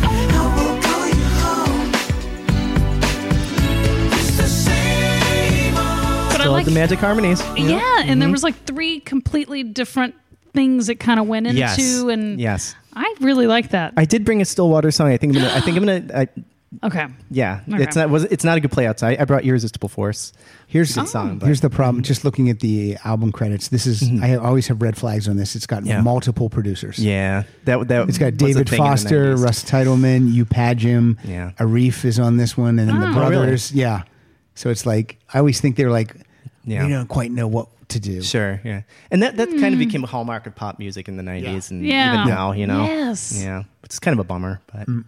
Speaker 9: I will call you home. It's the same old
Speaker 3: But I
Speaker 2: So
Speaker 3: like
Speaker 2: the magic harmonies.
Speaker 3: Yeah, and there
Speaker 2: Mm-hmm.
Speaker 3: was like three completely different things it kind of went into,
Speaker 2: Yes.
Speaker 3: and
Speaker 2: yes.
Speaker 3: I really like that.
Speaker 2: I did bring a Stillwater song. I think I'm gonna, I think I'm gonna. I,
Speaker 3: okay,
Speaker 2: yeah,
Speaker 3: Okay.
Speaker 2: it's not. Was it's not a good play outside. I brought irresistible force.
Speaker 4: Here's
Speaker 3: Oh.
Speaker 2: Good song, but- mm. Mm-hmm.
Speaker 4: here's the problem. Just looking at the album credits, this is I always have red flags on this. It's got
Speaker 2: Yeah.
Speaker 4: multiple producers.
Speaker 2: Yeah, that that
Speaker 4: It's got David Foster, Russ Titleman, Upajim,
Speaker 2: Yeah.
Speaker 4: Arif is on this one, and then the
Speaker 3: Oh,
Speaker 2: really?
Speaker 4: brothers. Yeah. So it's like I always think they're like,
Speaker 2: Yeah.
Speaker 4: we don't quite know what to do.
Speaker 2: Sure, yeah, and that that kind of became a hallmark of pop music in the '90s and
Speaker 3: Hmm. Yeah.
Speaker 2: even now, you know.
Speaker 3: Yes.
Speaker 2: Yeah, it's kind of a bummer, but
Speaker 4: Mm.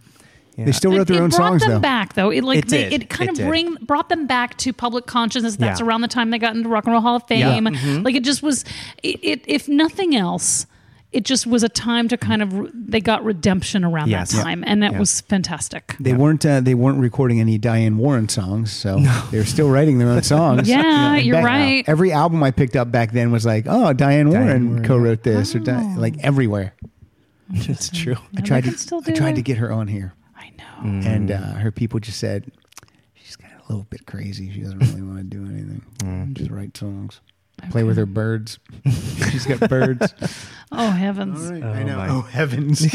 Speaker 4: They still wrote
Speaker 3: It-
Speaker 4: their
Speaker 3: it
Speaker 4: own
Speaker 3: brought
Speaker 4: songs
Speaker 3: them
Speaker 4: though.
Speaker 3: back though. It like
Speaker 2: It
Speaker 3: they,
Speaker 2: did.
Speaker 3: it kind
Speaker 2: It
Speaker 3: of
Speaker 2: did.
Speaker 3: bring brought them back to public consciousness. That's
Speaker 2: Yeah.
Speaker 3: around the time they got into Rock and Roll Hall of
Speaker 2: Yeah. Mm-hmm.
Speaker 3: Fame. Like it just was it, it if nothing else it just was a time to kind of re- they got redemption around
Speaker 2: Yes.
Speaker 3: that
Speaker 2: Yeah.
Speaker 3: time and it
Speaker 2: Yeah.
Speaker 3: was fantastic.
Speaker 4: They weren't uh, they weren't recording any Diane Warren songs, so they were still writing their own songs.
Speaker 3: Yeah, you're
Speaker 4: Back-
Speaker 3: right.
Speaker 4: Every album I picked up back then was like, oh, Diane Warren,
Speaker 2: Warren.
Speaker 4: co-wrote this, or
Speaker 3: Oh.
Speaker 4: Di- like everywhere.
Speaker 2: it's true.
Speaker 4: I tried
Speaker 3: they
Speaker 4: to
Speaker 3: can still
Speaker 4: I
Speaker 3: do
Speaker 4: tried
Speaker 3: it.
Speaker 4: to get her on here,
Speaker 3: I know.
Speaker 2: Mm.
Speaker 4: and uh, her people just said she's kind of a little bit crazy. She doesn't really want to do anything.
Speaker 2: Mm.
Speaker 4: Just write songs, play with her birds. she's got birds.
Speaker 3: Oh heavens.
Speaker 4: I know.
Speaker 2: my.
Speaker 4: Oh heavens.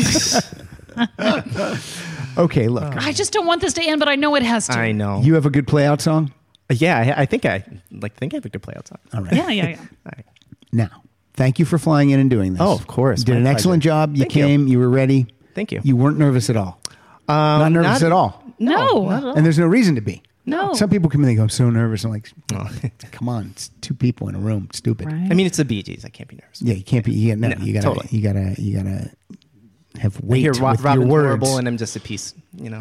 Speaker 4: okay, look.
Speaker 2: Oh.
Speaker 3: I just don't want this to end but I know it has to.
Speaker 2: I know.
Speaker 4: You have a good play out song?
Speaker 2: yeah, I, I think I like think I have a good play outside.
Speaker 4: All right.
Speaker 3: Yeah, yeah, yeah.
Speaker 4: Now, thank you for flying in and doing this.
Speaker 2: Oh, of course.
Speaker 4: You did
Speaker 2: My
Speaker 4: an
Speaker 2: pleasure.
Speaker 4: excellent job. You
Speaker 2: Thank you.
Speaker 4: came, you. were ready.
Speaker 2: Thank you. Um,
Speaker 4: You weren't nervous at all. not nervous
Speaker 2: not-
Speaker 4: at all.
Speaker 3: No. not at all.
Speaker 4: And there's no reason to be.
Speaker 3: No.
Speaker 4: Some people come in and go, I'm so nervous. I'm like, come on. It's two people in a room. It's stupid.
Speaker 3: Right.
Speaker 2: I mean, it's the Bee Gees. I can't be nervous.
Speaker 4: Yeah, you can't be. You, no,
Speaker 2: No,
Speaker 4: you gotta.
Speaker 2: totally.
Speaker 4: You gotta. You gotta have weight
Speaker 2: Here, Ro-
Speaker 4: with
Speaker 2: Robin's
Speaker 4: your words.
Speaker 2: horrible, and I'm just a piece. You know.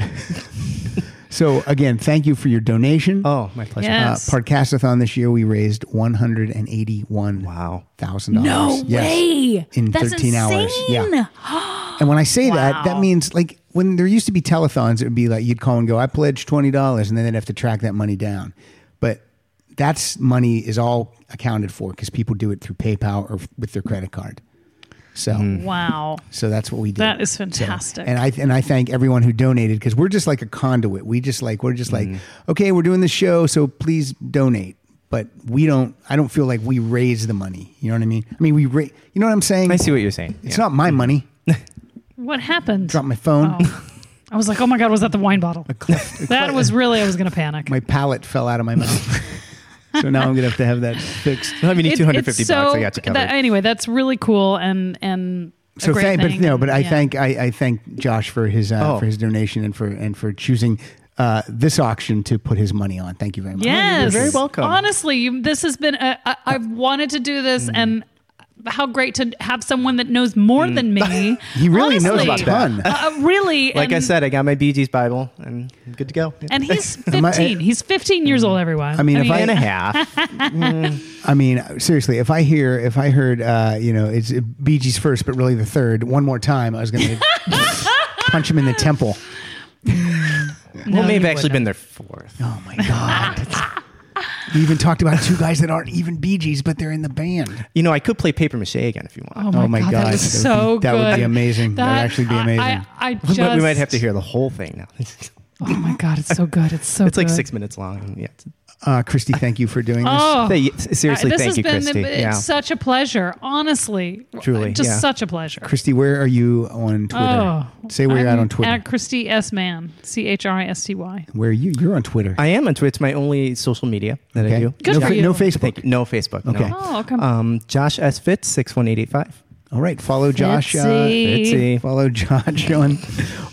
Speaker 4: So again, thank you for your donation.
Speaker 2: Oh, my pleasure.
Speaker 4: Uh,
Speaker 3: Yes.
Speaker 4: Podcastathon this year, we raised one hundred and eighty-one
Speaker 2: Wow.
Speaker 4: thousand dollars.
Speaker 3: No way.
Speaker 4: In
Speaker 3: That's
Speaker 4: thirteen hours,
Speaker 3: insane.
Speaker 4: yeah. And when I say that, that
Speaker 3: Wow.
Speaker 4: means like when there used to be telethons, it would be like you'd call and go, "I pledged twenty dollars," and then they'd have to track that money down. But that's money is all accounted for because people do it through PayPal or with their credit card. So.
Speaker 3: Wow.
Speaker 4: So that's what we did.
Speaker 3: Hmm. That is
Speaker 4: So-
Speaker 3: fantastic.
Speaker 4: and I and I thank everyone who donated because we're just like a conduit. We just like we're just
Speaker 3: Hmm.
Speaker 4: like okay, we're doing the show, so please donate. But we don't. I don't feel like we raise the money. You know what I mean? I mean we. Ra- you know what I'm saying?
Speaker 2: I see what you're saying.
Speaker 4: It's
Speaker 2: Yeah.
Speaker 4: not my money.
Speaker 3: What happened?
Speaker 4: Drop my
Speaker 3: Oh.
Speaker 4: phone.
Speaker 3: I was like, oh my God, was that the wine bottle? that was really, I was going to panic.
Speaker 4: My palate fell out of my mouth. so now I'm gonna have to have that fixed.
Speaker 2: I mean,
Speaker 3: It-
Speaker 2: 250
Speaker 3: it's so-
Speaker 2: bucks. I got you covered.
Speaker 3: that- anyway, that's really cool and and a
Speaker 4: So
Speaker 3: great
Speaker 4: thank, but
Speaker 3: thing.
Speaker 4: no, but I
Speaker 3: Yeah.
Speaker 4: thank I, I thank Josh for his uh,
Speaker 2: Oh.
Speaker 4: for his donation and for and for choosing uh, this auction to put his money on. Thank you very much.
Speaker 3: Yes,
Speaker 2: very welcome.
Speaker 3: Honestly, you- this has been a, I, I've wanted to do
Speaker 4: Mm.
Speaker 3: this, and how great to have someone that knows more than me.
Speaker 4: Mm. He really knows
Speaker 3: Honestly.
Speaker 4: about ton.
Speaker 3: Uh, really,
Speaker 2: like I
Speaker 3: and-
Speaker 2: said, I got my Bee Gees Bible and I'm good to go.
Speaker 3: and he's
Speaker 4: I-
Speaker 3: fifteen. he's fifteen years old. Everyone.
Speaker 4: I mean, if I-
Speaker 2: and a half.
Speaker 4: I mean, seriously, if I hear, if I heard, uh, you know, it's Bee Gees first, but really the third, one more time, I was going to punch him in the temple.
Speaker 2: well, may have
Speaker 3: you
Speaker 2: actually
Speaker 3: wouldn't.
Speaker 2: been their fourth.
Speaker 4: Oh my God. we even talked about two guys that aren't even Bee Gees, but they're in the band.
Speaker 2: You know, I could play paper mache again if you want.
Speaker 4: oh my God,
Speaker 3: that is
Speaker 4: that
Speaker 3: so
Speaker 4: would be- that would
Speaker 3: good.
Speaker 4: be amazing. That would actually be
Speaker 3: I-
Speaker 4: amazing.
Speaker 3: I, I
Speaker 2: We
Speaker 3: Oh, just,
Speaker 2: might- we might have to hear the whole thing now. it's
Speaker 3: Oh my god, it's so good. It's so.
Speaker 2: like
Speaker 3: good.
Speaker 2: six minutes long. and Yeah. it's-
Speaker 4: Uh, Christy, thank you for doing this.
Speaker 3: Oh,
Speaker 2: Hey, seriously,
Speaker 3: this
Speaker 2: thank
Speaker 3: has
Speaker 2: you,
Speaker 3: been
Speaker 2: Christy.
Speaker 3: It's
Speaker 2: Yeah.
Speaker 3: such a pleasure, honestly.
Speaker 2: Truly,
Speaker 3: just
Speaker 2: yeah.
Speaker 3: such a pleasure.
Speaker 4: Christy, where are you on Twitter?
Speaker 3: Oh,
Speaker 4: Say where you're at
Speaker 3: I'm
Speaker 4: on Twitter.
Speaker 3: At Christy S Man, C H R I S T Y.
Speaker 4: where are you? You're on Twitter.
Speaker 2: I am on Twitter. It's my only social media that I
Speaker 4: Okay.
Speaker 2: do.
Speaker 3: Good
Speaker 4: no,
Speaker 3: for
Speaker 4: fa-
Speaker 3: you.
Speaker 4: no
Speaker 2: Thank
Speaker 4: Facebook.
Speaker 2: you. No Facebook. no.
Speaker 4: Okay.
Speaker 3: Oh, okay.
Speaker 2: Um, Josh S. Fitz, 61885.
Speaker 4: All right. Follow Josh. Uh,
Speaker 3: Fitzy.
Speaker 2: Fitzy.
Speaker 4: Follow Josh on,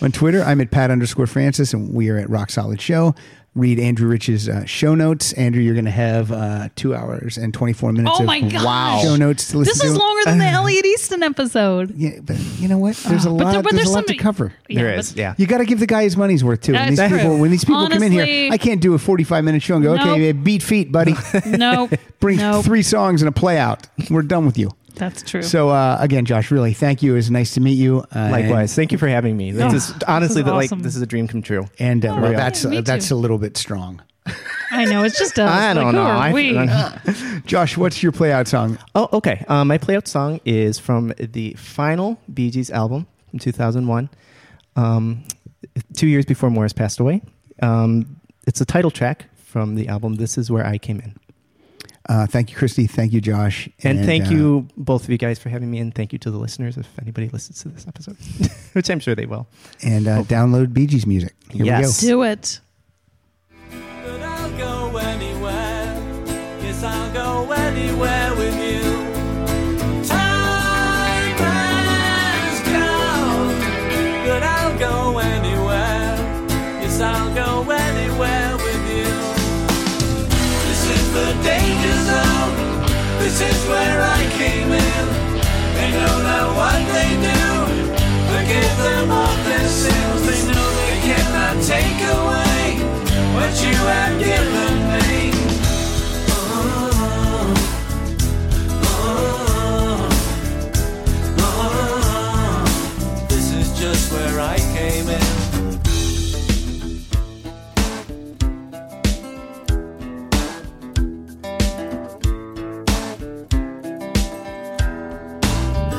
Speaker 4: on Twitter. I'm at Pat underscore Francis, and we are at Rock Solid Show. Read Andrew Rich's uh, show notes. Andrew, you're going to have uh, two hours and 24 minutes
Speaker 3: Oh
Speaker 4: of
Speaker 3: my gosh. Wow.
Speaker 4: show notes to listen
Speaker 3: this
Speaker 4: to.
Speaker 3: is longer than the Elliot Easton episode.
Speaker 4: Yeah, but you know what? There's a
Speaker 3: Ah, But
Speaker 4: lot,
Speaker 3: there- but
Speaker 4: there's
Speaker 3: there's
Speaker 4: a lot
Speaker 3: some- e-
Speaker 4: to cover.
Speaker 3: Yeah,
Speaker 2: there
Speaker 3: but-
Speaker 2: is. Yeah.
Speaker 4: You got to give the guy his money's worth too. When
Speaker 3: That's
Speaker 4: these
Speaker 3: true.
Speaker 4: people, when these people come in
Speaker 3: Honestly-
Speaker 4: here, I can't do a 45 minute show and go,
Speaker 3: Nope.
Speaker 4: okay, yeah, beat feet, buddy.
Speaker 3: No,
Speaker 4: Bring
Speaker 3: no,
Speaker 4: three songs and a play out. We're done with you.
Speaker 3: that's true.
Speaker 4: So uh, again, Josh, really, thank you. It was nice to meet you. Uh, and-
Speaker 2: Likewise. Thank you for having me. This
Speaker 3: Yeah.
Speaker 2: is honestly
Speaker 3: Oh, This is
Speaker 2: the-
Speaker 3: awesome.
Speaker 2: like this is a dream come true.
Speaker 4: And uh, well,
Speaker 2: yeah.
Speaker 4: that's
Speaker 3: Oh, Me
Speaker 4: uh,
Speaker 3: too.
Speaker 4: that's a little bit strong.
Speaker 3: I know it's just us.
Speaker 2: I don't
Speaker 3: like,
Speaker 2: know.
Speaker 3: Who are
Speaker 2: I-
Speaker 3: we?
Speaker 4: Josh, what's your playout song?
Speaker 2: Oh, okay. Um, my playout song is from the final Bee Gees album in 2001, um, two years before Morris passed away. Um, it's a title track from the album This Is Where I Came In.
Speaker 4: Uh, thank you, Christy. Thank you, Josh.
Speaker 2: And, thank
Speaker 4: uh,
Speaker 2: you, both of you guys, for having me, and thank you to the listeners if anybody listens to this episode, which I'm sure they will.
Speaker 4: And uh, download Bee Gees music. Here
Speaker 2: Oh. Yes.
Speaker 4: we go.
Speaker 3: Do it.
Speaker 8: But I'll go anywhere. Yes, I'll go anywhere with you. Time has gone. But I'll go anywhere. Yes, I'll go anywhere with you. This is the danger zone. This is where I came in. They know not what they do. Forgive them all their sins. They know they cannot take away what you have given me. Uh-huh. Uh-huh. Oh, oh, oh. This is just where I came in.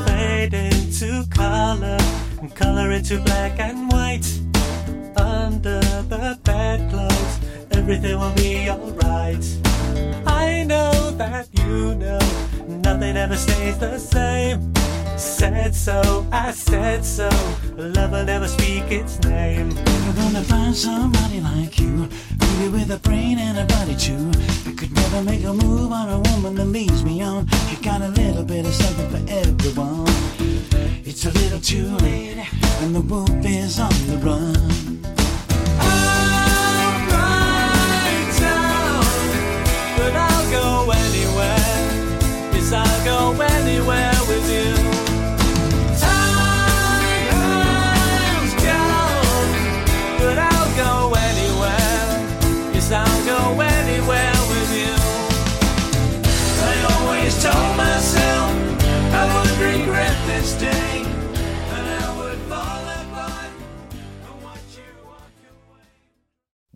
Speaker 8: fade into color and color into black and white. Under the bedclothes, everything will be alright. I know that you know nothing ever stays the same. Said so, I said so. Love will never speak its name. Never gonna find somebody like you, really with a brain and a body too. You could never make a move on a woman that leaves me on. You got a little bit of something for everyone. It's a little too late, and the wolf is on the run. I'm right down but I'll go anywhere. Yes, I'll go anywhere with you. Time has gone, but I'll go anywhere.